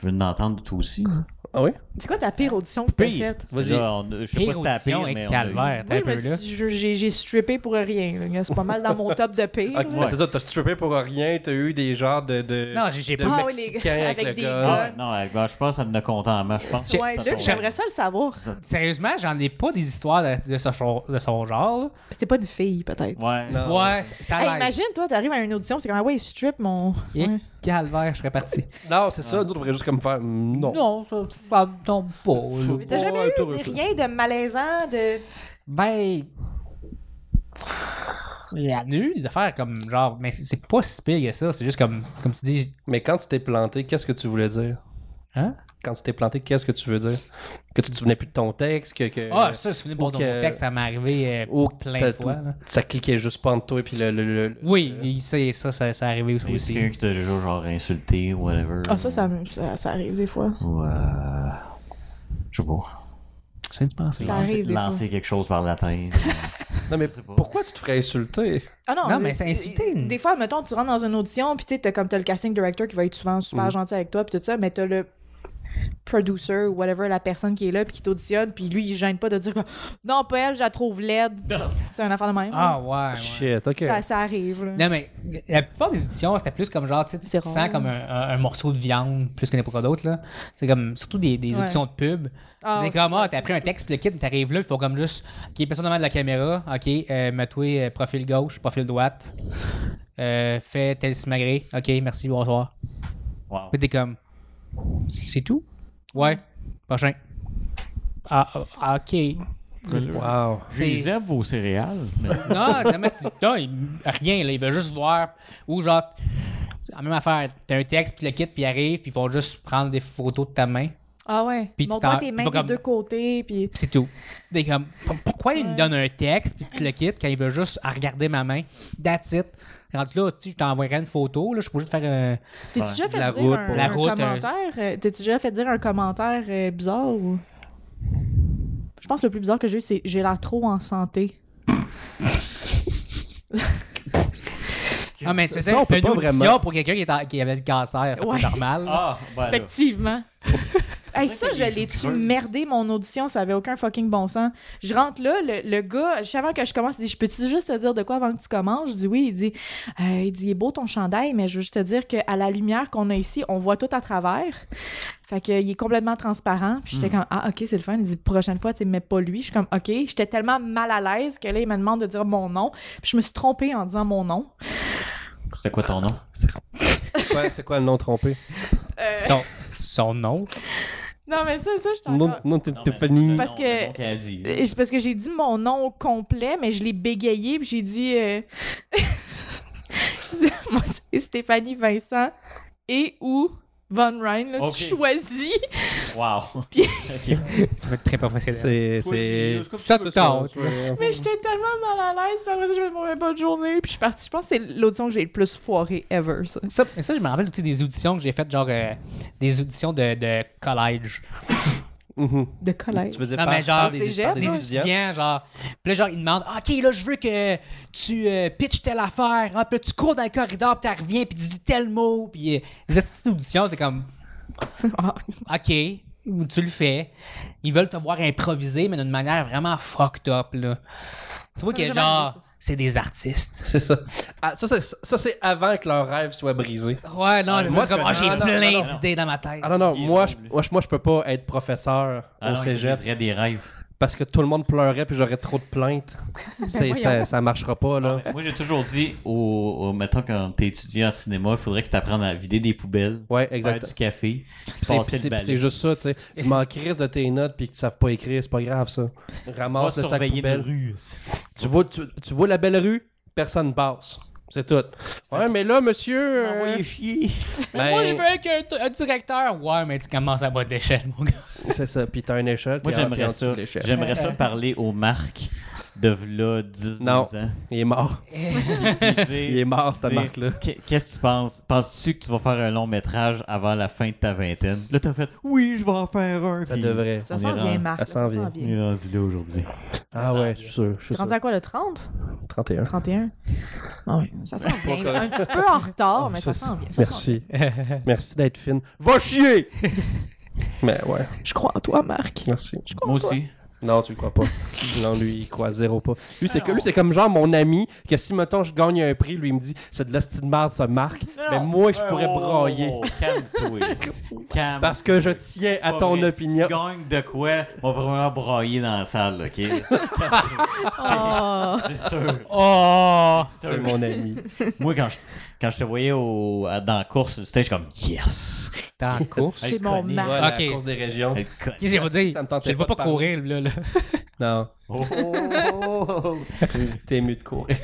Je veux l'entendre toi aussi. hein.
Ah oui?
C'est quoi ta pire audition que t'as faite?
Vas-y.
Là, on- Je sais pas si t'as la pire,
Érosion et
mais on a eu-
calvaire.
Moi,
T'as
je
un peu
me
là.
suis- je- j'ai j'ai strippé pour rien. là. C'est pas mal dans mon top de pire.
Ok,
là.
mais C'est ça, t'as strippé pour rien, t'as eu des genres de. de
Non, j'ai- j'ai
de
pas-
Ah oui, les
Mexicains
gars,
avec,
avec
le
des
gars.
gars.
Ah, non, ouais, ben, je pense que ça me compte en main. Je pense que
Ouais,
c'est
là,
ton-
j'aimerais ça le savoir.
Sérieusement, j'en ai pas des histoires de, de ce, genre- de son genre.
C'était pas une fille, peut-être.
Ouais.
Non.
Ouais, ça
Hey,
l'aide.
imagine, toi, t'arrives à une audition, c'est comme, ah ouais, strip mon.
Et
Ouais.
calvaire, je serais parti.
Non, c'est ça, nous, on devrait juste comme faire. mm, Non.
ça, ça me tombe pas. là.
Mais t'as
Ouais,
jamais eu
t'aurais
de-
fait.
rien de malaisant, de.
Ben. Il y en a eu des affaires comme genre, mais c'est- c'est pas si pire que ça. C'est juste comme, comme tu dis,
Mais quand tu t'es planté, qu'est-ce que tu voulais dire?
hein?
Quand tu t'es planté, qu'est-ce que tu veux dire? Que tu te souvenais plus de ton texte, que.
Euh,
que-
Ah, ça, souvenez
ou
pour de
que-
mon texte, ça m'est arrivé euh,
ou
plein
t'as-
de fois. là.
Ça cliquait juste pas entre toi et puis le. le- le-
Oui, il- ça, et ça, ça, ça est arrivé
Est-ce qu'il y a
aussi.
quelqu'un qui t'a déjà genre insulté ou whatever.
Ah, ça, ça, me- ça, ça arrive des fois.
Ou, euh, je sais pas.
Je viens de penser.
Ça arrive des fois.
lancer quelque chose par la tête.
Non, mais
Je sais pas.
pourquoi tu te ferais insulter?
Ah non,
Non,
euh,
mais c'est insulté.
Des fois, mettons, tu rentres dans une audition, puis tu sais, t'as comme t'as le casting director qui va être souvent super
Mm.
gentil avec toi, puis tout ça, mais t'as le producer ou whatever, la personne qui est là, puis qui t'auditionne, puis lui, il gêne pas de dire comme, non, pas elle, je la trouve laide. C'est un affaire de même.
Ah, ouais. ouais.
Shit, ok.
Ça, ça arrive, là.
Non, mais la plupart des auditions, c'était plus comme genre, tu sais, tu
C'est
te
rare.
sens comme un, un- un morceau de viande plus que n'importe quoi d'autre, là. C'est comme, surtout des, des
Ouais.
auditions de pub.
Ah,
T'es comme, ah, t'as pris un texte, puis le kid, t'arrives là, il faut comme juste, OK, personne devant de la caméra, OK, euh, mets-toi euh, profil gauche, profil droite, euh, fais tel simagré, OK, merci, bonsoir.
Wow.
Puis t'es comme, c'est c'est tout? Ouais, prochain. Ah, ah, OK.
Wow.
Ils aiment vos céréales. mais-
Non, non, mais c'est- non, il- rien, là. Il veut juste voir. Ou genre, la même affaire, t'as un texte, puis le kit, puis il arrive, puis ils vont juste prendre des photos de ta main,
Ah ouais.
Puis tu
Mon pote
t'en-
est
il
main
faut
des
comme-
deux côtés, puis.
puis c'est tout. T'es comme, pourquoi il me donne un texte, puis le kit, quand il veut juste à regarder ma main? That's it. Rendu là, tu sais, je t'enverrai une photo, là, je suis pas obligé de faire un.
T'es-tu déjà fait
La
dire
route,
un,
pour-
La
un
route, euh,
commentaire? euh, T'es-tu déjà fait dire un commentaire euh, bizarre ou. Je pense que le plus bizarre que j'ai eu, c'est j'ai l'air trop en santé.
Ah, mais tu faisais
ça, on peut
une
pas
audition
vraiment.
pour quelqu'un qui, est en- qui avait le cancer, c'est
Ouais.
pas normal.
Ah, ben là.
Effectivement.
Faudrait
hey, ça,
que
je
les
l'ai-tu
joueurs-
merdé, mon audition, ça avait aucun fucking bon sens. Je rentre là, le, le gars, juste avant que je commence, il dit Je peux-tu juste te dire de quoi avant que tu commences Je dis Oui, il dit Euh, Il dit, il est beau ton chandail, mais je veux juste te dire qu'à la lumière qu'on a ici, on voit tout à travers. Fait que, il est complètement transparent. Puis j'étais comme Ah, ok, c'est le fun. Il dit Prochaine fois, tu sais, mets pas lui. Je suis comme Ok. J'étais tellement mal à l'aise que là, il me demande de dire mon nom. Puis je me suis trompée en disant mon nom.
C'était quoi ton nom?
C'est quoi- C'est quoi le nom trompé?
Euh. Son, son nom.
Non, mais ça, ça, je t'en
Non, non, t'es t'es funny.
Parce que-
qu'elle dit.
Et c'est parce que j'ai dit mon nom au complet, mais je l'ai bégayé, puis j'ai dit... euh, je disais, moi, c'est Stéphanie Vincent et ou Van Ryn, là,
Ok.
tu choisis.
Wow.
Ça va être très professionnel.
C'est. c'est-
Ça te tente.
Mais j'étais tellement mal à l'aise, puis après ça, je me trouvais pas de journée, puis je suis partie. Je pense que c'est l'audition que j'ai le plus foiré ever, ça.
Ça, mais ça, je me rappelle aussi des auditions que j'ai faites, genre euh, des auditions de, de collège.
Mhm.
De collège.
Tu veux dire
Non,
par,
mais genre,
par des,
cégep,
par des
des
là.
étudiants?
étudiants, genre. Puis là, genre, ils demandent OK, là, je veux que tu euh, pitches telle affaire. Ah, puis là, tu cours dans le corridor, puis tu reviens, puis tu dis tel mot. Puis euh, les astuces d'audition, t'es comme
Ah,
OK, ou tu le fais. Ils veulent te voir improviser, mais d'une manière vraiment fucked up, là. Tu vois
Ça m'a
que,
jamais
genre,
arrivé,
c'est des artistes.
C'est ça. Ah, ça, c'est- ça, c'est avant que leur rêve soit brisé.
Ouais, non, c'est
moi,
ça, c'est comme
je-
Ah, j'ai
ah, non, non,
plein
non.
d'idées dans ma tête.
Ah non, non,
qui est
moi
drôle,
je,
lui.
moi, je- moi, je peux pas être professeur
Ah,
au
Alors,
cégep
il des rêves.
parce que tout le monde pleurait puis j'aurais trop de plaintes. C'est- ça,
voyons.
ça marchera pas, là.
Moi, j'ai toujours dit, au, au- mettons, quand t'es étudiant en cinéma, il faudrait que t'apprennes à vider des poubelles,
Ouais,
faire
exact.
du café,
Puis c'est- puis
passer
C'est
le
puis c'est
balai.
juste ça, tu sais. Je m'en crise de tes notes puis que tu savent pas écrire, c'est pas grave, ça.
Pas
Ramasse le sac
surveiller une
poubelle.
rue.
Tu vois, tu, tu vois la belle rue, personne passe. C'est tout. Ouais, mais là, monsieur. euh,
Envoyez chier.
Mais moi,
ben,
je veux qu'un un directeur. Ouais, mais tu commences à bas de l'échelle, mon gars.
C'est ça, puis t'as une échelle.
Moi,
t'es en- t'es en
j'aimerais
dessous
ça.
de l'échelle.
J'aimerais ça parler aux marques
de v'là 10
Non.
12 ans.
Il est mort.
Puis tu sais,
Il est mort, cette
tu sais,
marque-là.
qu'est- Qu'est-ce que tu penses? Penses-tu que tu vas faire un long métrage avant la fin de ta vingtaine? Là, t'as fait Oui, je vais en faire un.
Ça
Puis
devrait.
Ça
On
sent
est
bien,
rendu-
Marc.
ça
là,
sent
Ça
bien.
sent
On est
bien.
rendu là aujourd'hui.
Ah ouais, je suis sûr. Je suis
T'es
sûr.
rendu à quoi, le 30?
31.
31? Ah oui, ça sent bien. là. Un petit peu en retard, mais ça sent bien. ça sent
Ah, Merci. Merci d'être fine. Va chier! Mais ouais,
bien. Je crois en toi, Marc.
merci.
Moi aussi.
Non, tu le crois pas. non, lui, il croit zéro pas. Lui, c'est comme, lui, c'est comme genre mon ami que si, mettons, je gagne un prix, lui, il me dit c'est de l'hostie de marde, ça marque. Mais moi,
Euh,
je pourrais
oh,
brailler.
Calme-toi. esti. Calme.
Parce que je tiens
C'est
à
pas
ton
vrai. Si
opinion.
tu gagnes de quoi, on va vraiment brailler dans la salle, OK?
Oh.
C'est sûr.
Oh!
C'est
C'est
sûr.
mon ami.
Moi, quand je, quand je te voyais au, à- dans la course sur le stage, je suis comme « Yes!
T'es en course.
C'est mon
connaît.
Marc.
Voilà,
Ok.
la course des régions.
Elle connaît.
Qu'est-ce que j'ai pas dit?
Ça me tentait
Je le vois
pas
pas,
de parler.
courir, là. là.
Non,
Oh, oh, oh.
t'es mieux de courir.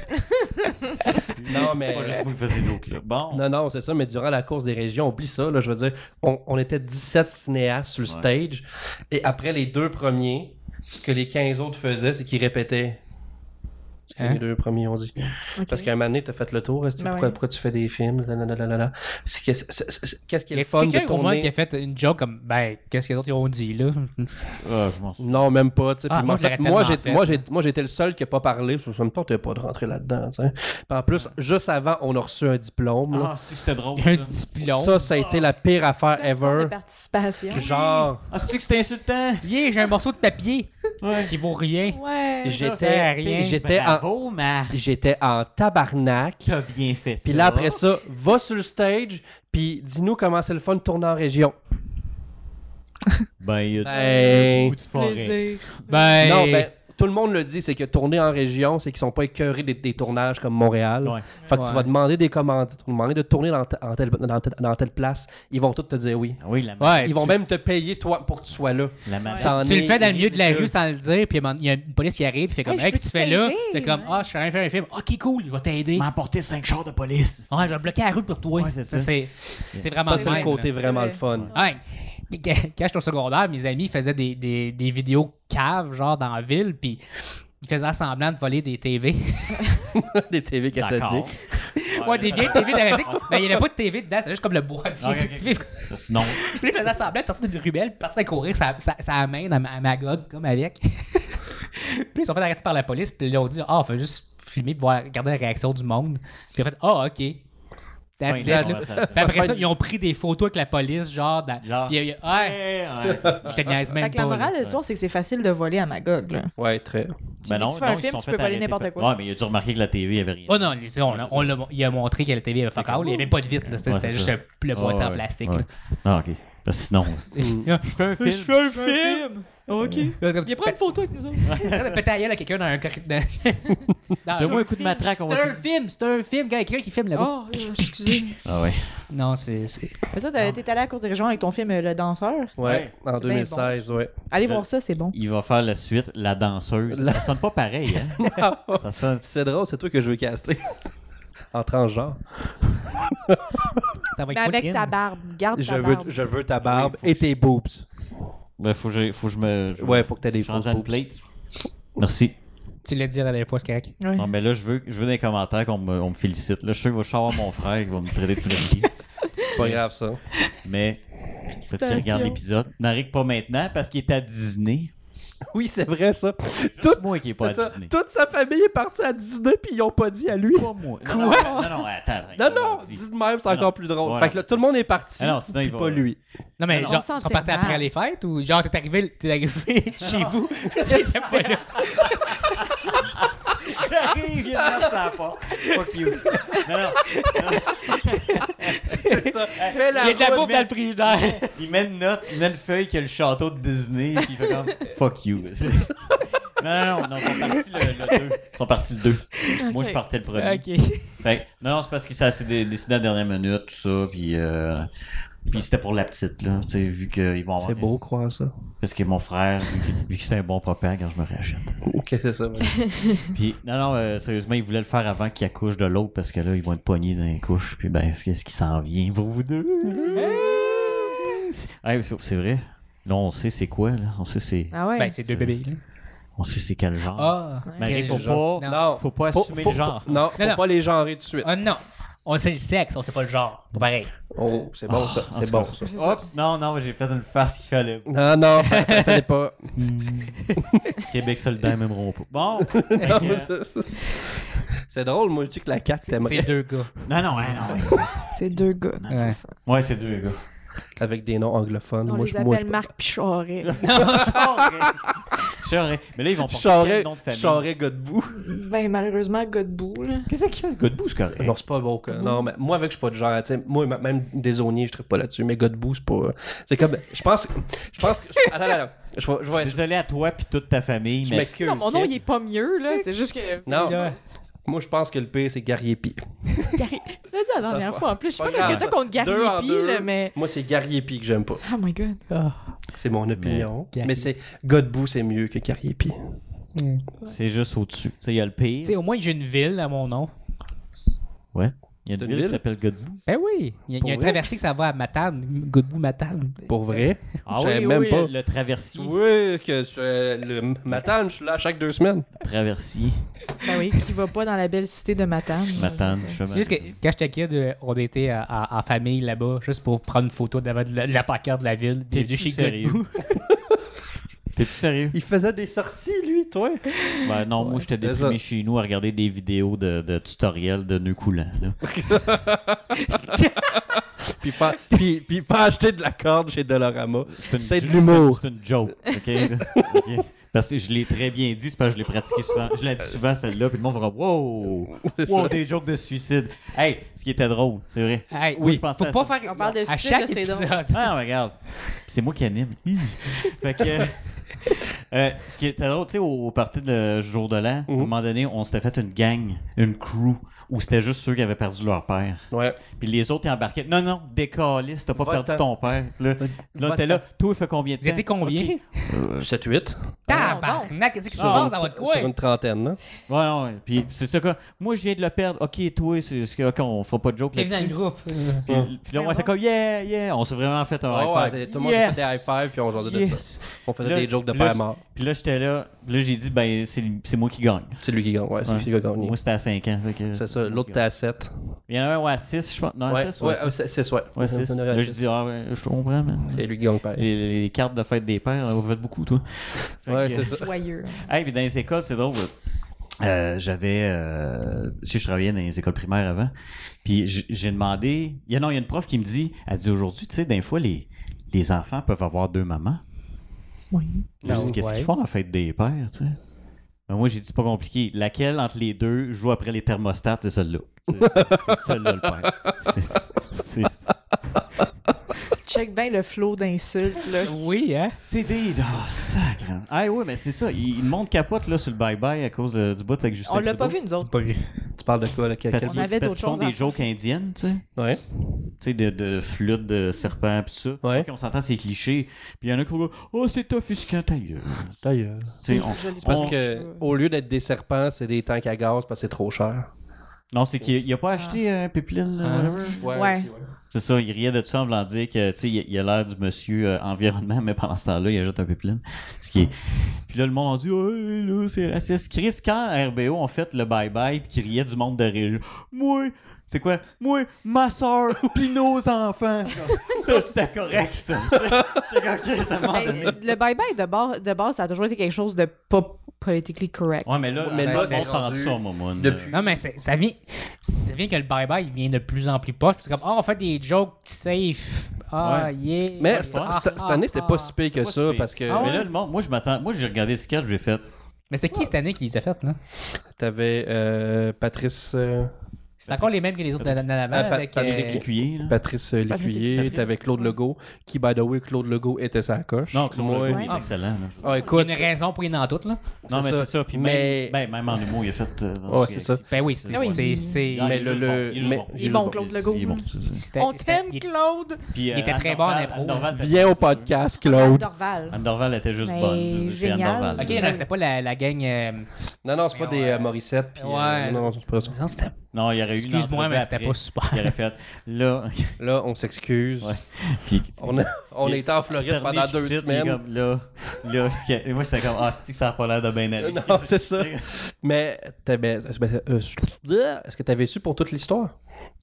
non, mais... euh,
C'est pas juste moi qui faisais des jokes, là. Bon.
Non, non, c'est ça, mais durant la course des régions, oublie ça, là, je veux dire, on, on était 17 cinéastes sur le stage, et après les deux premiers, ce que les 15 autres faisaient, c'est qu'ils répétaient ce que
Hein?
les deux premiers ont dit.
Ok.
Parce qu'à un moment donné, t'as fait le tour, est-ce que-
Ben
pourquoi,
ouais.
pourquoi tu fais des films, là, là, là, là, là, là. C'est que- c'est- c'est- c'est- Qu'est-ce qui est
Il y
le
a
fun de
quelqu'un au moins qui
tourner?
a fait une joke comme, ben, qu'est-ce que les autres ils ont dit, là?
Ah, je m'en souviens.
Non, même pas. tu sais,
Ah,
puis
moi,
en
je l'aurais
fait, moi,
tellement
j'ai-
fait.
moi, j'ai- moi, j'étais le seul qui n'a pas parlé. Je me tentais pas de rentrer là-dedans. tu sais. Puis En plus, juste avant, on a reçu un diplôme. là.
Ah, c'est-tu que c'était drôle,
Un
ça?
diplôme.
Ça, ça a été la pire affaire
C'est un petit moment
ever.
de participation.
Genre,
Ah, c'est-tu que c'était insultant?
Yeah, j'ai un morceau de papier
Ouais.
qui vaut rien.
Ouais.
j'étais
sert à rien.
j'étais en,
Bravo, Marc!
j'étais en tabarnak.
T'as bien fait ça.
Puis là, après ça, va sur le stage, puis dis-nous comment c'est le fun de tourner en région.
Ben, il y a
Ben,
beaucoup de forêt.
Plaisir.
Ben,
Non, ben, tout le monde le dit, c'est que tourner en région, c'est qu'ils sont pas écœurés des, des tournages comme Montréal.
Ouais.
Fait que
Ouais.
tu vas demander des commandes, tu vas demander de tourner dans, te- en telle, dans, telle- dans telle place, ils vont tous te dire oui.
Ah oui, la,
ouais,
Ils vont
tu-
même te payer toi pour que tu sois là.
la maman.
Ça en
Tu le
est
fais dans le milieu de la
ridicule.
rue sans le dire, puis il y a une police qui arrive, puis fait comme,
Hey, je
hey, qu'est-ce que
peux
tu
te
fais là?
t'aider?
C'est comme, ah, je suis en train de faire un film. Ok, cool, je vais t'aider.
M'a emporté 5 chars de police.
Ouais, je vais bloquer la route pour toi.
Ouais, c'est ça.
C'est c'est vraiment
Ça,
le
c'est le
même,
côté
là.
vraiment
C'est
le fun.
Ouais. Quand quand j'étais au secondaire, mes amis faisaient des, des, des vidéos caves, genre dans la ville, puis ils faisaient semblant de voler des TV.
des TV
D'accord.
cathodiques.
Ouais, des vieilles TV d'Amérique. Mais il n'y avait pas de TV dedans, c'était juste comme le boîtier.
Ok,
du
ok.
TV.
Sinon,
Puis il faisait semblant de sortir d'une rubelle, puis partir courir sa, sa, sa main à, ma- à Magog, comme avec. puis ils sont fait arrêter par la police, puis ils ont dit Ah, on fait juste filmer, puis voir, regarder la réaction du monde. Puis ils ont fait Ah, ok.
fin
That's
de la
it, là.
conversation.
Puis après ça, ils ont pris des photos avec la police, genre. Dans...
Genre.
puis il y a- ouais,
Ouais, Ben ouais.
je te niaise même
Fait que la
pas. là.
morale de l'histoire, c'est que c'est facile de voler à Magog. là.
Ouais, très.
Ben
dis que tu fais un
ils
film,
se sont
tu peux
fait
pas aller
arrêter
n'importe
par-
quoi.
Ouais, mais il a dû remarquer que la TV, il y avait rien.
Oh non, lui, on,
Ouais, c'est
on l'a- il a montré que la TV avait fuck all, il n'y avait pas de vitre, là,
Ouais,
c'était
c'est
juste
ça.
un- le boîtier en plastique.
Ouais.
là.
Ah, ok. Parce que sinon,
Je fais un film. Je fais un film. Ok. Il prend une photo avec nous autres. Peut-être ailleurs à quelqu'un dans un corridor. Dans-
Donne-moi un coup de matraque, on va
C'est un film, c'est un film. Quand il y a quelqu'un qui filme là-bas.
Oh, excusez.
ah ouais.
Non, c'est. c'est-
Mais ça, t'as- t'es allé à la course des régions avec ton film euh, Le Danseur.
Ouais, en 2016, ouais.
Allez
Le-
voir ça, c'est bon.
Il va faire la suite, la danseuse.
La-
Ça sonne pas pareil, hein? Ça sonne.
Ah, oh. C'est drôle, c'est toi que je veux caster. en transgenre.
Ça va
Mais
être
avec
full
ta
in.
barbe. Garde
Je
ta
veux,
barbe.
je veux ta barbe
Oui, faut
et tes boobs.
Ben, faut que j'ai- faut que je me. je-
Ouais, faut que t'aies des fausses
Changer une
boobs.
plate. Merci.
Tu l'as dit la dernière fois, c'est correct.
Ouais.
Non, mais là, je veux, je veux dans les commentaires qu'on me, on me félicite. Là, je suis sûr que je vais avoir mon frère qui va me traiter de flingue.
C'est pas grave, ça.
Mais, parce qu'il regarde
Félicitations.
l'épisode. N'arrive pas maintenant parce qu'il est à Disney.
Oui, c'est vrai, ça. Tout,
Moi qui est pas à
c'est ça.
Disney.
Toute sa famille est partie à Disney, puis ils ont pas dit à lui.
Pas moi. Quoi? Non, non, non, non, attends. attends,
Non,
attends,
non,
dis.
dis de même, c'est
Non, non.
encore plus drôle.
Voilà.
Fait que là, tout le monde est parti,
Ah non, sinon,
puis
il va-
pas lui.
Non, mais
Non,
genre,
on s'en
ils sont partis
tire
après
mal.
les fêtes ou genre, t'es arrivé, t'es arrivé chez vous, pis c'était pas là.
J'arrive, il y a ça pas. Fuck you. Non, non,
C'est ça. Fais
Il y a de la bouffe dans le frigidaire.
il met une note, il met une feuille qui a le château de Disney, puis il fait comme fuck you. Non, non, non, ils sont partis le, le 2. Ils sont partis le 2. Moi, je
Ok.
partais le premier.
Ok.
Fait que- non, non, c'est parce que ça s'est dé- décidé à la dernière minute, tout ça, puis, euh, puis c'était pour la petite, là, tu sais, vu qu'ils vont avoir...
C'est beau, croire ça.
Parce que mon frère, vu que, vu que c'est un bon papa, quand je me rachète.
Ok, c'est ça. ouais.
Puis, non, non, euh, sérieusement, il voulait le faire avant qu'il accouche de l'autre, parce que là, ils vont être pognés dans les couches, puis ben, qu'est-ce qui s'en vient pour vous deux? Hey, c'est c'est vrai. Là, on sait c'est quoi, là. On sait c'est...
Ah ouais.
Ben, c'est Ben, deux bébés. là.
On sait c'est quel genre.
Ah,
Mais
quel
faut
genre.
pas-
Non.
Non.
Faut pas assumer le genre.
Non, faut
Non, non.
pas les genrer tout de suite.
Ah non. On sait le sexe, on sait pas le genre. Pas pareil.
Oh, c'est bon ça,
Ah,
en
c'est
tout
bon
cas.
ça.
C'est ça.
Oups, non, non, j'ai fait une face qu'il fallait.
Non, non, fa- fallait pas.
Québec soldat, même pas. Bon.
c'est drôle, moi, je dis que la 4,
C'est
c'était
deux gars.
Non, non, ouais, non. ouais.
C'est deux gars.
Ouais.
C'est ça.
Ouais, c'est deux, les gars.
avec des noms anglophones.
On
moi,
les
je, moi,
appelle
je...
Marc Pichoret.
Charest. Mais là, ils vont porter
Charret,
quel nom de famille.
Charret Godbout.
ben, malheureusement, Godbout, là.
Qu'est-ce qu'il y a de Godbout, c'est correct?
Non, c'est pas beau. que- Non, mais moi, avec, je suis pas du genre. tu sais, Moi, m- même désonnier, je ne pas là-dessus. Mais Godbout, c'est pas. C'est comme. Je pense. Je pense que. Attends, attends, attends. Je vais- je vais- je-
Désolé à toi puis toute ta famille,
je
mais
m'excuse.
Non, mon nom,
ok?
il est pas mieux, là. C'est juste que.
Non.
Là,
Moi, je pense que le pire, c'est Gariepi.
Gary- Tu l'as dit la dernière
Pas-
fois. En plus, je sais
pas
pas qu'est-ce
grave.
que t'as contre Gary
Deux en
P,
deux.
là, mais.
Moi, c'est Gariepi que j'aime pas.
Oh my god.
C'est mon opinion. Mais,
Gariepi.
c'est. Godbout, c'est mieux que Gariepi.
c'est juste au-dessus. Tu sais, il y a le
Tu
pire.
sais, au moins, j'ai une ville à mon nom.
Il y a une
T'as une
ville,
ville?
qui s'appelle Godbout.
Ben oui. Il y a, il y a un
Pour vrai?
traversier que ça va à Matane. Godbout Matane.
Pour vrai.
Ah
Je savais
oui,
même
oui,
pas.
le traversier.
Oui, que sur, euh, le matin, je suis là à chaque deux semaines.
Traversier,
Ben oui, qui va pas dans la belle cité de Matane.
Matane,
C'est
chemin.
juste que quand j'étais kid, euh, on était en- en en famille là-bas, juste pour prendre une photo de la, de la, de la pancarte de la ville. Puis
T'es-tu
de chez
sérieux?
Godbout.
T'es-tu sérieux?
Il faisait des sorties, lui, toi.
Ben non, moi, j'étais
c'est
déprimé
ça.
chez nous à regarder des vidéos de, de tutoriels de nœuds coulants. là.
puis, pas, puis, puis pas acheter de la corde chez Dolorama.
C'est une
C'est de
jo-
l'humour.
C'est une joke, OK? OK? Parce que je l'ai très bien dit, c'est parce que je l'ai pratiqué souvent. Je l'ai dit souvent, celle-là, puis le monde fera « Wow!
C'est
Wow,
ça.
des jokes de suicide! » Hey, ce qui était drôle, c'est vrai.
Hey,
Oui,
oui,
je pensais
faut
à
pas
ça.
faire
On parle de
à
suicide,
chaque
là, c'est
épisode.
Ah, regarde. C'est moi qui anime. Hi. fait que. euh, ce qui était drôle, tu sais, au, au party de jour de l'an, à un
Mhm.
moment donné, on s'était fait une gang, une crew, où c'était juste ceux qui avaient perdu leur père.
Ouais.
Puis les autres, ils embarquaient. Non, non, décaliste, t'as pas
Va-t'en.
perdu ton père. Là, là t'es là. Toi, il fait combien de temps?
Vous étiez combien?
Ok.
7-8.
Tabarnak, qu'est-ce qui se
Non,
passe dans votre
Ah, Sur
coin?
une trentaine, non?
Ouais, non, ouais. Puis c'est ça, quoi. Moi, je viens de le perdre. Ok, toi, c'est ce que. Ok, on fera pas de joke
Bienvenue dans
là-dessus.
le groupe.
Puis, puis là, on était comme, yeah, yeah. On s'est vraiment fait un
Oh,
high
Ah ouais,
five.
tout le monde
Ah Yes!
faisait des high five, puis on jasait de ça.
Yes!
On faisait
Là,
des jokes de
là,
père mort.
Puis là, j'étais là. Puis là, j'ai dit, ben, c'est c'est moi qui gagne.
C'est lui qui gagne. Ouais, c'est
Ouais.
lui qui a gagné.
Moi, c'était à 5 ans. fait que-
C'est ça. L'autre,
moi
t'es à 7.
qui- Il y en a un ouais, à 6, je pense. Non, à
Ouais,
6 ou à
ouais,
6.
6, ouais.
Ah, Ouais, 6.
On est à
Là, je
six.
dis, ah ouais, je te comprends, man.
Et lui qui gagne père.
Les, les- les cartes de fête des pères, là, vous faites beaucoup, toi. Fait
Ouais,
que-
c'est ça.
Joyeux. hein.
Hey, puis dans les écoles, c'est drôle. Euh, j'avais euh, tu sais, je travaillais dans les écoles primaires avant puis j- j'ai demandé il y a non il y a une prof qui me dit elle dit aujourd'hui tu sais des fois les les enfants peuvent avoir deux mamans
Oui.
Là, je
Non,
dis qu'est-ce
ouais.
qu'ils font en fait des pères tu sais Ben, moi j'ai dit c'est pas compliqué laquelle entre les deux joue après les thermostats c'est celle-là C'est- c'est- c'est celle-là le père C'est- c'est-
Check bien le flot d'insultes, là.
Oui, hein?
c'est des oh sacre ah ouais mais c'est ça il, le monde capote là sur le bye bye à cause de- du bout avec Justin
On l'a
Trudeau.
pas vu, nous autres.
Pas vu.
Tu parles de quoi, là? quel-
Parce
quel-
qu'ils
avait
parce
d'autres
qu'ils font
choses à
des
faire.
jokes indiennes, tu sais.
Ouais.
Tu sais, de, de flûte, de serpent, pis tout ça.
Ouais.
Ok, on s'entend, c'est cliché. Puis il y en a qui vont dire, Oh, c'est offusquant, ta gueule.
D'ailleurs.
Tu sais, on-
Joli
on-
Parce que, au lieu d'être des serpents, c'est des tanks à gaz parce que c'est trop cher.
Non, c'est qu'il n'a pas acheté un pipeline, là,
Ah.
whatever.
Ouais.
C'est ça, il riait de ça en voulant dire que, tu sais, il, il a l'air du monsieur euh, environnement, mais pendant ce temps-là, il ajoute un pipeline. Ce qui est... Puis là, le monde a dit, oh, là, c'est raciste. Chris, quand à RBO ont fait le bye-bye, puis qu'il riait du monde derrière, moi, c'est quoi? Moi, ma soeur, puis nos enfants. ça, c'était correct, ça. c'est comme Chris, à un moment donné.
Ben, le bye-bye, de, bord- de base, ça a toujours été quelque chose de pas politically correct.
Ouais, mais là, mais
Mais
là,
là,
c'est
on parle de
rendu
ça, au moment. là.
depuis-
Non, mais c'est- ça vient, ça vient que le bye-bye il vient de plus en plus poche. C'est comme, ah, on fait des jokes safe. Ah,
Ouais.
yeah.
Mais
Ah,
cette
ah,
cette- cette
ah,
année, c'était
ah.
pas si pire que
pas si
ça
pire.
parce que
Ah ouais?
Mais là, le monde, moi, je m'attends. Moi, j'ai regardé le sketch, j'ai fait.
Mais c'était qui cette année qui les a faites, là?
t'avais euh, Patrice. euh,
C'est encore les mêmes que les autres de la- de la
Ah,
Nalama
Pat-
avec.
Eh.
Patrick
euh,
Écuyer, là.
Patrice euh,
Patrice
Lécuyer,
Lécuyer.
t'avais Claude Legault, qui, by the way, Claude Legault était sa coche.
Non, Claude
Moi-
Legault, il est
Ouais.
excellent. là.
Ah,
Il y a
écoute,
une raison pour y aller dans toutes, là.
Non,
C'est
mais
ça.
c'est ça. Puis
Mais-
même, ben, même en humour, il a fait. euh, dans
Ouais,
ce-
c'est ça.
Ben oui, c'est.
Ah oui.
c'est- c'est-
Ah, il est
Mais le-
juste
le-
bon, il est juste
mais-
bon.
Il est bon, Claude Legault.
Il est bon.
c'était-
On
c'était-
t'aime,
il-
Claude!
Puis, euh,
était
Anne
très bon en
Dorval-
impro.
Anne Dorval était-
viens au podcast, Claude.
Dorval.
Anne Dorval était juste
Mais
bonne. C'est Anne
Ben, génial.
Dorval.
Ok, non, c'était pas la, la gang. euh,
Non, non, c'est pas
Mais
des
ouais.
euh, Morissette. puis, euh,
Ouais.
non, c'est pas ça.
non, c'était-
Non, il y aurait eu une
Excuse-moi,
entrevue
mais c'était
après.
pas super.
Il aurait fait. Là.
Là, on s'excuse.
Ouais. Puis.
On, a, on
Il-
était en Floride
Cerné,
pendant deux
Schissite, il est
semaines.
comme, Là. Là, puis, et moi, c'était comme, ah, c'est que ça a pas l'air de bien aller.
Non, c'est ça. Mais t'avais- ben, euh, euh, est-ce que tu avais su pour toute l'histoire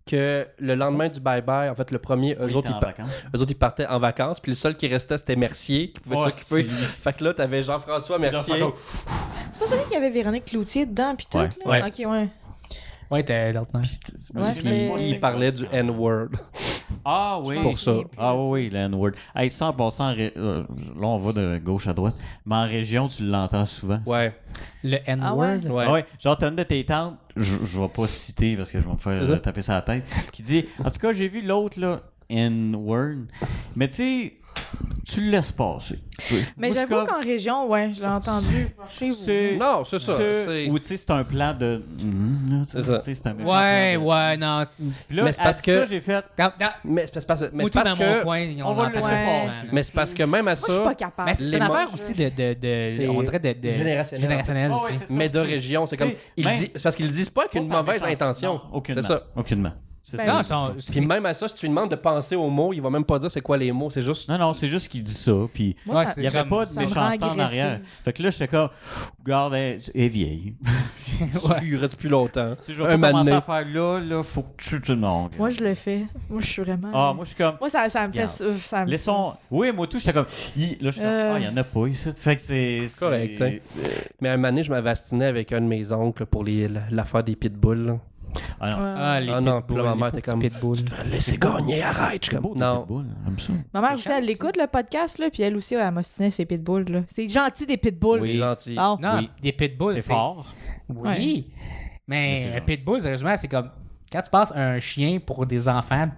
que le lendemain du bye-bye, en fait, le premier, eux,
Ils
autres,
étaient
ils
en
pa-
vacances.
eux autres, ils partaient en vacances, puis le seul qui restait, c'était Mercier, qui pouvait
Oh,
s'occuper. Fait que là, t'avais Jean-François Mercier.
Jean-François.
C'est pas celui qui avait Véronique Cloutier dedans, pis tout.
Ouais.
là?
Ouais.
Ok, ouais.
Ouais, t'es l'autre nom.
Ouais,
J'ai
c'est-
même pas
Il
c'était
parlait
quoi,
du
ça.
N-word.
Ah oui.
pour ça.
Ah oui, oui, le N-word. Hey, ça, en passant, en ré- euh, là, on va de gauche à droite. Mais en région, tu l'entends souvent.
Ouais,
Le N-word.
ouais?
ouais.
Ah ouais, genre, t'as une de tes tantes, je, je vais pas citer parce que je vais me faire
C'est ça.
euh, taper sa tête, qui dit En tout cas, j'ai vu l'autre, là, N-word. Mais tu sais, tu le laisses passer.
Mais
Moi, je suis
j'avoue
comme,
qu'en région, ouais, je l'ai entendu chez vous.
C'est-
Non, c'est ça.
c'est-
c'est-
Ou tu sais, c'est un plan de. Mhm, là, tu sais,
C'est ça.
tu sais, C'est un méchant
Ouais,
plan de-
ouais, non. c'est-
Puis là,
Mais c'est
à
parce
ça,
que-
j'ai fait.
Quand- quand-
Mais c'est parce, mais
Moi,
c'est
tout
parce
dans mon
que.
coin, ils ont
on va le
l'entend
laisser
souvent,
passer.
là.
Mais c'est parce que même à
Moi, je suis
ça,
pas capable.
Mais c'est
Les
une
mots-
affaire aussi de, de, de-
C'est-
on dirait de, de
Générationnel.
générationnel
Ah ouais,
aussi.
c'est ça,
mais de
c'est-
région, c'est
Tu
comme
sais,
ils
ben-
disent, c'est parce qu'ils le disent pas avec une
Oh, Pas par
mauvaise
méchanceté.
intention.
Non, aucunement.
C'est ça.
Aucunement. C'est
Ben
ça.
Non, sont- c'est-
Puis même à ça, si tu lui demandes de penser aux mots, il va même pas dire c'est quoi les mots, c'est
Non,
juste.
non, c'est juste qu'il dit ça. Puis
Moi,
Ouais,
ça-
c'est-
il n'y avait
Comme-
pas de
ça me rend
méchanceté en
agressive.
arrière. Fait que là, j'étais comme, regarde, elle elle est vieille.
Il reste plus longtemps.
Tu sais, je vais
Un
pas
moment
commencer
donné.
à faire là, là, faut que tu te demandes.
Moi, je le fais. Moi, je suis vraiment.
Ah, moi, je suis comme,
Moi, ça, ça me fait.
Regarde.
Ça, ça me-
laissons. Oui, moi, tout, j'étais comme, Hi. là, je suis comme,
Euh.
ah, il n'y en a pas ici. Fait que c'est. c'est-
Correct, hein. Mais à un moment donné, je m'avais astiné avec un de mes oncles pour les- l'affaire des pitbulls. là.
Ah non.
Ouais.
Ah, les
Ah non,
pitbulls,
puis là, ma
les
mère
petits
était comme-
pitbulls.
Laissez gagner, arrête. Je suis
C'est beau,
comme,
tes
non.
pitbulls, j'aime ça.
Ma mère
C'est
aussi,
chiant,
elle
ça.
écoute le podcast, là, puis elle aussi, elle m'ostinait sur les pitbulls, là. C'est gentil des pitbulls.
C'est gentil.
Bon.
Non,
Oui.
des pitbulls,
C'est fort.
Oui. Mais,
c'est
un
gentil.
pitbull, sérieusement, c'est comme. Quand tu passes un chien pour des enfants,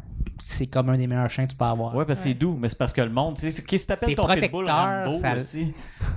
c'est comme un des meilleurs chiens que tu peux avoir.
Ouais, parce que c'est doux, mais c'est parce que le monde, tu sais, c'est- qu'est-ce que
C'est
t'appelles ton pitbull
protecteur,
Rambo
ça-
aussi?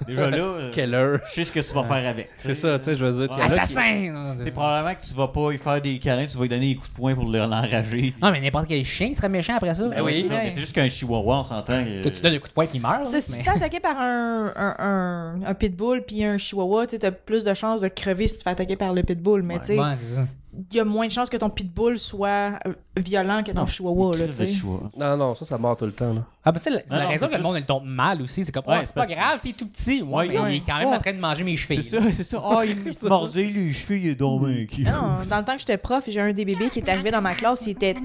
Déjà là, euh,
Quelle heure.
je sais ce que tu vas faire avec.
C'est ça, tu sais, je veux dire.
Ouais.
tiens,
Ah,
là,
ça-
Assassin!
C'est probablement que tu vas pas y faire des câlins, tu vas lui donner des coups de poing pour le- l'enrager.
Non, mais n'importe quel chien serait méchant après ça.
Ben oui, Euh,
oui.
c'est ça, mais c'est juste qu'un chihuahua, on s'entend. que-
Que tu donnes un coup de poing et il meurt.
Ça,
là,
si
mais-
tu t'es attaqué par un, un, un, un pitbull puis un chihuahua, tu sais, t'as plus de chances de crever si tu te fais attaquer par le pitbull. Mais tu sais,
Ouais, c'est ça.
il y a moins de chances que ton pitbull soit euh, violent que ton chihuahua. Là, tu
Crise de
sais.
chihuahua.
Non, non, ça, ça mord tout le temps. là.
Ah, ben, c'est la, c'est
Non,
la
non,
raison
c'est
que le
plus-
monde il tombe mal aussi. C'est comme,
Ouais,
ouais,
c'est
c'est pas
parce que-
grave, c'est tout petit. Ouais,
Ouais,
mais il est quand même
ouais.
en train de manger mes cheveux.
C'est ça, c'est ça. Ah, il me mordait les cheveux, il est donc inquiet.
Non, dans le temps que j'étais prof, j'ai un des bébés qui est arrivé dans ma classe, il était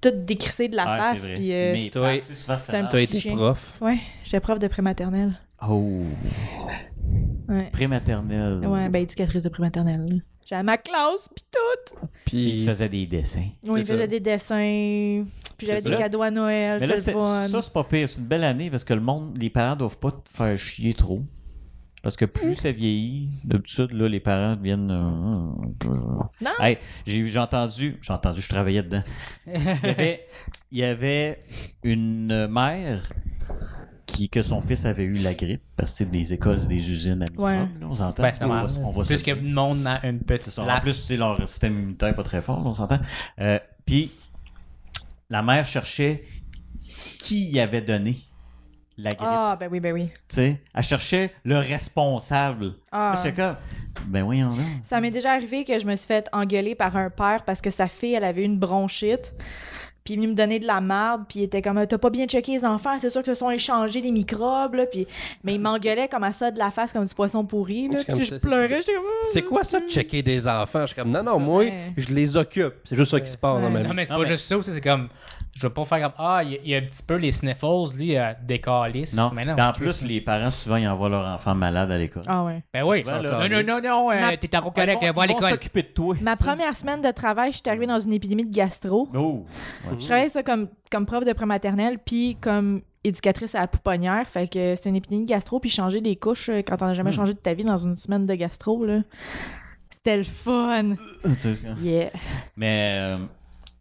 tout décrissé de la face. Puis, euh,
Ah, Mais
toi-
parti souvent, ça
c'est un
marche.
T'as
Petit
été
chien.
prof.
ouais, j'étais prof de prématernelle.
Oh,
Ouais.
prématernelle.
ouais, ben éducatrice de prématernelle. là. J'avais ma classe, puis tout.
Il
Puis.
faisait des dessins.
Oui, il
ça.
faisait des dessins, puis j'avais
ça.
des
Là-
cadeaux à Noël,
Mais là,
c'était
c'était-
le fun.
ça, c'est pas pire. C'est une belle année parce que le monde, les parents doivent pas te faire chier trop. Parce que plus ça vieillit, d'habitude, là, les parents viennent. Non. j'ai j'ai entendu, j'ai entendu, je travaillais dedans. Il y avait, il y avait une mère qui, que son fils avait eu la grippe, parce que c'est des écoles, c'est des usines à
Ouais.
microbes, là, on s'entend.
Ben, c'est
on va,
normal.
on va se
Plus
le
que
dire.
le monde a une
C'est
petite
ça. En
place.
plus, c'est leur système immunitaire est pas très fort, on s'entend. Euh, Puis, la mère cherchait qui y avait donné la grippe.
Ah, ben oui, ben oui.
tu sais. Elle cherchait le responsable.
Ah.
Moi, j'étais comme, ben voyons donc.
Ça m'est déjà arrivé que je me suis fait engueuler par un père parce que sa fille, elle avait une bronchite. Puis il est venu me donner de la marde, puis il était comme T'as pas bien checké les enfants, c'est sûr que se sont échangés des microbes, là. Puis... Mais il m'engueulait comme à ça de la face, comme du poisson pourri, là.
C'est comme
Puis je
ça, c'est-
pleurais, j'étais comme ah.
C'est quoi ça de checker des enfants? Je suis comme, non, non, moi,
Ouais.
je les occupe. C'est juste ça qui se passe dans ma
Ouais.
vie.
Non, mais c'est
Non,
pas
mais-
juste ça aussi, c'est comme. Je veux pas faire comme. Ah, il y a- il y, a un petit peu les sniffles, lui, euh, des calices.
Non.
Mais non.
en plus, les parents, souvent, ils envoient leur enfant malade à l'école.
Ah ouais.
Ben oui.
souvent,
Non,
là,
non, non, non, euh,
Ma-
t'es en correct,
Ils
va à
vont
l'école.
s'occuper de toi.
Ma première semaine de travail, je suis arrivée dans une épidémie de gastro.
Oh. Ouais.
Je travaillais ça comme, comme prof de prématernelle, puis comme éducatrice à la pouponnière. Fait que c'est une épidémie de gastro, puis changer des couches euh, quand t'en as
Hmm.
jamais changé de ta vie dans une semaine de gastro, là. C'était le fun.
Tu sais,
Yeah.
Mais euh,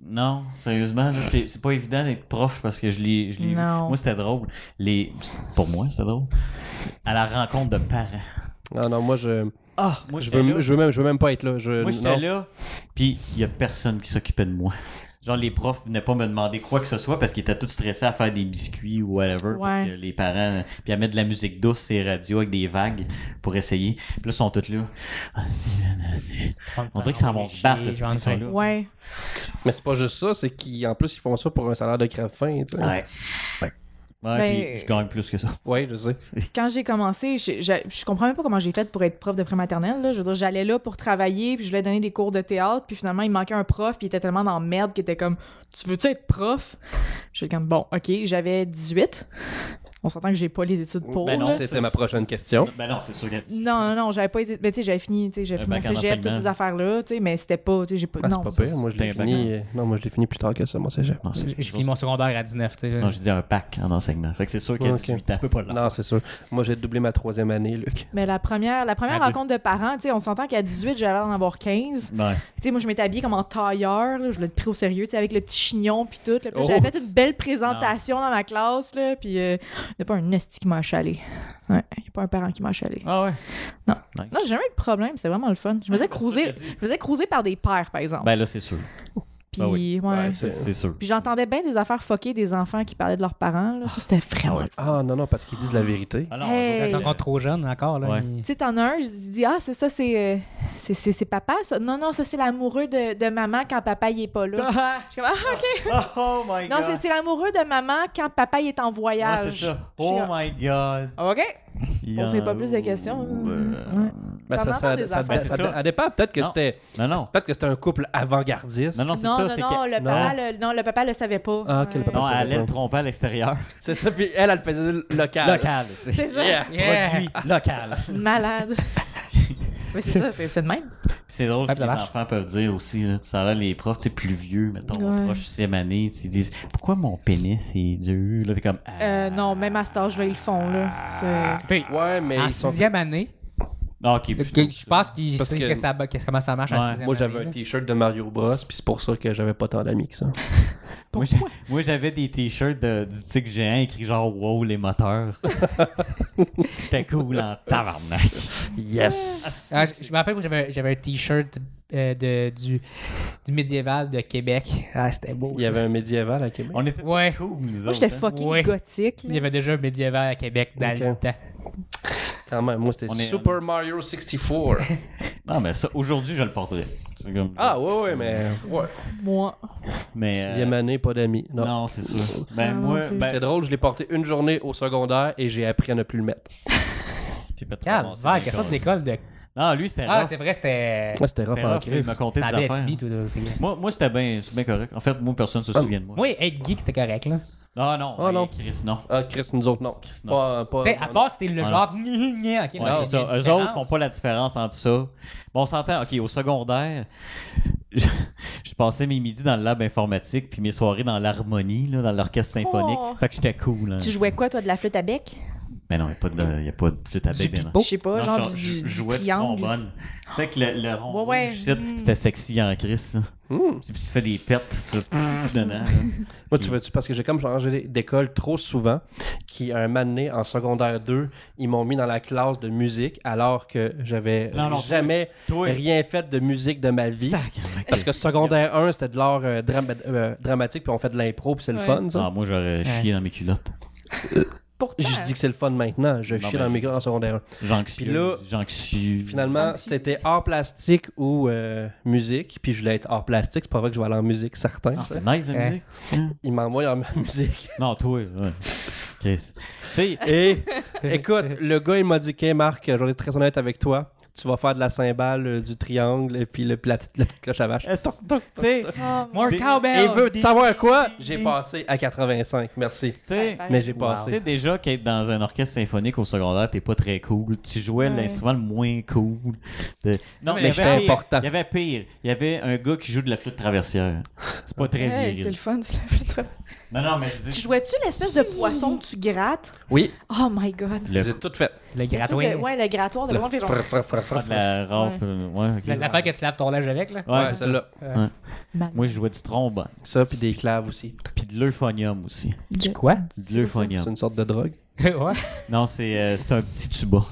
non, sérieusement, là, c'est c'est pas évident d'être prof parce que je l'ai je l'ai vu.
Non.
Moi, c'était drôle. Les... Pour moi, c'était drôle. À la rencontre de parents.
Non, non, moi, je,
Ah, moi,
je,
j'étais là.
veux, je, veux même, je veux même pas être là. Je,
Moi, j'étais
non.
là, Euh, puis il y a personne qui s'occupait de moi. Genre, les profs venaient pas me demander quoi que ce soit parce qu'ils étaient tous stressés à faire des biscuits ou whatever. pour
Ouais.
que les parents. Puis à mettre de la musique douce et radio avec des vagues pour essayer. Puis là, ils sont tous là. On dirait qu'ils s'en vont se battre.
Chier,
ces
je vais en
gens-là.
Ouais.
Mais c'est pas juste ça, c'est qu'en plus, ils font ça pour un salaire de crève-fin. tu sais.
Ouais. Ouais,
Ben-
puis je gagne plus que ça.
Oui, je sais.
quand j'ai commencé, je, je, je comprends même pas comment j'ai fait pour être prof de prématernelle. Là. Je veux dire, j'allais là pour travailler, puis je voulais donner des cours de théâtre, puis finalement, il manquait un prof, puis il était tellement dans la merde qu'il était comme Tu veux-tu être prof Je suis comme Bon, ok, j'avais 18. On s'entend que j'ai pas les études pour.
Ben non,
là.
C'était
ça,
ma prochaine
c'est-
question.
Ben non, c'est sûr que tu-
non, non, non, j'avais pas hésité. Mais tu sais, j'avais fini, tu sais, j'avais
Un
fini mon
bac en
cégep, toutes
enseignement.
ces affaires-là, tu sais, mais c'était pas, tu sais, j'ai pas.
Ah,
non,
c'est pas pire. Moi, je l'ai
Ben,
fini. euh, Non, moi, je l'ai fini plus tard que ça, mon cégep.
Non, c'est-
J'ai fini mon secondaire à 19, tu sais.
Non, je dis un pack en enseignement. Fait que c'est sûr qu'à
Ok.
18 ans, tu peux pas le
Non, c'est sûr. Moi, j'ai doublé ma troisième année, Luc.
Mais la première, la première
À
rencontre de parents, tu sais, on s'entend qu'à 18, j'allais en avoir 15.
Ouais.
Tu sais, moi, je m'étais habillée comme en tailleur. là. je l'ai pris au sérieux, tu sais, avec le petit chignon puis tout. là. Puis là,
Oh!
J'avais fait une belle présentation dans ma classe, là, puis euh, il n'y a pas un esti qui m'a achalé. Ouais, il n'y a pas un parent qui m'a achalé.
Ah ouais.
Non, j'ai jamais eu de problème, c'est vraiment le fun. Je me faisais cruiser, je me faisais cruiser par des pères, par exemple.
Ben là, c'est sûr.
puis,
ben oui.
ouais.
Ouais,
C'est- C'est sûr.
Puis j'entendais bien des affaires foquées des enfants qui parlaient de leurs parents. Là. Ça, c'était vraiment
Ah, non, non, parce qu'ils disent la vérité.
Alors,
Hey!
Ils sont encore trop jeunes encore, là.
Ouais.
Ils-
Tu sais, t'en as un, je dis, ah, c'est ça, c'est, euh, c'est, c'est, c'est papa, ça. Non, non, ça, c'est l'amoureux de, de maman quand papa, il est pas là. Je suis comme, ah, OK.
Oh my
Non, c'est, c'est l'amoureux de maman quand papa, il est
Ah,
en voyage. Oh
my god.
OK. Posez pas plus de questions. hein. Ouais.
Ben,
Ça
ça,
en
ça,
entend des
ça- ça-
affaires.
Ben, c'est
ça-
ça.
ça dépend. Peut-être que
Non.
c'était
Non, non.
peut-être que c'était un couple avant-gardiste.
Non, non, c'est
Non,
ça.
non,
c'est
non,
que-
le papa, le, non, le papa le savait pas.
Ah, ok, le papa-
Non,
Ça
elle allait
dépend.
le tromper à l'extérieur.
C'est ça. Puis elle, elle faisait local.
Local. C'est
C'est ça.
Yeah.
produit local.
Malade. Mais c'est ça, c'est, c'est de même.
C'est drôle
Ça
ce
fait
que
de
les
l'arche.
enfants peuvent dire aussi. Là, ça a l'air les profs, tu sais, plus vieux, mettons,
Ouais.
proche sixième année, tu sais, ils disent Pourquoi mon pénis est dur Là, t'es comme Ah.
Euh, non, même à cet âge-là, ils le font, là. C'est...
Puis,
Ouais, mais
en
ils sont
sixième année,
Ah, ok,
le-
puis
que- je pense qu'ils
Parce
savent
que-
que ça- que- comment ça marche en
Ouais.
sixième
Moi, j'avais
année,
un
là.
t-shirt de Mario Bros, puis c'est pour ça que j'avais pas tant d'amis que ça.
Moi, j'a- Moi, j'avais des t-shirts de- du tic géant écrit genre Wow, les moteurs. C'était cool en tabarnak.
Yes!
Ah, je, je me rappelle, moi, j'avais j'avais un t-shirt euh, de- du, du médiéval de Québec. Ah, c'était beau.
Il y
ça.
avait un médiéval à Québec.
On était tous
Ouais.
cool, nous
Moi,
autres,
j'étais
Ah.
hein.
fucking
Ouais.
gothique. là.
Il y avait déjà un médiéval à Québec dans le
Ok.
temps.
Quand même, moi, c'était
On est-
Super Mario 64.
Non, mais ça, aujourd'hui, je le porterai. C'est comme-
ah, ouais, ouais, mais. Ouais.
Moi.
mais. euh,
Sixième année, pas d'amis. Non.
non, c'est sûr.
Ah,
Ben,
non
moi,
plus.
C'est
ben.
drôle, je l'ai porté une journée au secondaire et j'ai appris à ne plus le mettre.
t'es pas trop
Calme,
Ah, bon, c'est
va,
une
quelle sorte
chose.
d'école de.
Non, lui, c'était
Ah,
rough.
c'est vrai, c'était.
Ouais, c'était rough
C'était
en
rough, il
crise.
m'a conté
C'était
des
à
affaires. hein.
Abitibi, tout. tout.
Moi, moi c'était bien c'est bien correct. En fait, moi, personne ne se souvient de moi.
Oui, être geek, c'était correct, là.
Non, non.
Oh,
hey,
non.
Chris, non.
Ah, Chris, nous autres, non.
non.
Pas, pas,
Tu sais, à
non.
part c'était le
Ouais.
genre. gna, gna, ok,
Ouais,
là,
c'est
il y a
ça. Eux
une
autres
différence.
font pas la différence entre ça. Bon, on s'entend, OK, au secondaire, je, je passais mes midis dans le lab informatique puis mes soirées dans l'harmonie, là, dans l'orchestre symphonique.
Oh.
Fait que j'étais cool. hein.
Tu jouais quoi, toi, de la flûte à bec?
Mais non, il n'y a pas de, y a pas de flûte à
Du
bec, bien, hein.
Oh.
pipeau.
Je sais pas,
Non,
genre
je-
du,
je-
du
je jouais du
triangle.
trombone. Tu sais que le, le rond
Ouais, ouais.
rouge, ici,
Mm.
c'était sexy en crise.
Hmm.
Puis tu fais des pertes tu fais dedans. là.
Moi, tu veux-tu, parce que j'ai comme changé d'école trop souvent, qui un moment donné, en secondaire 2, ils m'ont mis dans la classe de musique alors que j'avais
Non, non,
jamais
toi-
rien fait de musique de ma vie.
Sacrément.
Parce que secondaire 1, c'était de l'art euh, drama- euh, dramatique, puis on fait de l'impro, puis c'est le
Ouais.
fun, ça.
Ah, moi, j'aurais chié dans mes culottes.
Pourtant,
Je dis que c'est le fun maintenant, je
Non,
chie
ben,
dans
je-
mes en secondaire 1. Puis là,
J'anxieux. J'anxieux.
Finalement, c'était art plastique ou euh, musique, puis je voulais être art plastique, c'est pas vrai que je vais aller en musique, certain.
Ah, c'est nice, la
Hein.
musique.
Ils m'envoient en musique.
Non, toi, ouais. Chris.
Puis, et écoute, le gars, il m'a dit, OK, Marc, je vais être très honnête avec toi. Tu vas faire de la cymbale, euh, du triangle, et puis le, la, petite, la petite cloche à
Eh,
vache.
Tu sais,
Ah,
More
Des-
cowbell.
Et veux-tu savoir quoi? J'ai passé à 85, merci.
tu sais,
Ben,
Mais j'ai
tu
passé.
sais, déjà qu'être dans un orchestre symphonique au secondaire, t'es pas très cool. Tu jouais
Ouais.
l'instrument le moins cool. de- Non,
mais
il y
j'étais
avait pire.
important.
Il y avait pire. Il y avait un gars qui joue de la flûte traversière. C'est pas très
hey, c'est
viril.
le fun, c'est la flûte à bec.
Non, non, mais je
Tu
dis.
jouais-tu l'espèce de poisson que tu grattes?
Oui,
Oh my god.
Le
j'ai tout fait.
Le
L'espèce de-
gratouin.
ouais, le grattoir de le monde fait genre-
Frr, frr, frr, frr,
pas de la rampe. euh, Ouais, ok.
La- L'affaire que tu laves ton linge avec, là. Euh,
Ouais,
Ouais,
c'est ça.
celle-là.
Mal.
Moi, je jouais du trombone.
Ça, puis des claves aussi.
Puis de l'euphonium aussi.
Du-
Quoi?
De l'euphonium.
C'est une sorte de drogue.
ouais.
Non, c'est euh, c'est un petit tuba.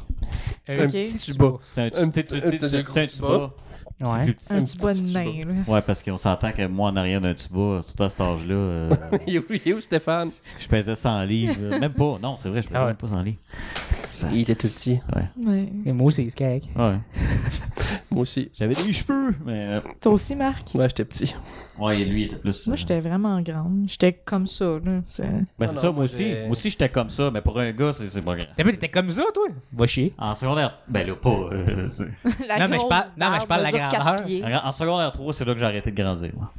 Un
Ok.
petit
tuba.
C'est un,
Un
tu sais,
petit-
tu sais,
un petit
tu sais,
gros
c'est un
tuba.
tuba. C'est
Ouais.
plus petit.
Un
petit
petit bois de
tuba.
nain, là.
Ouais, parce qu'on s'entend que moi, en arrière d'un tuba, surtout à cet âge-là, euh,
You, you, Stéphane.
je pesais 100 livres. Même pas. Non, c'est vrai, je pesais
Ah ouais.
même pas 100 livres. ça.
Il était tout petit.
Ouais.
Mais moi aussi, c'est correct.
Ouais.
Moi aussi.
J'avais des cheveux, mais. euh,
Toi aussi, Marc?
Ouais, j'étais petit.
Ouais, lui, il était plus.
Moi,
euh,
j'étais vraiment grande. J'étais comme ça, là. C'est-
Ben, c'est
Ah non,
ça, moi
moi,
aussi.
j'ai-
Moi aussi, j'étais comme ça, mais pour un gars, c'est c'est pas grave.
T'as vu, t'étais comme ça, toi? Va chier.
En secondaire. Ben là, pas. euh, c'est-
La
Non, mais je
grosse
parle- non, mais je parle de la
barbe mesure quatre
grandeur.
pieds.
en en secondaire 3, c'est là que j'ai arrêté de grandir. moi.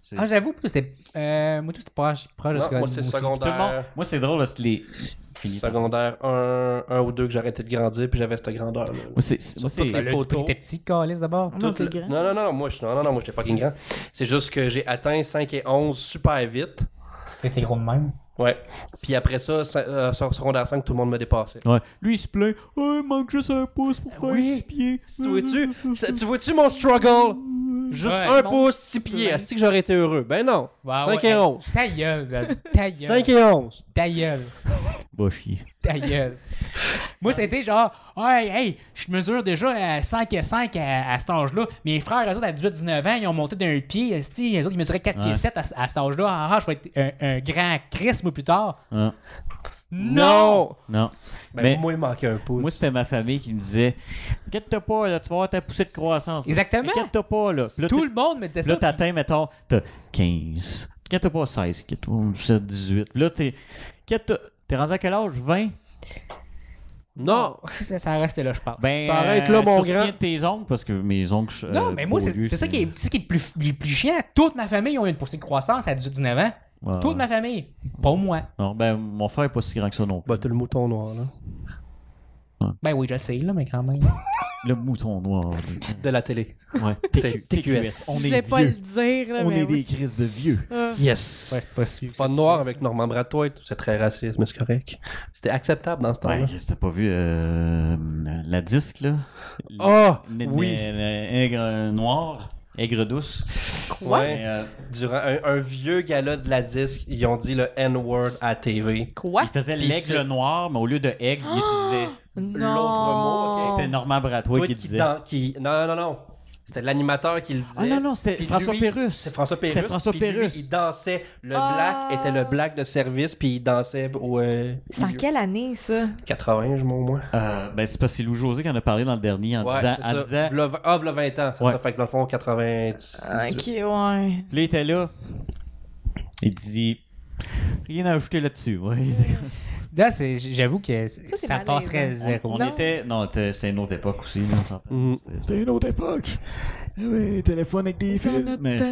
C'est-
Ah, j'avoue, plus c'était. Euh, moi, tout, c'était proche, proche de
Non,
ce que
moi, c'est
aussi.
Tout le monde.
Ben,
secondaire.
Moi, c'est drôle, là, c'est les. Fini.
Secondaire 1, 1 ou 2 que j'arrêtais de grandir, puis j'avais cette grandeur-là.
Moi, c'est- c'est. Moi,
Sur toute
c'est.
la
Là, tu
photo.
étais petit, calice d'abord.
Non,
Tout
t'es
le-
grand.
non, non, non, moi, je... non, non, non, moi, j'étais fucking grand. C'est juste que j'ai atteint 5 et 11 super vite.
T'étais gros de même.
Ouais. Puis après ça, ça- euh, sur secondaire 5, tout le monde me dépassait.
Ouais. Lui, il se plaint. Oh, il manque juste un pouce
Ben
pour faire
Oui.
six pieds.
Tu vois-tu ça- tu vois-tu mon struggle? Juste
Ouais. Bah
un
Mon
pouce, 6 pieds.
plein.
Est-ce que j'aurais été heureux? Ben non. 5 et 11.
Ta gueule, là. Ta gueule.
5 et 11.
Ta gueule.
Va chier.
Ta gueule. Moi, c'était genre, hey, hey, je mesure déjà à 5 et 5 à, à cet âge-là. Mes frères, eux autres, à 18-19 ans, ils ont monté d'un pied. esti. Les autres, ils mesuraient 4
Ouais.
et 7 à, à cet âge-là. Ah, ah, je vais être un, un grand Chris, moi, plus tard.
Hein?
Non!
Non.
Ben,
Mais-
moi, il manquait un pouce.
Moi, c'était ma famille qui me disait Inquiète-toi pas, là, tu vas avoir ta poussée de croissance. là.
Exactement.
Inquiète-toi pas, là. Puis là,
Tout
tu-
le monde me disait
Puis là,
ça.
t'atteins, mettons, t'as 15. Inquiète-toi pas, 16. Inquiète-toi, 17, 18. Puis là, t'es. Inquiète-toi. T'es rendu à quel âge 20
Non!
Ça, ça restait là, je pense.
Ben,
Ça arrête là, mon
tu retiens
grand.
tes ongles parce que mes ongles. euh,
Non, mais moi, c'est
poilus,
c'est ça qui est, c'est ça qui est le, plus, le plus chiant. Toute ma famille a eu une poussée de croissance à 18-19 ans.
Ouais,
Toute
ouais.
ma famille. Pas moi.
Non, ben, mon frère est pas si grand que ça non plus.
Bah, t'as le mouton noir, là.
Ben oui, je le sais, là, mais quand même.
Le mouton noir.
De la télé.
Ouais.
C'est
TQS.
Je
On
voulais
est
pas le
vieux.
dire, là,
On
mais
est des
oui.
crises de vieux.
Ah.
Yes!
Ouais, c'est possible.
Pas de noir avec Norman Bratoit, c'est très raciste, mais c'est correct. C'était acceptable dans ce temps-là.
Ouais, si t'as pas vu euh, la disque, là
Ah!
N-
oui!
n- n- Aigre noire, aigre douce.
Quoi?
Mais, euh,
Durant un, un vieux gala de la disque, ils ont dit le N-word à TV.
Quoi?
il faisait
Puis
l'aigle
c'est-
noir, mais au lieu de aigle, il utilisait.
Non.
mot, ok,
C'était Normand Bratois
Toi
Ah! qui disait.
dans- qui- Non, non, non. C'était l'animateur qui le disait.
Ah non, non, c'était
Puis
François
lui-
Pérusse.
C'est François Pérusse.
C'était François
puis lui,
Pérusse.
il dansait. Le
Ah.
black était le black de service, puis il dansait au. euh,
C'est en
milieu.
quelle année, ça?
80, je m'en moins.
Euh, ben, c'est parce que c'est Lou José qui en a parlé dans le dernier en
Ouais,
disant.
c'est
En
ça.
disant
V'là- ah, v'là 20 ans, c'est
Ouais.
ça. Fait que dans le fond, 90.
Ok, ouais.
Puis là, il était là. Il dit. Rien à ajouter là-dessus. ouais.
Là, c'est- j'avoue que
Ça,
ça,
c'est
passerait
malaisant.
zéro.
On
Non.
était. Non, t'es- c'est une autre époque aussi. là, on s'entend.
Mhm.
C'était- Mm-hmm. C'était une autre époque. Ah ouais, téléphone avec des
Dans
fils.
notre
mais-
temps.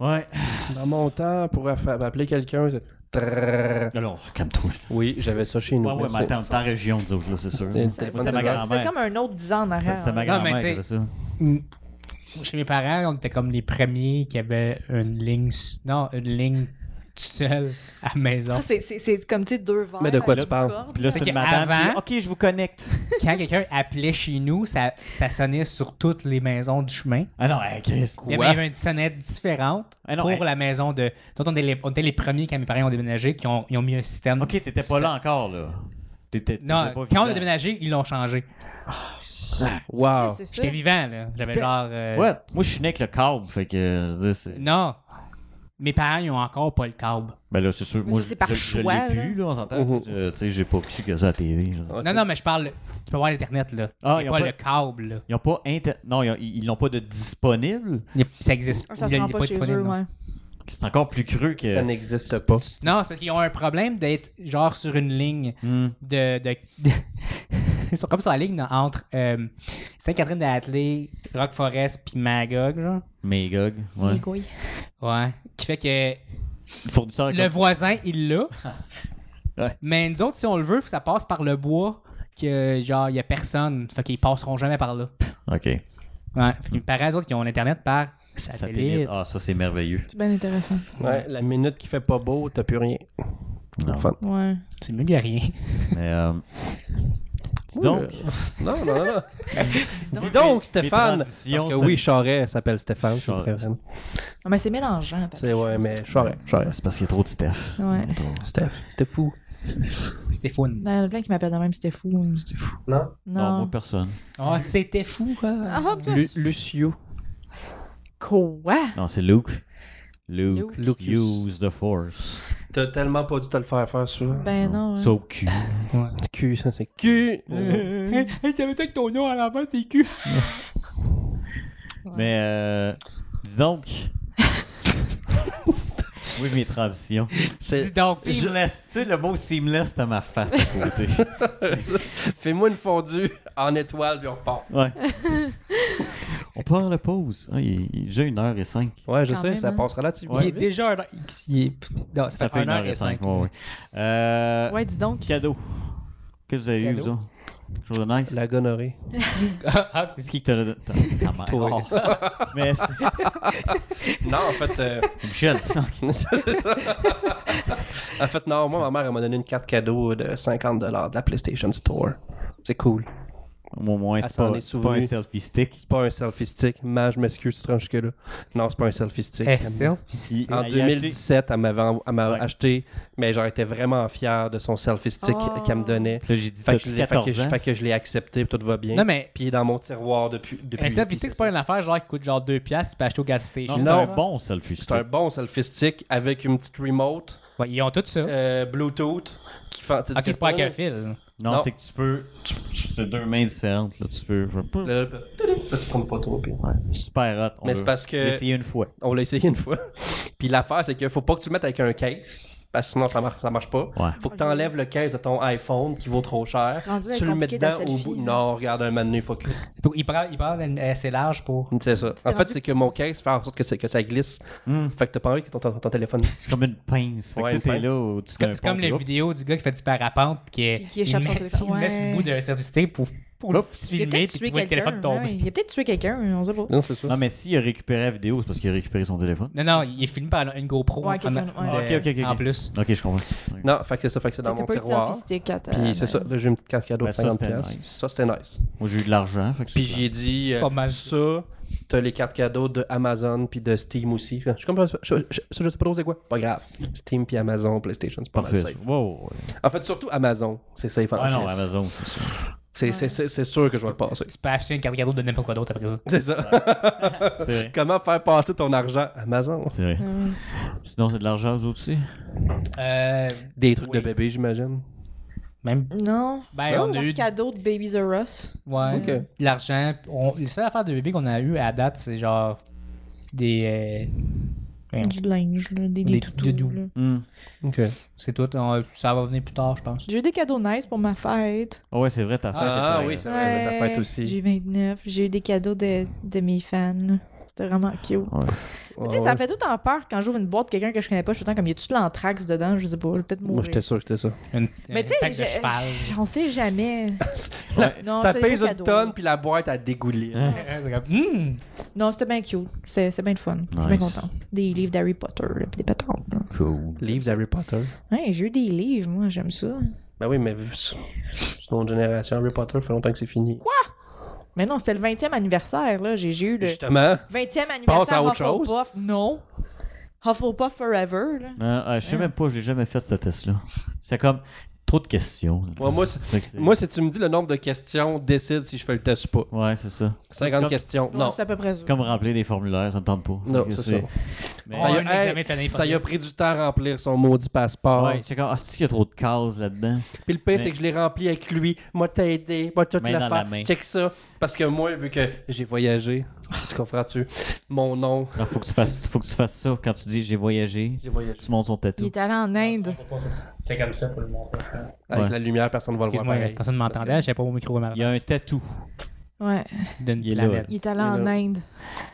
Ouais.
Dans mon temps, pour aff- appeler quelqu'un, c'est. Trrrr.
Alors, calme-toi.
Oui, j'avais ça chez nous.
Ouais, ouais, mais
mais
attends,
c'est-
ta région, nous autres, là, c'est sûr.
C'est-
Moi,
c'est-
C'était ma
c'est-
C'est
grand-mère.
comme un autre 10 ans en
C'était
arrière.
c'était ma
Non, mais
grand-mère qui
t'sais-
avait ça.
Mm. Chez mes parents, on était comme les premiers qui avaient une ligne. s- Non, une ligne toute seule à la maison.
Ah, c'est- C'est c'est comme, tu sais, deux verres.
Mais de quoi
avec
tu
une
parles?
corde.
Puis là, c'est
Fait
une
que
madame.
avant-
puis, ok, je vous connecte.
Quand quelqu'un appelait chez nous, ça, ça sonnait sur toutes les maisons du chemin.
Ah non, hey, Chris.
Il y avait- il y avait une sonnette différente
Ah non,
pour
hey.
la maison de. Dont on était les, on était les premiers quand mes parents ont déménagé qui ont, ils ont mis un système.
Ok, t'étais pas là encore, là. T'étais.
Non,
t'étais pas
quand on
vivant.
a déménagé, ils l'ont changé.
Wow. Ah.
Ok, c'est ça.
J'étais vivant, là. J'avais
C'était-
genre. euh,
Ouais, moi, je suis né avec le câble, fait que. euh, je veux dire, c'est-
Non. Mes parents, ils ont encore pas le câble.
Ben là, c'est sûr.
Mais
Moi,
ça,
je-
c'est par
je, je
choix,
l'ai
là.
plus, là, on s'entend.
Mhm.
Euh, tu sais, j'ai pas su que ça à la TV. là.
Non, non, mais je parle. Tu peux voir l'Internet, là.
Ah,
Il
ils
n'y
ont
a pas,
pas-
le câble, là.
Ils ont pas inter... Non, ils ont- ils ils l'ont pas de disponible.
Il y a- Ça existe.
Ah, Ça
Il
se
est
rend pas chez
disponible,
eux,
non.
ouais.
C'est encore plus creux que.
Ça n'existe pas.
Non, c'est parce qu'ils ont un problème d'être, genre, sur une ligne
Hmm.
de. de- de- Ils sont comme sur la ligne dans- entre euh, Sainte-Catherine d'Athlée, Rock Forest, puis Magog, genre.
Magog. Ouais.
Les couilles.
Ouais. Qui fait que
Le fournisseur est
le
comme-
voisin, il l'a.
Ouais.
Mais nous autres, si on le veut, faut que ça passe par le bois, que, genre, il n'y a personne. Fait qu'ils passeront jamais par là.
Ok.
Ouais. Fait que mes parents, eux autres, ils ont l'Internet par satellite.
Satellite. Ah, ça, c'est merveilleux.
C'est bien intéressant.
Ouais, la minute qui fait pas beau, t'as plus rien.
Non.
Fun.
Ouais.
C'est mieux que rien.
Mais. euh, Dis
Ouh,
donc.
euh, Non, non, non. non. Dis donc,
les
Stéphane. Parce
transitions,
que
ça-
oui, Charret s'appelle Stéphane, c'est
Charest.
vrai. vraiment.
Ah, mais c'est mélangeant. t'as-
C'est ouais, mais Charret,
Ah,
Charret.
C'est parce qu'il y a trop de Steph.
Ouais.
Steph, c'était fou.
C'était fou.
Il y en a plein qui m'appellent de même, c'était fou.
Non?
Non, moi,
Non.
personne.
Oh, c'était fou,
Ah,
hein.
hop, là.
Lucio.
Quoi?
Non, c'est Luke. Luke.
Luke.
Use the Force.
T'as tellement pas dû te le faire faire, ça.
Ben non. hein.
Ça au cul.
Cul, ça, c'est cul.
Hey, hey, tu avais ça que ton nom à la base, c'est cul.
Mais euh, dis donc. oui, mes transitions.
Dis
C'est-
donc.
Je laisse, tu sais, le mot seamless à ma face à côté.
Fais-moi une fondue en étoile, puis on repart.
Ouais. On part à la pause. Ah, il, il est déjà une heure et cinq.
Ouais, je
Quand
sais,
même,
ça
hein.
passe relativement
Il est
vite.
déjà. un- il est- non, ça, fait 1 heure et 5.
ouais, ouais. Euh,
Ouais, dis donc.
Cadeau. Qu'est-ce que vous avez eu,
Cadeau.
vous autres? Quelque chose de nice?
La gonorrhée.
Ah,
Qu'est-ce qui te l'a donné? Ta, ta mère.
Toi.
Oh. Mais c'est-
Non, en fait, euh,
Michel.
en fait, non, moi, ma mère, elle m'a donné une carte cadeau de 50$ de la PlayStation Store. C'est cool.
Au moins,
Elle
c'est
s'en
pas,
Ah, est
c'est pas un
souvenue.
selfie stick.
C'est pas un selfie stick. Ma, je m'excuse, tu te rends jusque-là. Non, c'est pas un selfie stick.
Eh,
Elle-
selfie.
Il-
En
il a acheté-
2017, elle m'avait envo- elle m'a
Ouais.
acheté, mais genre, elle était vraiment fière de son selfie stick
Oh.
qu'elle me donnait.
Là, j'ai dit,
Fait
t'as
que, je l'ai- fait, que
14
je,
ans.
fait que je l'ai accepté, puis tout va bien.
Non, mais.
Puis il est dans mon tiroir depuis. depuis
Un selfie stick, c'est pas une affaire genre qui coûte genre 2 piastres, tu peux acheter au gas station.
Non, c'est
Non.
un bon selfie
C'est un
stick.
bon selfie stick avec une petite remote,
Ouais, ils ont tout ça.
euh, Bluetooth, qui fait.
ok, c'est pas avec un fil.
Non,
Non.
c'est que tu peux. tu- C'est deux mains différentes. Là, tu peux.
Là, là, là, tu prends une photo, puis-
Ouais, c'est super hot. On
Mais c'est
l'a-
parce que-
l'a essayé une fois.
On l'a essayé une fois. Puis l'affaire, c'est qu'il faut pas que tu le mettes avec un case. Parce que sinon, ça marche, ça marche pas.
Ouais.
Faut que tu enlèves le case de ton iPhone qui vaut trop cher.
Rendu
tu le mets
compliqué dans
dedans au
selfie,
bout.
là.
Non, regarde un manuel, faut que.
Il prend, il prend une- assez large pour.
C'est ça. En fait, c'est que mon case fait en sorte que, c'est- que ça glisse. Fait que t'as pas envie que ton, ton- ton téléphone.
C'est comme une pince. Fait
Ouais,
que
une
tu sais, t'es
pince.
là au- tu
C'est comme, c'est comme la
le
vidéo du gars qui fait du parapente puis qui, est-
Puis qui échappe
il
son
met-
téléphone.
Il met sur le
Ouais.
bout d'un selfie stick pour, pour
Il
le
a
filmer
peut-être
puis tu
tué
vois le téléphone
quelqu'un.
tomber.
ouais. Il a peut-être tué quelqu'un, on sait pas.
Non, c'est ça.
Non, mais s'il a récupéré la vidéo, c'est parce qu'il a récupéré son téléphone.
Non, non, il est filmé par une GoPro
Ouais,
en-
quelqu'un, ouais.
en,
Ok, ok, ok,
en
ok.
plus.
Ok, je comprends.
Non, fait que c'est ça. Fait que c'est dans
T'as
mon
pas eu de
tiroir.
selfie stick à ta-
Puis c'est ça. Là, j'ai une petite carte cadeau de
Ben, ça,
50$.
c'était
piastres.
nice.
Ça, c'était nice.
Moi, j'ai eu de l'argent. fait que
Puis
c'est
j'ai dit.
pas
euh,
mal.
Ça, t'as les cartes cadeaux de Amazon puis de Steam aussi. Je suis comme. Ça, je, je- ça, je sais pas trop c'est quoi. Pas grave. Steam puis Amazon, PlayStation, c'est pas mal
parfait.
safe.
Wow. ouais.
En fait, surtout Amazon, c'est safe. en
Ah non,
crise.
Amazon, c'est ça.
C'est- C'est c'est- c'est sûr que je vais le passer.
Tu peux acheter une carte cadeau de n'importe quoi d'autre après ça.
C'est ça.
C'est vrai.
Comment faire passer ton argent Amazon
C'est vrai.
Mm.
Sinon, c'est de l'argent, vous autres aussi?
Euh,
Des trucs
Oui.
de bébé, j'imagine.
même.
Non.
Ben,
Non,
on a eu.
cadeau de Babies R Us.
Ouais,
Ah. Ok.
de l'argent. On, les seules affaires de bébé qu'on a eu à date, c'est genre des. euh,
Du linge, là, des, des,
Des
toutous,
doudous.
là.
Ah,
Ok.
c'est tout. On- ça va venir plus tard, je pense.
J'ai eu des cadeaux nice pour ma fête.
Ah ouais, c'est vrai, ta fête.
Ah
était
oui,
là.
c'est vrai, ta fête aussi.
J'ai 29. J'ai eu des cadeaux de, de mes fans. C'était vraiment cute. Tu sais, ça me fait tout en peur quand j'ouvre une boîte de quelqu'un que je connais pas. Je suis tout le temps comme, y a-tu de l'anthrax dedans? Je sais pas, je vais peut-être
Moi,
mourir.
j'étais sûr que c'était ça.
Une,
Mais
une
tu sais,
taque de
j'ai-
cheval.
j'ai- on sait jamais. Non,
ça
c'était des
pèse une
cadeaux.
tonne, puis la boîte, elle dégoulé.
Hein?
C'est comme, Hmm,
Non, c'était bien cute. C'est c'est bien le fun. Je suis bien
Nice.
contente. Des livres d'Harry Potter, là, pis des patentes. là.
Cool.
Livre d'Harry Potter.
Ouais, j'ai eu des livres, moi, j'aime ça.
Ben oui, mais vu- c'est c'est notre génération. Harry Potter, fait longtemps que c'est fini. Quoi?
Mais non, c'était le 20e anniversaire, là. J'ai j'ai eu le
Justement.
20e
Passe
anniversaire
à autre chose.
Hufflepuff. Non. Hufflepuff Forever, là.
Euh, euh, je sais même pas, j'ai jamais fait ce test-là. C'est comme trop de questions.
Ouais, moi, c'est-
Fait que c'est-
moi, si tu me dis le nombre de questions, décide si je fais le test ou pas.
Ouais, c'est ça. C'est
50
comme-
questions.
Ouais,
Non.
C'est à peu près ça.
C'est comme remplir des formulaires, ça me tente pas.
Non,
Fait que
c'est ça.
Mais-
on a
y a-
un examen
hey,
fait l'année
Ça y a
passée.
pris du temps à remplir son maudit passeport.
Ouais, c'est comme, ah, c'est-tu qu'il y a trop de cases là-dedans?
Puis le pire, c'est que je l'ai rempli avec lui. Moi, t'as aidé. Moi, toute
Main dans
l'affaire.
la main.
Check ça. Parce que moi, vu que j'ai voyagé, tu comprends-tu? Mon nom.
Non, Ah, faut, que tu fasses, faut que tu fasses ça quand tu dis j'ai voyagé.
J'ai voyagé.
Tu montes son
Il
tatou.
est allé en Inde.
C'est comme ça pour le montrer.
Avec
Ouais.
la lumière, personne ne va le voir.
Excuse-moi,
pareil.
personne ne m'entendait, j'avais pas mon micro à ma
Il y a un
face.
tatou.
Ouais.
d'une
il est là,
planète.
Il est allé en
là.
Inde.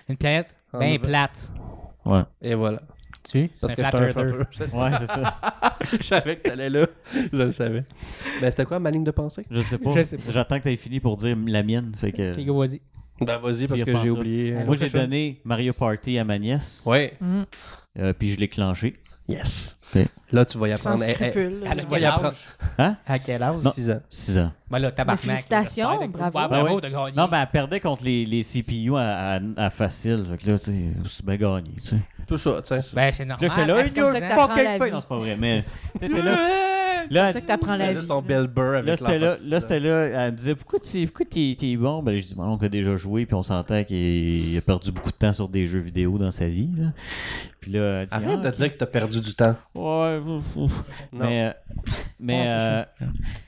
Une planète
En
bien
nouvelle-
plate.
Ouais.
Et voilà.
Tu C'est
Ah, Parce
un
que j'étais
flat
un
earther.
flapper. Je sais-
Ouais, c'est ça.
Je savais que t'allais là. Je le savais. Ben, c'était quoi ma ligne de pensée?
Je sais pas.
Je sais pas.
J'attends que tu aies fini pour dire la mienne. Fait que...
Ok, go, vas-y.
Ben, vas-y,
Tu
parce
y
que
repenses,
j'ai
là.
oublié. hein.
Moi, j'ai donné Mario Party à ma nièce.
Ouais.
Euh, puis je l'ai clenché.
Yes.
Ok.
Là, tu vas y
Sans
apprendre. Hey, hey,
scrupule. là.
À
vas y
quel
apprendre.
âge?
Hein?
À quel âge?
6 ans.
6 ans.
Ben là, tabarnak.
Mais félicitations,
j'espère que-
bravo.
Ouais,
Ben
Ah, bravo,
oui.
t'as gagné.
Non, mais elle perdait contre les, les CPU à, à, à facile. Fait que là, tu sais, c'est bien gagné. Tu sais.
Tout ça, tu sais.
Ben, c'est normal.
Là, j'étais là,
à
une
Ah, c'est comme ça que
gueule,
t'apprends
fucking
la
feuille.
vie.
Non, c'est pas vrai, mais t'étais là.
C'est ça que t'apprends la
faisait
vie.
son bel beurre avec
Là, c'était là,
l'enfant de
là,
six ans.
c'était là, elle me disait Pourquoi tu pourquoi t'es, t'es bon Ben, je dis Mon oncle a déjà joué, puis on s'entend qu'il a perdu beaucoup de temps sur des jeux vidéo dans sa vie. là. Puis là, elle dit
Arrête
Ah,
de dire que t'as perdu du temps.
Ouais, ouf, ouf.
Non.
Mais, euh, mais euh,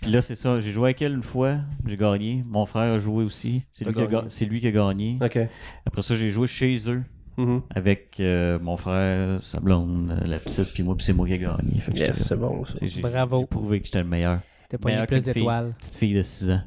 puis là, c'est ça. J'ai joué avec elle une fois, j'ai gagné. Mon frère a joué aussi. C'est
T'as
lui, qui a,
gagné.
ga- c'est lui qui a gagné.
OK.
Après ça, j'ai joué chez eux
Mhm.
avec euh, mon frère, sa blonde, euh, la petite, puis moi, puis c'est moi qui ai gagné. Fait que j'étais
Yes,
là.
c'est bon. ça.
C'est- j'ai-
Bravo.
J'ai prouvé que j'étais le meilleur.
T'as pas eu
Meilleur
plus
qu'une fille.
d'étoiles.
Petite fille de 6 ans.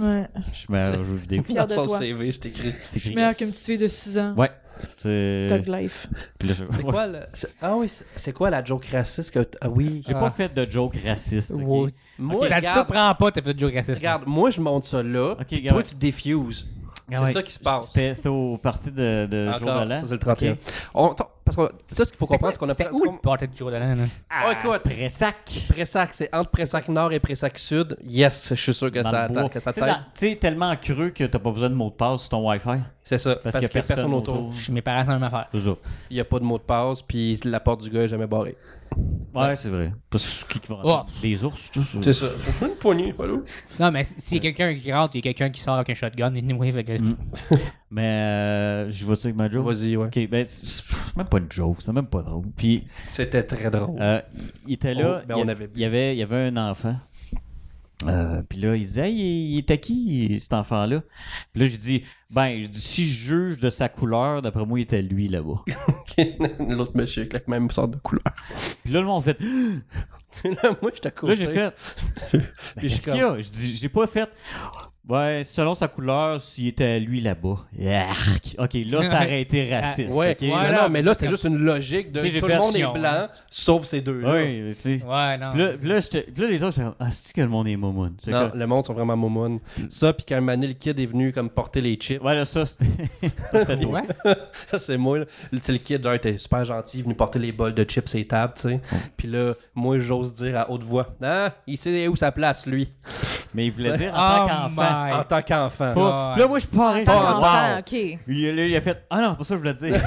Ouais.
Je suis meilleur au jeu vidéo.
Fier de
Dans son
toi.
CV, c'est écrit.
C'est
Je suis meilleure qu'une petite fille de 6 ans.
Ouais. C'est-
Euh,
Tug life.
Puis là, je-
C'est quoi le... c'est- Ah oui, c'est- c'est quoi la joke raciste que... t- Ah oui.
J'ai pas fait de joke raciste. ok?
Wow.
Moi,
T'as dit ça,
regarde,
prends pas, t'as fait du joke raciste.
regarde, moi, je monte ça là,
Ok,
puis
gars,
toi,
ouais.
tu diffuses.
Ah ouais.
C'est ça qui se passe.
C'était c'était au parti de, de Hein? jour
Encore,
de l'an.
ça, c'est le 31.
Ok.
On- t- parce que ça, ce qu'il faut comprendre, c'est qu'on a...
C'était
pas-
où le party de jour de l'an, là?
Mm.
Ah, écoute,
Pressac.
Pressac, c'est entre Pressac Nord et Pressac Sud. Yes, je suis sûr que
Dans
ça,
le bois.
atta- que ça
Tu
t'aide.
sais, dans- tu sais, tellement creux que t'as pas besoin de mot de passe sur ton Wi-Fi.
C'est ça, parce,
qu'il y
qu'il n'y a personne autour.
Chez Mes parents, c'est la même affaire.
C'est ça.
Il n'y a pas de mot de passe, puis la porte du gars est jamais barrée.
Ouais, c'est vrai. Parce que qui qui va
Oh.
rentrer? Les ours, tout ça.
C'est ça. Une poignée, pas lourd.
Non, mais si- s'il y a quelqu'un qui rentre, il y a quelqu'un qui sort avec un shotgun, il anyway, fait que-
Mm. Mais euh, je vois ça avec ma joke.
Vas-y, ouais.
Ok, ben, c'est- c'est même pas une joke, c'est même pas drôle. Puis,
C'était très drôle.
euh, il était là,
Oh, ben,
il, y
on
a-
avait bu.
il y avait, il y avait un enfant. Euh, puis là, il disait, Hey, il, il est à qui cet enfant-là? Puis là, je dis, ben, je dis, si je juge de sa couleur, d'après moi, il était lui là-bas.
L'autre monsieur avec la même sorte de couleur.
puis là, le monde fait,
là, moi, je t'accouche.
Là, j'ai fait.
Puis je suis
Qu'est-ce qu'il y a? Je dis, j'ai pas fait. Ouais, selon sa couleur, s'il était lui là-bas. Arc. Ok, là, ça aurait été raciste.
Ouais,
ok?
non, non, mais là, c'est juste une logique de
Tu sais, j'ai hein.
tout
fait
le monde est
action,
blanc, sauf ces deux-là.
Ouais, tu sais.
Ouais, non.
Puis là, puis là, j'étais- puis là, les autres, j'étais comme, ah, c'est que le monde est momoun. J'étais
Non,
comme,
le monde sont vraiment momones. Ça, puis quand Mané le kid est venu comme porter les chips,
Ouais, là, ça, c'était. ça, c'était drôle.
Ouais.
ça c'est moi. là. Tu sais, le kid, genre, était super gentil, venu porter les bols de chips et tables, tu sais. Puis là, moi, j'ose dire à haute voix, ah, il sait où sa place, lui,
Mais il voulait dire en
Oh
tant qu'enfant.
my.
en tant qu'enfant.
Pas- Puis là, moi, je parais.
Tant
j'étais comme,
qu'enfant,
wow.
ok.
Puis là, il a fait, ah non, c'est pas ça que je voulais dire.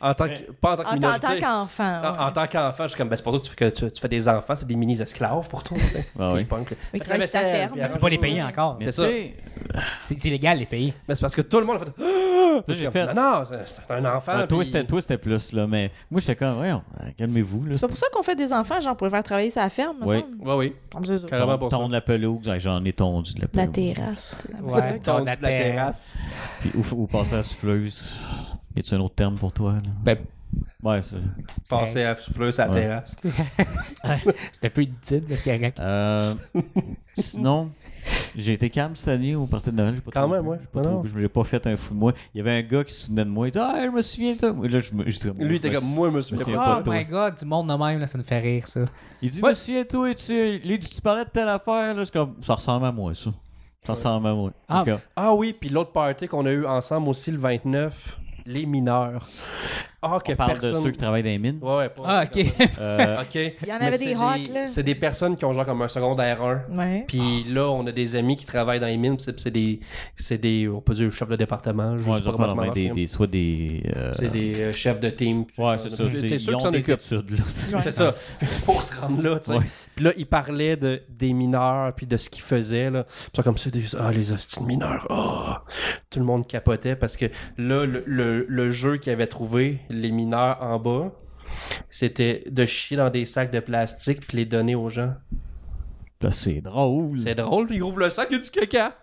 En tant que, pas en tant que
En, tant- en
minorité. Ah,
tant qu'enfant.
En, en
ouais.
tant qu'enfant, je suis comme, ben, c'est pour toi que tu fais, que tu, tu fais des enfants, c'est des mini-esclaves pour toi. tu sais.
Ah
Puis
oui.
ils pognent, puis-
Mais
Faites
travaille sur ta
vaisselle, puis
ferme. On peut
On peut
arrange-
pas les payer encore.
Mais
C'est
tu
ça.
sais,
C'est c'est illégal, les pays.
Mais c'est parce que tout le monde a fait. Ah!
j'ai
Comme,
fait-
Non, non, c'est- c'est un enfant.
ouais, ah, toi,
Ah, puis-
c'était- toi, c'était plus, là. Mais moi, j'étais comme, voyons, calmez-vous, là.
C'est pas pour ça qu'on fait des enfants, genre, pour les faire travailler sa ferme, me
Oui.
semble.
Ouais, oui.
Comme ça, ça.
Carrément
Ton-
pour ça.
Tondre la pelouse. Ouais, J'en ai tondu de la
La
pelouse.
terrasse.
Ouais,
Ton-
ton
de la terrasse.
Puis, ou, ou passer à la souffleuse. Y a-tu un autre terme pour toi? là?
Ben,
Ouais, c'est.
Passer à souffleuse à la
Ouais.
terrasse.
C'était un peu inutile parce qu'il y a quelqu'un
Euh, sinon, j'ai été calme cette année au parti de Noël. j'ai Pas
Quand
trop
même,
bu,
ouais.
j'ai Pas
Non,
trop
non.
bu, j'ai pas fait un fou de moi. Il y avait un gars qui se souvenait de moi. Il dit Ah, je me souviens de toi. Moi, Là, je me, je dis, Moi,
Lui,
je
t'es
me
comme,
sou-
moi, je me
je me
souviens
souviens
pas.
pas
Oh
de toi.
my god, du monde de même, là, ça nous fait rire, ça.
Il dit Je me souviens de toi. Et tu, lui, tu, tu parlais de telle affaire. Là, je suis comme Ça ressemble à moi, ça. Ça ressemble à moi.
Ah.
En tout cas,
Ah oui, puis l'autre party qu'on a eu ensemble aussi le 29, les mineurs. Ah, que
on parle
personne.
de ceux qui travaillent dans les mines.
Ouais, ouais, pas-
Ah, ok.
Euh,
Ok. Il
y en avait des hot, là.
C'est des personnes qui ont genre comme un secondaire 1.
Ouais.
Puis là, on a des amis qui travaillent dans les mines, puis c'est c'est des, c'est des, on peut dire chefs de département,
ouais,
je sais
ils ont
pas
fait
comment ça
normalement des,
marche. hein.
des- soit des. euh,
C'est des euh, chefs de team.
Ouais, c'est ça.
C'est
ils
sûr que
ont
ça
des
équipe.
études, là.
Ouais.
C'est ça. Pour se rendre là, tu sais.
Ouais.
Puis là, il parlait de, des mineurs, puis de ce qu'ils faisaient, là. Puis ça, comme ça, des, ah, les hosties de mineurs, ah. Tout le monde capotait parce que là, le, le- le jeu qu'ils avaient trouvé, les mineurs en bas, c'était de chier dans des sacs de plastique puis les donner aux gens.
Ben, C'est drôle.
C'est drôle, ils ouvrent le sac, il y a du caca.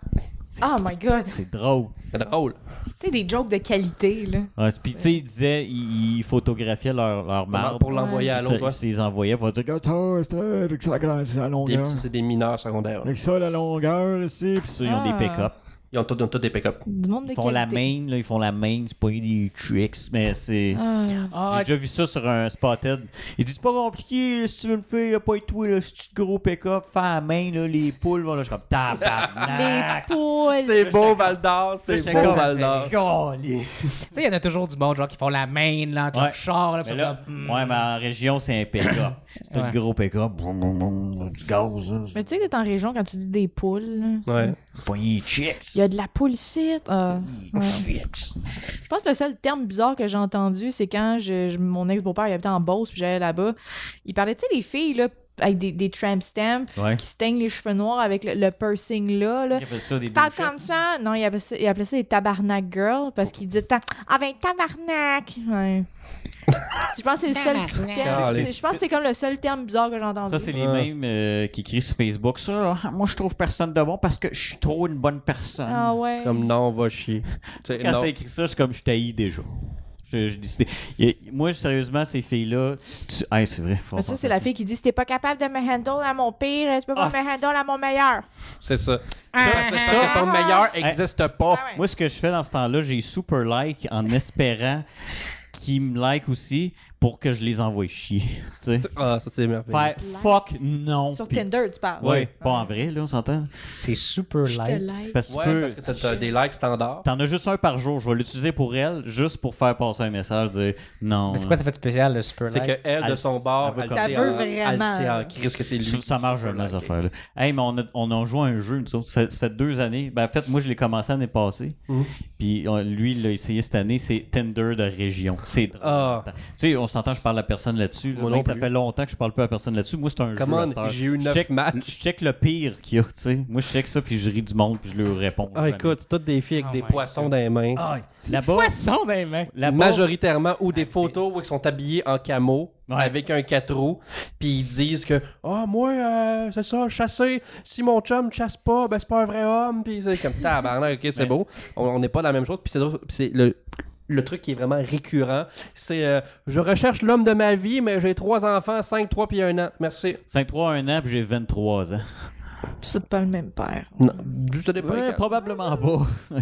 Oh my god.
C'est drôle.
C'est drôle.
C'est des jokes de qualité, là.
Ouais, c'est- puis tu sais, ils disaient, ils ils photographiaient leur, leur marde.
Pour l'envoyer à
Ils se-
l'autre. ouais.
Ils les envoyaient pour dire, regarde ça, c'est avec ça, grand- c'est la
Des-
longueur.
C'est des mineurs secondaires. là.
Avec ça, la longueur, ici. Puis ça, ils ont
Ah.
des pick-up.
Ils ont tous ils ont tous des pick-up.
Du monde de
Ils font la
qualité.
main, là, ils font la main. C'est pas des tricks, mais c'est.
Ah.
J'ai déjà vu ça sur un spotted. Ils disent, c'est pas compliqué, là, si tu veux une fille, là, pas être toi, là, si tu te gros pick-up, fais la main, là, les poules, voilà. Je suis comme, tabarnak.
Les poules.
Ah. C'est beau, Val d'Or, c'est
J'étais
beau,
comme-
Val d'Or.
Golly.
Tu sais, il y en a toujours du monde, genre, qui font la main, là, avec
Ouais.
leur char, là.
Mais
puis
là,
comme, hmm.
ouais, mais en région, c'est un pick-up. C'est un
Ouais.
gros pick-up. Boum, boum, boum, Du gaz, là.
Mais tu sais que t'es en région quand tu dis des poules. là.
Ouais.
Poignée chicks.
Il y a de la poule ici. Ah. Ouais.
Chicks.
Je pense que le seul terme bizarre que j'ai entendu, c'est quand je, je- mon ex-beau-père il habitait en Beauce, puis j'allais là-bas. Il parlait, tu sais, les filles, là, avec des, des tramp stamps
Ouais.
qui se teignent les cheveux noirs avec le, le piercing là. là.
Ils appellent ça des
Parle
bullshit.
comme ça. Non, il appelait ça, il appelait ça les tabarnak girls parce qu'il dit tant Ah ben tabarnak! Ouais. je pense que c'est le seul petit
Tabarnak.
terme.
Ah, les-
c'est- Je pense que c'est comme le seul terme bizarre que j'ai entendu.
Ça, c'est les
Ouais.
mêmes euh, qui crient sur Facebook. Ça, là, moi, je trouve personne de bon parce que je suis trop une bonne personne.
Ah ouais.
C'est comme non, va chier. Tu sais,
Quand
non.
c'est écrit ça, je suis comme je t'haïs déjà. Je- j'ai décidé. Et moi, sérieusement, ces filles-là. tu- Hey, c'est vrai. faut
Mais ça,
faire
c'est la fille qui dit si t'es pas capable de me handle à mon pire, tu peux pas
Ah,
me handle à mon meilleur.
C'est ça.
Ah,
Ça, c'est
ah,
parce que ton meilleur n'existe pas.
Ah ouais.
Oh, Moi, ce que je fais dans ce temps-là, j'ai super like en espérant qu'ils me like aussi pour que je les envoie chier. Tu sais.
Ah, ça, c'est merveilleux.
Faire fuck non.
Sur
puis-
Tinder, tu parles.
Ouais, pas en vrai, là, on s'entend.
C'est super
Je te
light.
like.
Parce que tu
Ouais,
peux.
parce que t'as- t'as des likes standards.
T'en as juste un par jour. Je vais l'utiliser pour elle, juste pour faire passer un message, dire non.
Mais c'est quoi ça fait de spécial, le super
C'est
light?
que elle, de
Elle-
son bord,
elle
elle
veut
sait
comme-
en-
Ça veut vraiment.
Elle sait en crise que c'est lui.
Ça, ça marche jamais, cette
Ok.
affaire-là. Hey, mais on a, on a joué à un jeu, nous autres. Ça fait, ça fait deux années. Ben, en fait, moi, je l'ai commencé l'année passée.
Mhm.
Puis on- lui, il l'a essayé cette année. C'est Tinder de région. C'est drôle.
Ah.
Tu sais, on s'entend, je parle à personne là-dessus. là.
Moi
Même
non
que ça
plus.
fait longtemps que je parle pas à personne là-dessus. Moi, c'est un
Come
jeu. à cette
on,
heure.
j'ai eu
Je
9
check-
matchs.
Je check le pire qu'il y a, tu sais. Moi, je check ça, puis je ris du monde, puis je leur réponds.
Ah, écoute, c'est toutes des filles avec
Oh
des
my
poissons dans les mains.
Ah, là-bas,
Poisson dans les mains.
là-bas,
Majoritairement, ou
Ah,
des photos où ils sont habillés en camo, avec un quatre roues, puis ils disent que « Ah, moi, euh, c'est ça, chasser, si mon chum ne chasse pas, ben c'est pas un vrai homme. » Puis c'est comme « Tabarnak, ok, c'est
Mais-
beau. » On on n'est pas dans la même chose. Puis c'est drôle, puis c'est le... Le truc qui est vraiment récurrent, c'est euh, je recherche l'homme de ma vie, mais j'ai trois enfants, 5, 3 puis 1 an. Merci.
5-3 un an, puis j'ai 23 ans.
C'est pas le même père.
Non, juste ça dépend.
Ouais,
lesquels.
probablement pas.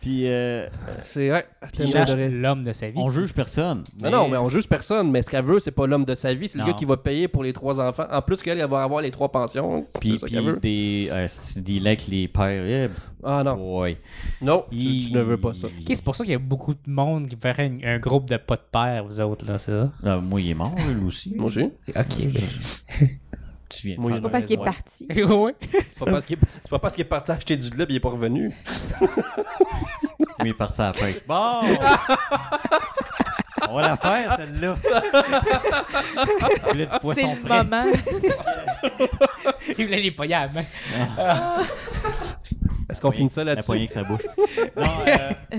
puis euh,
C'est vrai.
Puis il cherche l'homme de sa vie.
on juge personne.
Non, non, mais on juge personne, mais ce qu'elle veut, c'est pas l'homme de sa vie, c'est le
Non.
gars qui va payer pour les trois enfants. En plus qu'elle, elle va avoir les trois pensions.
Puis,
c'est ça
puis
qu'elle veut.
des, euh, c'est des likes, les pères. eh,
Ah non,
boy.
non, tu, tu ne veux pas ça.
Ok, c'est pour ça qu'il y a beaucoup de monde qui ferait une- un groupe de pas de père, vous autres, là, c'est ça?
Ah, moi, il est mort, lui aussi.
Moi aussi.
Ok.
Tu viens de
Moi,
faire
C'est pas parce qu'il est
Ouais.
parti.
oui.
C'est pas parce qu'il est- c'est pas parce qu'il est parti acheter du lait et il est pas revenu.
Oui, il est parti à la pêche. Bon! On va la faire, celle-là. Là, du
C'est
poisson
le
frais.
moment.
Il voulait les poigner à la main.
Est-ce qu'on finit ça
La poignée
là-dessus?
que ça bouche. Non,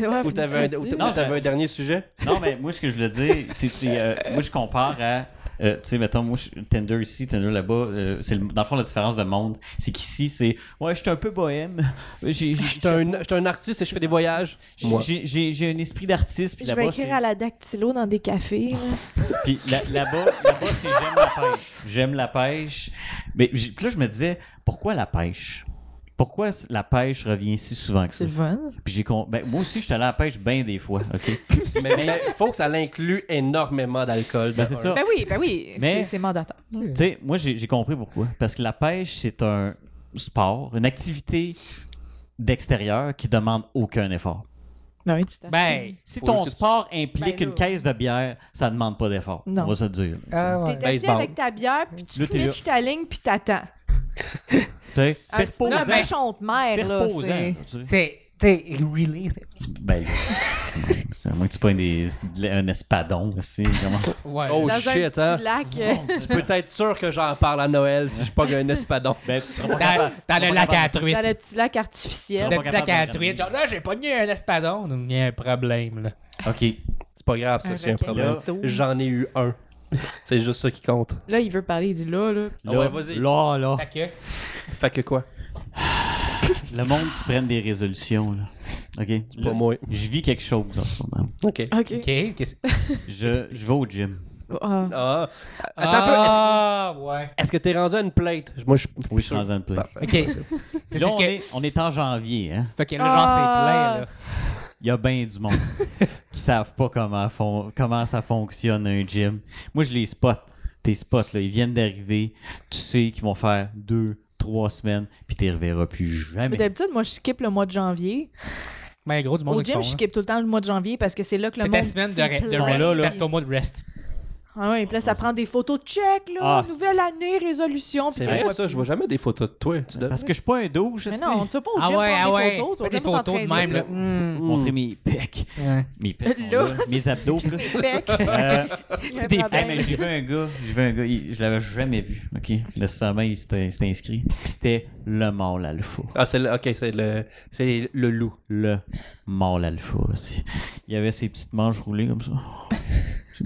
euh,
Ouais,
Ou
faut
t'avais
dire
un, ou
là-dessus.
t'a- ou t'avais un dernier sujet?
non, mais moi, ce que je voulais dire, c'est. c'est, euh, moi, je compare à. euh, tu sais, mettons, moi, je- Tinder ici, Tinder là-bas, euh, c'est le- dans le fond, la différence de monde, c'est qu'ici, c'est. Ouais, je suis un peu bohème. J'ai- j'ai-
J'étais un, j'étais un artiste et je fais des voyages.
j'ai- J'ai j'ai- j'ai un esprit d'artiste. puis
Je vais
là-bas, c'est-
écrire à la dactylo dans des cafés. là.
Puis là- là-bas, là-bas, c'est j'aime la pêche. J'aime la pêche. Mais j- puis là, je me disais, pourquoi la pêche? Pourquoi c- la pêche revient si souvent que ça?
C'est le fun.
Puis j'ai con- ben, moi aussi, je suis allé à la pêche bien des fois. OK?
Mais, mais faut que ça l'inclue énormément d'alcool.
Ben,
de
c'est
un.
ça.
Ben oui, ben oui.
Mais-
c'est- C'est mandatant.
Tu sais, moi, j'ai j'ai compris pourquoi. Parce que la pêche, c'est un sport, une activité d'extérieur qui demande aucun effort.
Non, oui, tout à fait.
Ben,
Si
Faut
ton
juste que tu-
sport implique
Ben là.
une caisse de bière, ça demande pas d'effort.
Non. Euh,
On va se le dire.
ah ouais.
T'es assis
baseball.
avec ta bière, puis tu
Là, t'es là.
pitches ta ligne, puis t'attends.
Tu sais, C'est reposant.
La méchante mère,
C'est
là.
reposant,
c'est-
tu sais.
C'est. T'es release.
Ben, c'est à moins que tu prennes des, de- un espadon, aussi. Comment...
Ouais.
Oh,
Dans un
shit,
petit
hein.
lac. euh,
Tu peux être sûr que j'en parle à Noël si je pogne un espadon.
Ben, tu seras
dans,
pas capable.
dans le lac à la truite.
Dans le petit lac
Ils
Le
sont pas
artificiel.
petit lac à la
capables de
truite. Genre, là, j'ai pogné un espadon. Il y a un problème, là.
Ok.
C'est pas grave, ça,
Un
c'est un
requin.
problème.
Là-
J'en ai eu un. C'est juste ça qui compte.
Là, il veut parler, il dit là, là.
Là,
ouais, vas-y.
là,
Oh.
là,
Fait que.
Fait que quoi?
le monde qui prenne des résolutions, là. Ok. Là,
Pas moi.
je vis quelque chose en ce moment.
OK.
OK.
Ok. qu'est-ce-
Je, je vais au gym.
Ah.
Ah. Attends un peu, est-ce que-
Ah, ouais.
est-ce que t'es rendu à une plate? Moi, je
Oui, je suis dans un play.
Parfait.
Ok.
Puis
C'est
Là,
juste
on,
que-
est, on est en janvier, hein.
Fait que là, genre,
Ah.
c'est plein, là.
Il y a bien du monde qui savent pas comment, fon- comment ça fonctionne un gym. Moi, je les spot. Tes spots, là, ils viennent d'arriver. Tu sais qu'ils vont faire deux, trois semaines, puis tu les reverras plus
Mais
jamais.
D'habitude, moi, je skip le mois de janvier.
Ben, gros, du monde
Au
qui
gym,
font,
je
là.
skip tout le temps le mois de janvier parce que c'est là que le
C'est
monde.
ta semaine
s'y
de, re- de
plaît.
rest. C'est ton mois de rest.
Ah oui, puis là, ça prend des photos. Check, là,
Ah,
nouvelle année, résolution. puis
C'est
tu
vrai,
vois-
ça, je vois jamais des photos de toi. Tu devrais
Parce que je suis pas un dos, je
Mais
sais.
non, tu vas pas au
Ah
gym
ouais, ah
prendre des
ouais.
photos. Tu vas
Fais des
jamais
photos de
t'entraîner.
même, là. Hmm.
Montrer
Hmm.
mes pecs.
Ouais.
Mes pecs sont
Hmm. Là,
là. Mes abdos, plus.
Fait que-
Euh,
Il y a un
des-
hey,
problème.
mais j'ai vu un gars, j'ai vu un gars, il- je l'avais jamais vu, ok? Nécessairement, il s'était il s'était inscrit. Puis c'était le mâle alpha.
Ah, c'est le, ok, c'est le, c'est le loup.
Le mâle alpha aussi. Il avait ses petites manches roulées comme ça.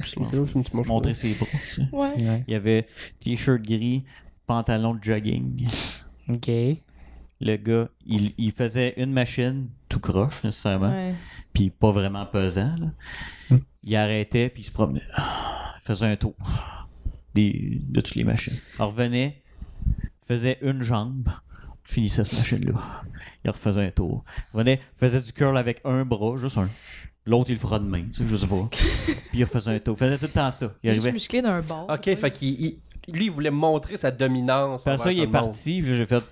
Ses petites manches. Montrer ses bras. tu sais.
Ouais.
Il y avait t-shirt gris, pantalon de jogging.
Ok.
Le gars, il, il faisait une machine tout croche nécessairement.
Ouais.
puis pas vraiment pesant. là. Il arrêtait, puis il se promenait. Il faisait un tour des- de toutes les machines. Il revenait, faisait une jambe, finissait cette machine-là. Il refaisait un tour. Il revenait, faisait du curl avec un bras, juste un. L'autre, il le fera de main, tu sais, je sais pas. Puis il refaisait un tour. Il faisait tout le temps ça. Il
Juste
arrivait.
musclé d'un bord.
Ok, fait qu'il. il- Lui, il voulait montrer sa dominance.
Après
envers
ça, il
tout
est
le monde.
parti, puis j'ai fait.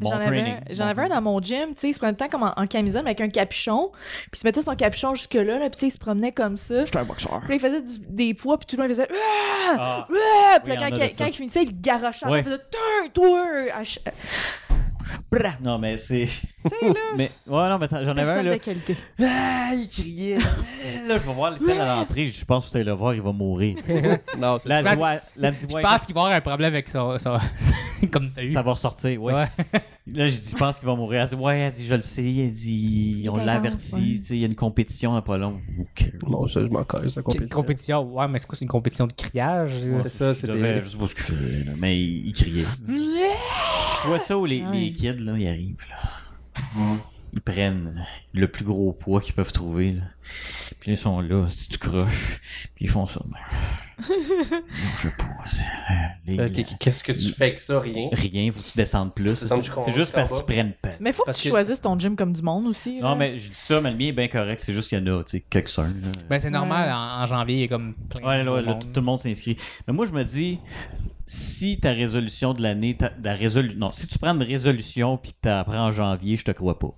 Bon
J'en avais,
training.
un- j'en avais un dans mon gym, tu sais, il se prenait le temps comme en, en camisole, mais avec un capuchon. Puis il se mettait son capuchon jusque-là, là, puis tu sais, il se promenait comme ça. J'étais un boxeur. Puis là, il faisait du- des poids, puis tout le monde il faisait. Ah!
Ah,
Ah! Puis là,
Oui, il
quand,
y en a
quand-
de ça.
quand il finissait, il garochait.
Ouais.
Il faisait Turn, tour! à ch-
bra- Non, mais c'est.
Tu sais, là,
Mais... Ouais, non, mais t'en- j'en avais un
personne
là.
de qualité.
Ah, il criait. là, je vais voir le ciel à l'entrée. Je pense que tu vas le voir, il va mourir.
Non, c'est
Là,
Je
elle dit, ouais, là, elle dit,
Je
ouais,
pense qu'il va y avoir un problème avec ça. ça- Comme t'as eu.
ça va ressortir. Ouais.
Ouais.
Là, j'ai dit, je pense qu'il va mourir. Elle dit, ouais, elle dit, je le sais. Elle dit,
est
on l'a
intense,
averti.
ouais.
Tu sais, il y a une compétition à pas long. Ok.
Bon, ça, je m'en casse, la
Quelle
compétition.
compétition. Ouais, mais c'est quoi, c'est une compétition de criage?
C'est ça, c'est
Je devais-
des...
je sais pas ce que je faisais, là, mais il, il criait. Hmm. Soit ça ou les, les kids, là, ils arrivent. là. Ils prennent le plus gros poids qu'ils peuvent trouver. Là. Puis ils sont là, si tu croches. Puis ils font ça. de même. non, je sais pas. c'est- les-
Ok, Qu'est-ce que tu fais avec ça? Rien.
rien, faut que tu descendes plus.
descends du
C'est juste
combat.
parce qu'ils prennent peine.
Mais faut que
Parce
tu
que-
choisisses ton gym comme du monde aussi. là.
Non, mais je dis ça, mais le mien est bien correct. C'est juste qu'il y en a, tu sais, quelques-uns. là.
Ben, c'est normal, en, en janvier, il y a comme plein
Ouais,
de
là, là,
monde.
tout, tout le monde s'inscrit. Mais moi, je me dis, si ta résolution de l'année, ta, ta résolu- non, si tu prends une résolution puis que tu apprends en janvier, je te crois pas.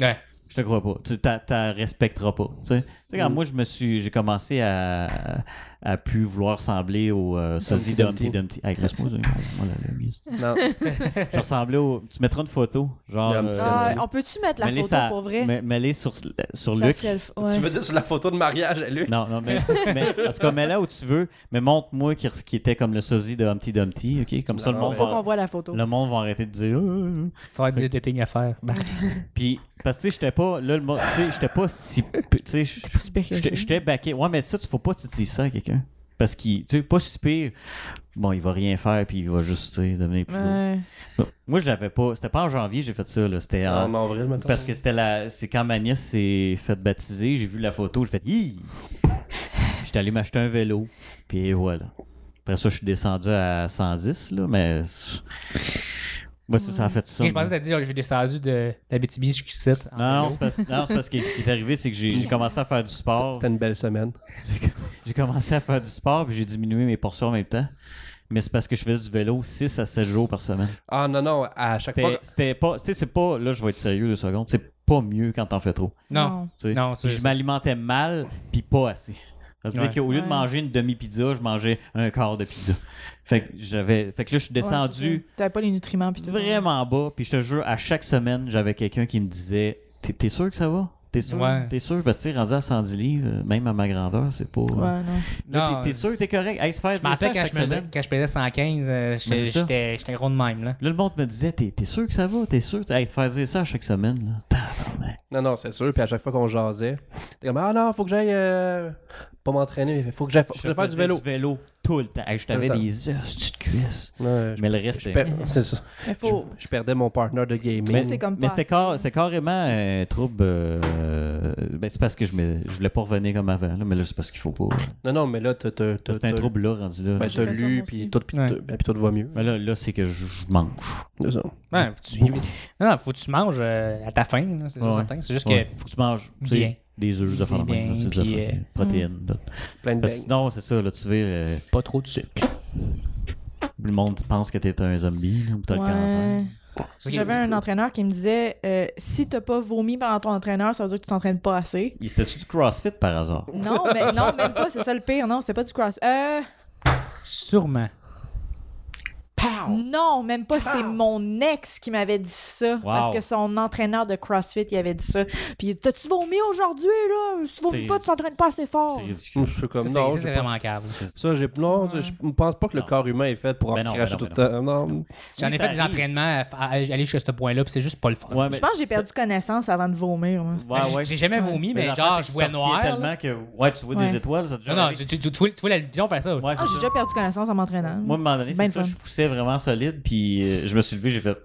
Ouais.
Je te crois pas. Tu t'a- t'a respecteras pas. Tu sais, Tu sais,
Mm.
quand moi, je me suis, j'ai commencé à, à plus vouloir sembler au euh, sosie
Dumpty
Dumpty Dumpty. Hey, laisse-moi. euh, oh là là, yes.
Non.
Je ressemblais au. Tu mettras une photo, genre. euh,
Dumpty
Ah,
Dumpty.
on peut-tu mettre la
mêlée
photo
ça-
pour vrai?
mê- mêlée sur, sur
Ça
Luc.
serait le f- ouais.
Tu veux dire sur la photo de mariage à lui?
Non, non, mais, mais- en tout cas, mets là où tu veux, mais montre-moi qui, qui était comme le sosie de Humpty Dumpty, ok? Comme ça, le
Non,
monde,
Faut qu'on
va,
voit la photo.
le monde va arrêter de dire. Ah, ah,
Ça va être du dating à faire.
ah. Puis, parce que tu sais, j'étais pas, là, le monde, tu sais, j'étais pas si. Tu sais, j-
Faut se béquer.
j'étais j'étais backé. Ouais, mais ça, tu faut pas que tu dises ça à quelqu'un. Parce qu'il, tu sais, pas si pire. Bon, il va rien faire, puis il va juste, tu sais, devenir plus. lourd.
Ouais.
Bon, Moi, je l'avais pas. C'était pas en janvier, j'ai fait ça, là. C'était en.
En avril, maintenant.
Parce que c'était la. C'est quand ma nièce s'est faite baptiser, j'ai vu la photo, j'ai fait Hi! J'étais allé m'acheter un vélo, puis voilà. Après ça, je suis descendu à 110, là, mais. Moi, ça, ça a fait ça.
Et je
moi.
pensais que t'as dit, j'ai descendu de d'Abitibi jusqu'ici. en
Non, non,
vélo.
c'est parce, non, c'est parce que ce qui est arrivé, c'est que j'ai j'ai commencé à faire du sport.
C'était une belle semaine.
J'ai commencé à faire du sport, puis j'ai diminué mes portions en même temps. Mais c'est parce que je faisais du vélo 6 à 7 jours par semaine.
Ah non, non, à chaque
C'était
fois...
c'était pas. Tu sais, c'est pas. Là, je vais être sérieux deux secondes. C'est pas mieux quand t'en fais trop.
Non.
tu sais.
Non, c'est
Puis je
ça.
m'alimentais mal, puis pas assez. Ça veut
Ouais.
dire qu'au lieu
Ouais.
de manger une demi-pizza, je mangeais un quart de pizza. Fait que j'avais. Fait que là, je suis
Ouais, c'est
descendu
ça. T'avais pas les nutriments. Pis tout.
vraiment bas. Puis je te jure, à chaque semaine, j'avais quelqu'un qui me disait T'es t'es sûr que ça va? T'es sûr?
Ouais.
T'es sûr? Parce que tu sais, rendu à 110 livres, euh, même à ma grandeur, c'est pas.
Ouais, non.
Là,
Non,
t'es- t'es sûr,
c'est-
t'es correct? Hey, se faire
Je me
dire ça
rappelle quand
chaque
je, pesais,
semaine.
quand je pesais 115, euh,
Mais
j'étais
c'est ça.
j'étais- j'étais gros de même. Là.
Là, le monde me disait T'es t'es sûr que ça va? T'es sûr? Hey, se faire dire ça chaque semaine, là. Tabarnak.
Non, non, c'est sûr. Puis à chaque fois qu'on jasait, t'es comme, ah non, faut que j'aille euh, pas m'entraîner, mais faut que j'aille faut que j'aille faire du
faisais
vélo.
du vélo tout le temps. Hey, je t'avais
Tout le temps.
des hosties de cuisses.
Ouais, je-
Mais le reste,
je
euh,
per- C'est ça.
Mais
Je,
faut.
je perdais mon partner de gaming.
c'est comme
Mais
pas
c'était,
assez.
car- c'était carrément un trouble. euh, ben, c'est parce que je, me, je voulais pas revenir comme avant, là, mais là, c'est parce qu'il faut pas.
Non, non, mais là, t'as t'as- t'as-
C'est un
t'as-
trouble là rendu là.
ben,
J'ai
t'as
fait ça,
lu,
moi aussi.
puis tout, puis
Ouais.
tout- ben, puis tout va mieux.
Mais là, là, c'est que je, je mange.
C'est ça.
Ouais, faut que tu- non, non, faut que tu manges euh, à ta faim, là, c'est sûr,
Ouais.
certain. C'est juste
Ouais.
que.
Faut que tu manges tu sais,
Bien.
des œufs, des affaires de
Bien,
même, tu sais, des
puis,
affaires-
euh,
protéines. là.
Plein de
Parce que
bangs.
sinon, c'est ça, là, tu veux, euh,
Pas trop de sucre.
le monde pense que t'es un zombie là, ou t'as le cancer.
Ok.
J'avais un entraîneur qui me disait euh, si t'as pas vomi pendant ton entraîneur, ça veut dire que tu t'entraînes pas assez.
Il C'était-tu du CrossFit par hasard?
Non, mais non, même pas, c'est ça le pire. Non, c'était pas du cross. Euh,
Sûrement.
non, même pas, c'est mon ex qui m'avait dit ça. Parce que son entraîneur de CrossFit, il avait dit ça. Puis, t'as-tu vomi aujourd'hui, là Si tu vomis
C'est-
pas, tu t'entraînes pas assez fort.
C'est ridicule.
Je suis
Ça,
comme
c'est-
non,
ça,
j'ai
c'est
pas-
vraiment câble.
ça, j'ai non, je je pense pas que le
Non.
corps humain est fait pour en
Ben non, ben
cracher
non,
tout le
ben
temps. Non.
J'en
Oui, ça
ai fait des
arrive.
entraînements à, à- à aller jusqu'à ce point-là, puis c'est juste pas le fun.
Ouais, mais
Je pense que j'ai
ça-
perdu connaissance avant de vomir. moi.
Ouais,
J'ai-
ouais.
J'ai jamais vomi, mais,
l'affaire,
genre,
c'est que
je
tu
vois
t'en
noir.
retiens tellement
là.
que, ouais, tu vois
Ouais.
des étoiles, ça te
Non, non, tu, tu, tu, tu vois, tu vois la vision faire ça.
Ouais,
Ah,
c'est
j'ai
ça.
déjà perdu connaissance en m'entraînant.
Moi, à un moment donné,
Ben
c'est ça,
le fun.
je poussais vraiment solide, puis euh, je me suis levé, j'ai fait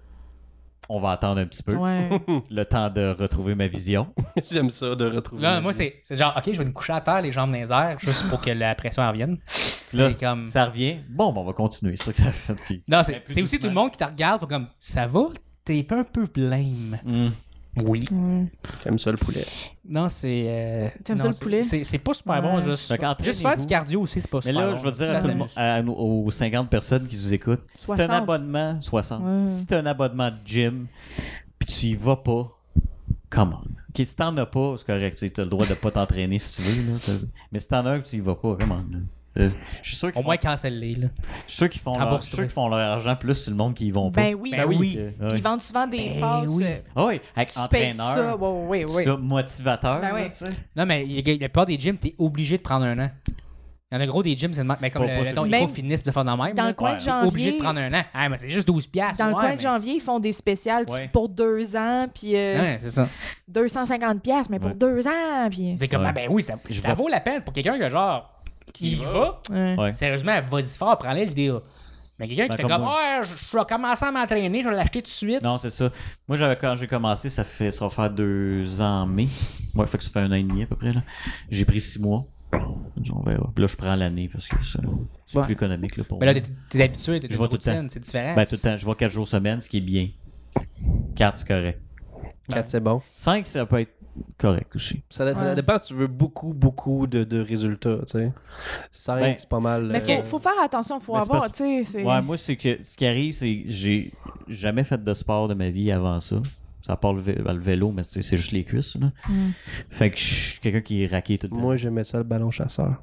on va attendre un petit peu,
Ouais.
le temps de retrouver ma vision.
J'aime ça de retrouver.
Là, moi, c'est c'est genre, OK, je vais me coucher à terre, les jambes dans les airs, juste pour que la pression en revienne.
Là,
C'est comme.
ça revient. Bon, ben, on va continuer, c'est ça que ça fait. Puis,
Non, c'est
Ben, plus
c'est aussi tout le
doucement.
monde qui te regarde, faut comme, ça va? T'es pas un peu blême.
hum,
Oui.
Ouais.
J'aime ça le poulet.
Non, c'est. euh,
T'aimes
non,
ça, le
c'est-
poulet?
C'est c'est pas super
Ouais.
bon, juste.
Fait qu'entraînez-vous.
Juste faire du cardio aussi, c'est pas
Mais
super
là,
bon.
je vais dire
Ça
à tout le monde-
s'amuse.
à nos- aux 50 personnes qui nous écoutent, si c'est un
60.
abonnement, 60.
Ouais.
Si c'est un abonnement de gym, puis tu y vas pas, comment? OK, si t'en as pas, c'est correct, tu as le droit de pas t'entraîner si tu veux. là. T'as- Mais si t'en as un que tu y vas pas, comment? Euh, Je suis sûr
Au
qu'ils font,
moins, cancelle-les, là.
je suis sûr qu'ils font, leur- je suis sûr
rembourse-toi.
qu'ils font leur argent plus sur le monde qui y vont pas.
Ben oui.
Ben oui.
Euh,
Puis
ouais.
Ils vendent souvent des
Ben
passes.
oui.
euh,
Ah oui, avec
tu payes ça.
entraîneur,
Ouais, ouais, ouais.
ça, motivateur.
Ben
là,
ouais.
tu sais.
Non, mais il y a- la plupart des gyms, t'es obligé de prendre un an. Il y en a gros des gyms, c'est de même. Mais comme
Pas- pas
le, ton
celui-
Même-
fitness de faire dans le même.
Dans
là,
le coin de
t'es obligé de
janvier,
prendre un an. Ah, mais c'est juste 12 piastres.
Dans le
Ouais,
coin
mais
de janvier, ils font des spéciales tu-
Ouais.
pour deux ans, puis
c'est-
euh,
Ouais, c'est ça.
250 pièces, mais pour
Ouais.
deux ans, puis...
Fait comme,
Ouais.
ah, ben oui, ça,
Je
ça
vais-
vaut la peine pour quelqu'un que genre, qui y va,
Ouais.
Ouais.
sérieusement, vas-y fort, prends-le le deal. Mais quelqu'un
Ben,
qui fait
comme
comme,
moi.
ouais, je je vais commencer à m'entraîner, je vais l'acheter tout de suite.
Non, c'est ça. Moi, j'avais, quand j'ai commencé, ça, fait, ça va faire deux ans en mai. Ouais, fait que ça fait un an et demi à peu près. là. J'ai pris six mois. On verra. Puis là, je prends l'année parce que ça- c'est
Ouais.
plus économique là, pour
Mais Ben là,
moi.
t'es- t'es habitué, t'es
Je
une
vois tout le temps.
routine, c'est différent.
Ben, tout le temps, je vois quatre jours semaine, ce qui est bien. Quatre, c'est correct.
4, c'est bon.
Cinq, ça peut être correct aussi.
Ça, dé- ça
Ouais.
dépend si tu veux beaucoup, beaucoup de, de résultats, tu sais. 5,
Ben,
c'est pas mal.
Mais
euh,
faut, faut faire attention, faut
Mais c'est
avoir,
parce-
tu sais, c'est...
Ouais, moi, c'est que ce qui arrive, c'est que j'ai jamais fait de sport de ma vie avant ça. Ça part le, vé- ben, le vélo, mais c'est c'est juste les cuisses. Là. Fait que je suis quelqu'un qui est raqué tout le temps.
Moi, j'aimais ça, le ballon chasseur.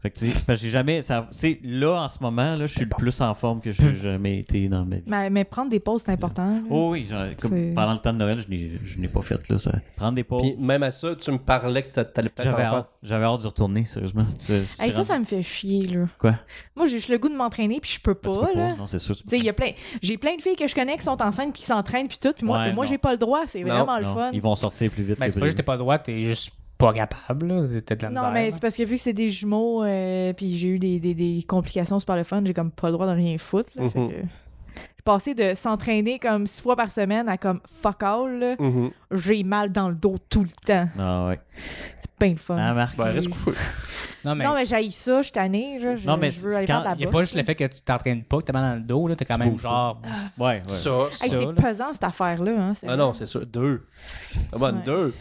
Fait que, tu sais, parce que j'ai jamais. Ça, tu sais, là, en ce moment, là, je suis le plus en forme que j'ai jamais été dans ma vie.
Mais, mais prendre des pauses, c'est important. là.
Oh oui, j'en-
Hum. C'est-
comme pendant le temps de Noël, je n'ai- je n'ai pas fait. Là, ça. Prendre des pauses.
Puis même à ça, tu me parlais que t'a- t'allais peut-être en
Oh. J'avais
faire.
hâte, j'avais hâte d'y retourner, sérieusement. C'est- c'est
Hey, ça,
rendu-
ça me fait chier, là.
Quoi?
Moi, j'ai juste le goût de m'entraîner, puis je peux
Ben,
pas,
tu peux
là.
Non, c'est sûr. tu
Tu sais,
peux
il y a plein... J'ai plein de filles que je connais qui sont enceintes, qui s'entraînent, puis tout, puis moi,
Ouais,
moi
non.
j'ai pas le droit, c'est
Non,
vraiment
pas.
le
Non,
fun.
Ils vont sortir plus vite.
Ben,
que
c'est pas juste que t'es
prévu.
pas droit, t'es juste pas capable, là. T'as de la misère.
Non, mais
là.
c'est parce que vu que c'est des jumeaux, euh, puis j'ai eu des, des, des complications super le fun, j'ai comme pas le droit de rien foutre. là, fait
Mm-hmm.
Mhm.
que- Je passais de s'entraîner comme six fois par semaine à comme fuck all, là,
Mm-hmm.
Mhm.
j'ai mal dans le dos tout le temps.
Ah ouais.
C'est bien le fun.
Ah, Marc.
Ben, reste couché.
Non, mais.
Non, mais j'ai ça, je suis tannée, là, je,
Non, mais
je veux
c'est
aller
quand-
faire de la
Il n'y a
boxe.
pas juste le fait que tu t'entraînes pas, que t'as mal dans le dos, là, t'as quand même
bouges pas.
genre.
Ouais, ouais.
Ça,
Hey,
ça.
ça,
c'est
là.
pesant cette affaire-là. Hein, c'est-
Ah non, c'est sûr. Deux. Ah bon,
Ouais.
deux.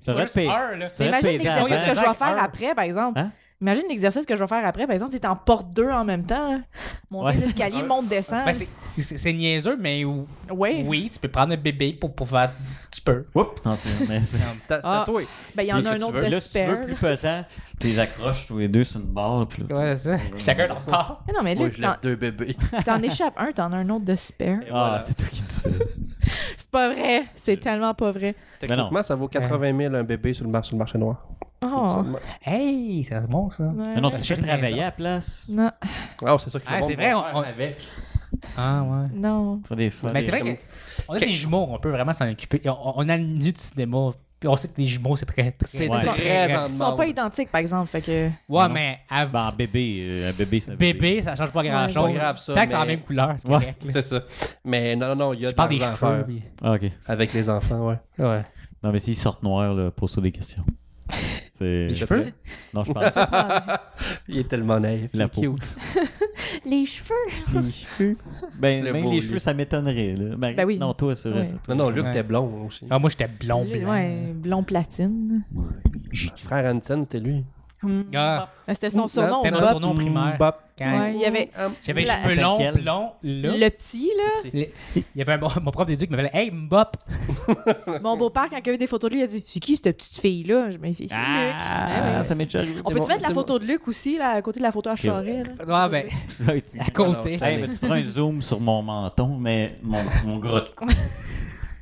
Ça aurait été- ça
Mais
là.
aurait
imagine
pesé
l'exercice
avant.
que je vais faire
Heure.
après, par exemple.
Hein?
Imagine l'exercice que je vais faire après, par exemple, si t'en portes deux en même temps. là. Monter
Ouais.
les escaliers, monte, descend.
Ben, c'est- c'est c'est niaiseux, mais ou-
Oui.
oui, tu peux prendre un bébé pour, pour faire. Tu peux.
Oups, non, c'est- mais c'est-
C'est ta- c'est
Ah.
à toi.
Ben, il y en
Qu'est-ce
a
que
un
tu
autre
veux?
de
Là, si tu veux
spare.
plus pesant, tu les accroches tous les deux sur une barre. Puis là,
Ouais, c'est ça. Chacun dans son part.
Mais Ah non, mais
Moi,
là,
je
t'en-
lève deux bébés.
T'en échappes un, t'en as un autre de spare.
ah,
voilà.
c'est toi qui dis ça.
C'est pas vrai, c'est tellement pas vrai.
Techniquement, ça vaut 80 000 un bébé sur le, mar- sur le marché noir.
Oh.
Hey, c'est bon ça.
ouais.
Mais non, tu fais
Achète une
travailler à la place.
Non,
Ah, c'est ça qui
Ah, c'est vrai, on, on- Ah, ouais.
non.
Faut des fois.
Mais c'est vrai
comme-
que. On a des jumeaux, on peut vraiment s'en occuper. Et On, on a une minute de cinéma, puis on sait que les jumeaux, c'est très. très-
C'est
Ouais.
très en
Ils sont pas
demande.
identiques, par exemple, fait que...
Ouais, mais. à-
Ben, un bébé, euh, un bébé, c'est un
Bébé, ça change pas grand
Ouais,
chose.
c'est pas
grave, ça,
Tant que c'est la
mais-
même couleur, c'est
Ouais.
correct. là.
C'est ça. Mais non, non, non, il y a
Je parle des
l'argent à
cheveux.
faire
puis-
Ah, ok.
avec les enfants, ouais.
Ouais.
Non, mais s'ils sortent noirs, là, pose-toi des questions. C'est...
Les cheveux?
Non, je parle
Il est tellement naïf.
de la peau.
Les cheveux!
les cheveux? Ben,
Le
même
beau
les
lit.
cheveux, ça m'étonnerait. Là. Ben,
Ben oui.
Non, toi, c'est vrai.
Ouais.
ça.
Non, non, Luc,
Ouais.
t'es blond aussi.
Ah, moi, j'étais blond. blanc.
Ouais, blond platine.
Frère Hansen, c'était lui.
Ah,
Ben, C'était son surnom.
C'était
là.
mon surnom
Mm,
primaire. Quand
Ouais, il y avait
j'avais les
La-
cheveux longs,
Laquelle?
blonds, là.
le petit, là.
Le- Il y avait un, mon mon prof d'éduc qui m'appelait Hey Mbop!
Mon beau-père, quand il a vu des photos de lui, il a dit C'est qui cette petite fille-là Je me suis dit, C'est Luc. Ouais, ouais.
Ah, ça m'est déjà arrivé.
On peut-tu mettre la photo de Luc aussi, là, à côté de la photo à Charest, là?
Ah ben, à côté.
Hey, mais tu feras un zoom sur mon menton, mais mon, mon gros de cou.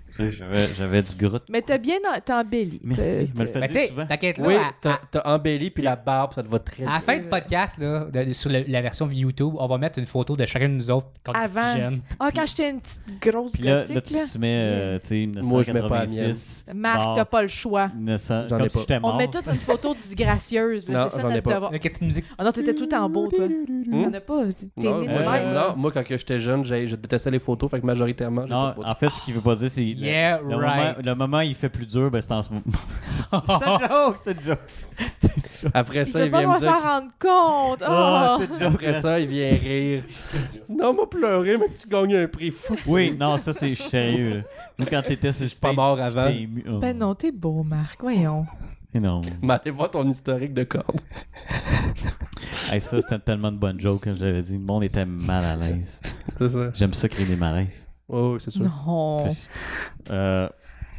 Tu sais, j'avais j'avais du gros de cou.
Mais t'as bien en- t'as embelli.
Merci.
T'as-
Je me le fais
Ben, tu
dire
sais,
souvent.
t'inquiète là,
Oui,
à-
t'as t'as embelli, puis la barbe, ça te va très
à, à la fin du podcast, là, de- de- sur le- la version YouTube, on va mettre une photo de chacun de nous autres quand on était
Avant.
plus jeunes.
Ah, quand j'étais une petite grosse
Puis là, là,
gothique,
tu,
là.
tu mets, euh, tu sais,
Moi, je mets pas la
1986.
Marc,
mort,
t'as pas le choix.
1900,
J'en
comme
ai pas.
si j'étais
On
mort.
met toute une photo disgracieuse, là.
Non,
C'est ça
j'en ai
notre
pas.
devoir.
Avec la petite musique.
Ah non, t'étais tout en beau, toi. T'en as pas. T'es né
Non,
de
moi,
Euh,
même.
j'ai- non, moi, quand que j'étais jeune, j'ai- je détestais les photos, fait que majoritairement, j'ai pas de
Non,
photos.
en fait, ce qu'il veut pas dire, c'est. le-
Yeah,
le,
right.
moment, le moment où il fait plus dur, ben, c'est en ce moment. c'est une joke, c'est une joke.
Après
Il
ça,
peut
il
pas
vient
m'en
me
s'en
dire.
rendre compte.
Ah,
Oh!
c'est une joke.
Après ça, il vient rire. Non, m'a pleuré, mais que tu gagnes un prix fou.
Oui, non, ça, c'est je suis sérieux. là. Moi, quand t'étais sur
pas
stage,
mort avant.
j'étais ému. Oh.
Ben non, t'es beau, Marc. Voyons.
Mais non.
Mais allez voir ton historique de corde.
Hey, ça, c'était tellement de bonnes jokes quand je l'avais dit. Le monde était mal à l'aise.
C'est ça.
J'aime ça créer des malaises.
Oh, oui, c'est sûr.
Non.
Plus- Euh,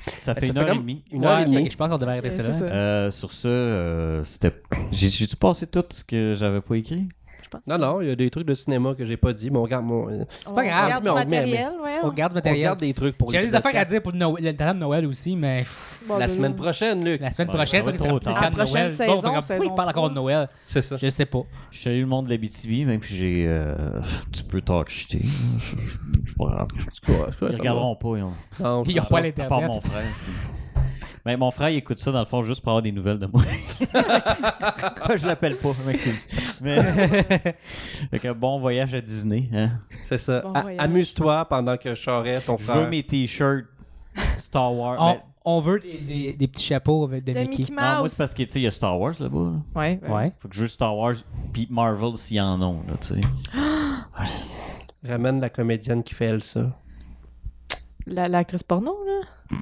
ça fait
Ben, Ça
une
fait
heure et
comme
demie.
Une heure
Ouais,
et
ok,
demie.
Je pense qu'on devrait arrêter
C'est
ça là.
ça.
Euh, sur ce, euh, c'était. J'ai- J'ai-tu passé tout ce que j'avais pas écrit?
Euh,
Non, non, il y a des trucs de cinéma que j'ai pas dit, mais on regarde mon. euh,
C'est
pas grave.
Regarde
Mais
du
on met-
matériel, voyons.
On garde le
On
matériel.
regarde des trucs pour
J'ai
les
des affaires à dire pour Noël- le talent de Noël aussi, mais pff,
Bon,
La
ben,
semaine prochaine, Luc.
la semaine
Ouais,
prochaine,
ça va
on
être trop tard.
parle de
La prochaine
Noël.
saison,
Bon, on va comme,
saison
oui, il parle encore de Noël.
C'est ça.
Je sais pas.
Je salue le monde de la BTV, même si j'ai. euh, tu peux talk shiter. C'est pas grave.
C'est quoi, c'est quoi,
Ils
ça
regarderont pas, ils ont-
Non,
Ils
ça va.
n'ont pas
à part
l'internet.
mon frère. Mais mon frère, il écoute ça dans le fond juste pour avoir des nouvelles de moi. je l'appelle pas, je m'excuse. Mais. fait que bon voyage à Disney. hein.
C'est ça.
Bon
A-
voyage.
Amuse-toi pendant que Charret, ton
Je
frère.
veux mes t-shirts Star Wars.
On,
Mais-
on veut des, des- des petits chapeaux avec des
De Mickey
Mickey.
Non, Ah, moi,
Mouse.
c'est parce que, tu sais, il y a Star Wars là-bas. là.
Ouais, ouais.
Ouais.
Faut que je joue Star Wars puis Marvel s'il y en a, là, tu sais.
Ramène la comédienne qui fait elle ça.
La- L'actrice porno, là.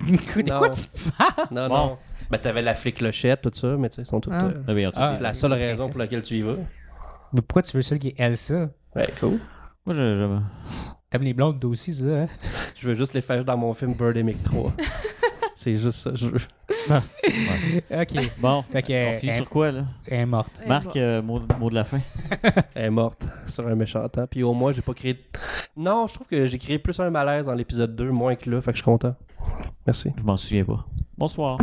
Écoute,
Non.
quoi tu parles?
Non,
Bon.
non. Ben, t'avais la flic clochette, tout ça, mais tu sais, ils sont toutes.
Ah.
euh,
Là, ben, y a-tu
Ah.
des-
C'est la seule raison pour laquelle tu y vas.
Mais pourquoi tu veux celle qui est Elsa?
Ouais, Ben, cool.
Moi, je- je-
T'aimes les blondes toi aussi, ça? hein?
Je veux juste les faire dans mon film Birdemic 3. c'est juste ça, je veux.
Ok.
Bon,
Fait que,
on finit
euh,
sur quoi, là?
Elle est morte.
Eh,
Marc,
bon.
euh, mot, mot de la fin.
Elle est morte sur un méchant temps. Puis au moins, j'ai pas créé. Non, je trouve que j'ai créé plus un malaise dans l'épisode 2, moins que là, fait que je suis content. Merci.
Je m'en souviens pas. Bonsoir.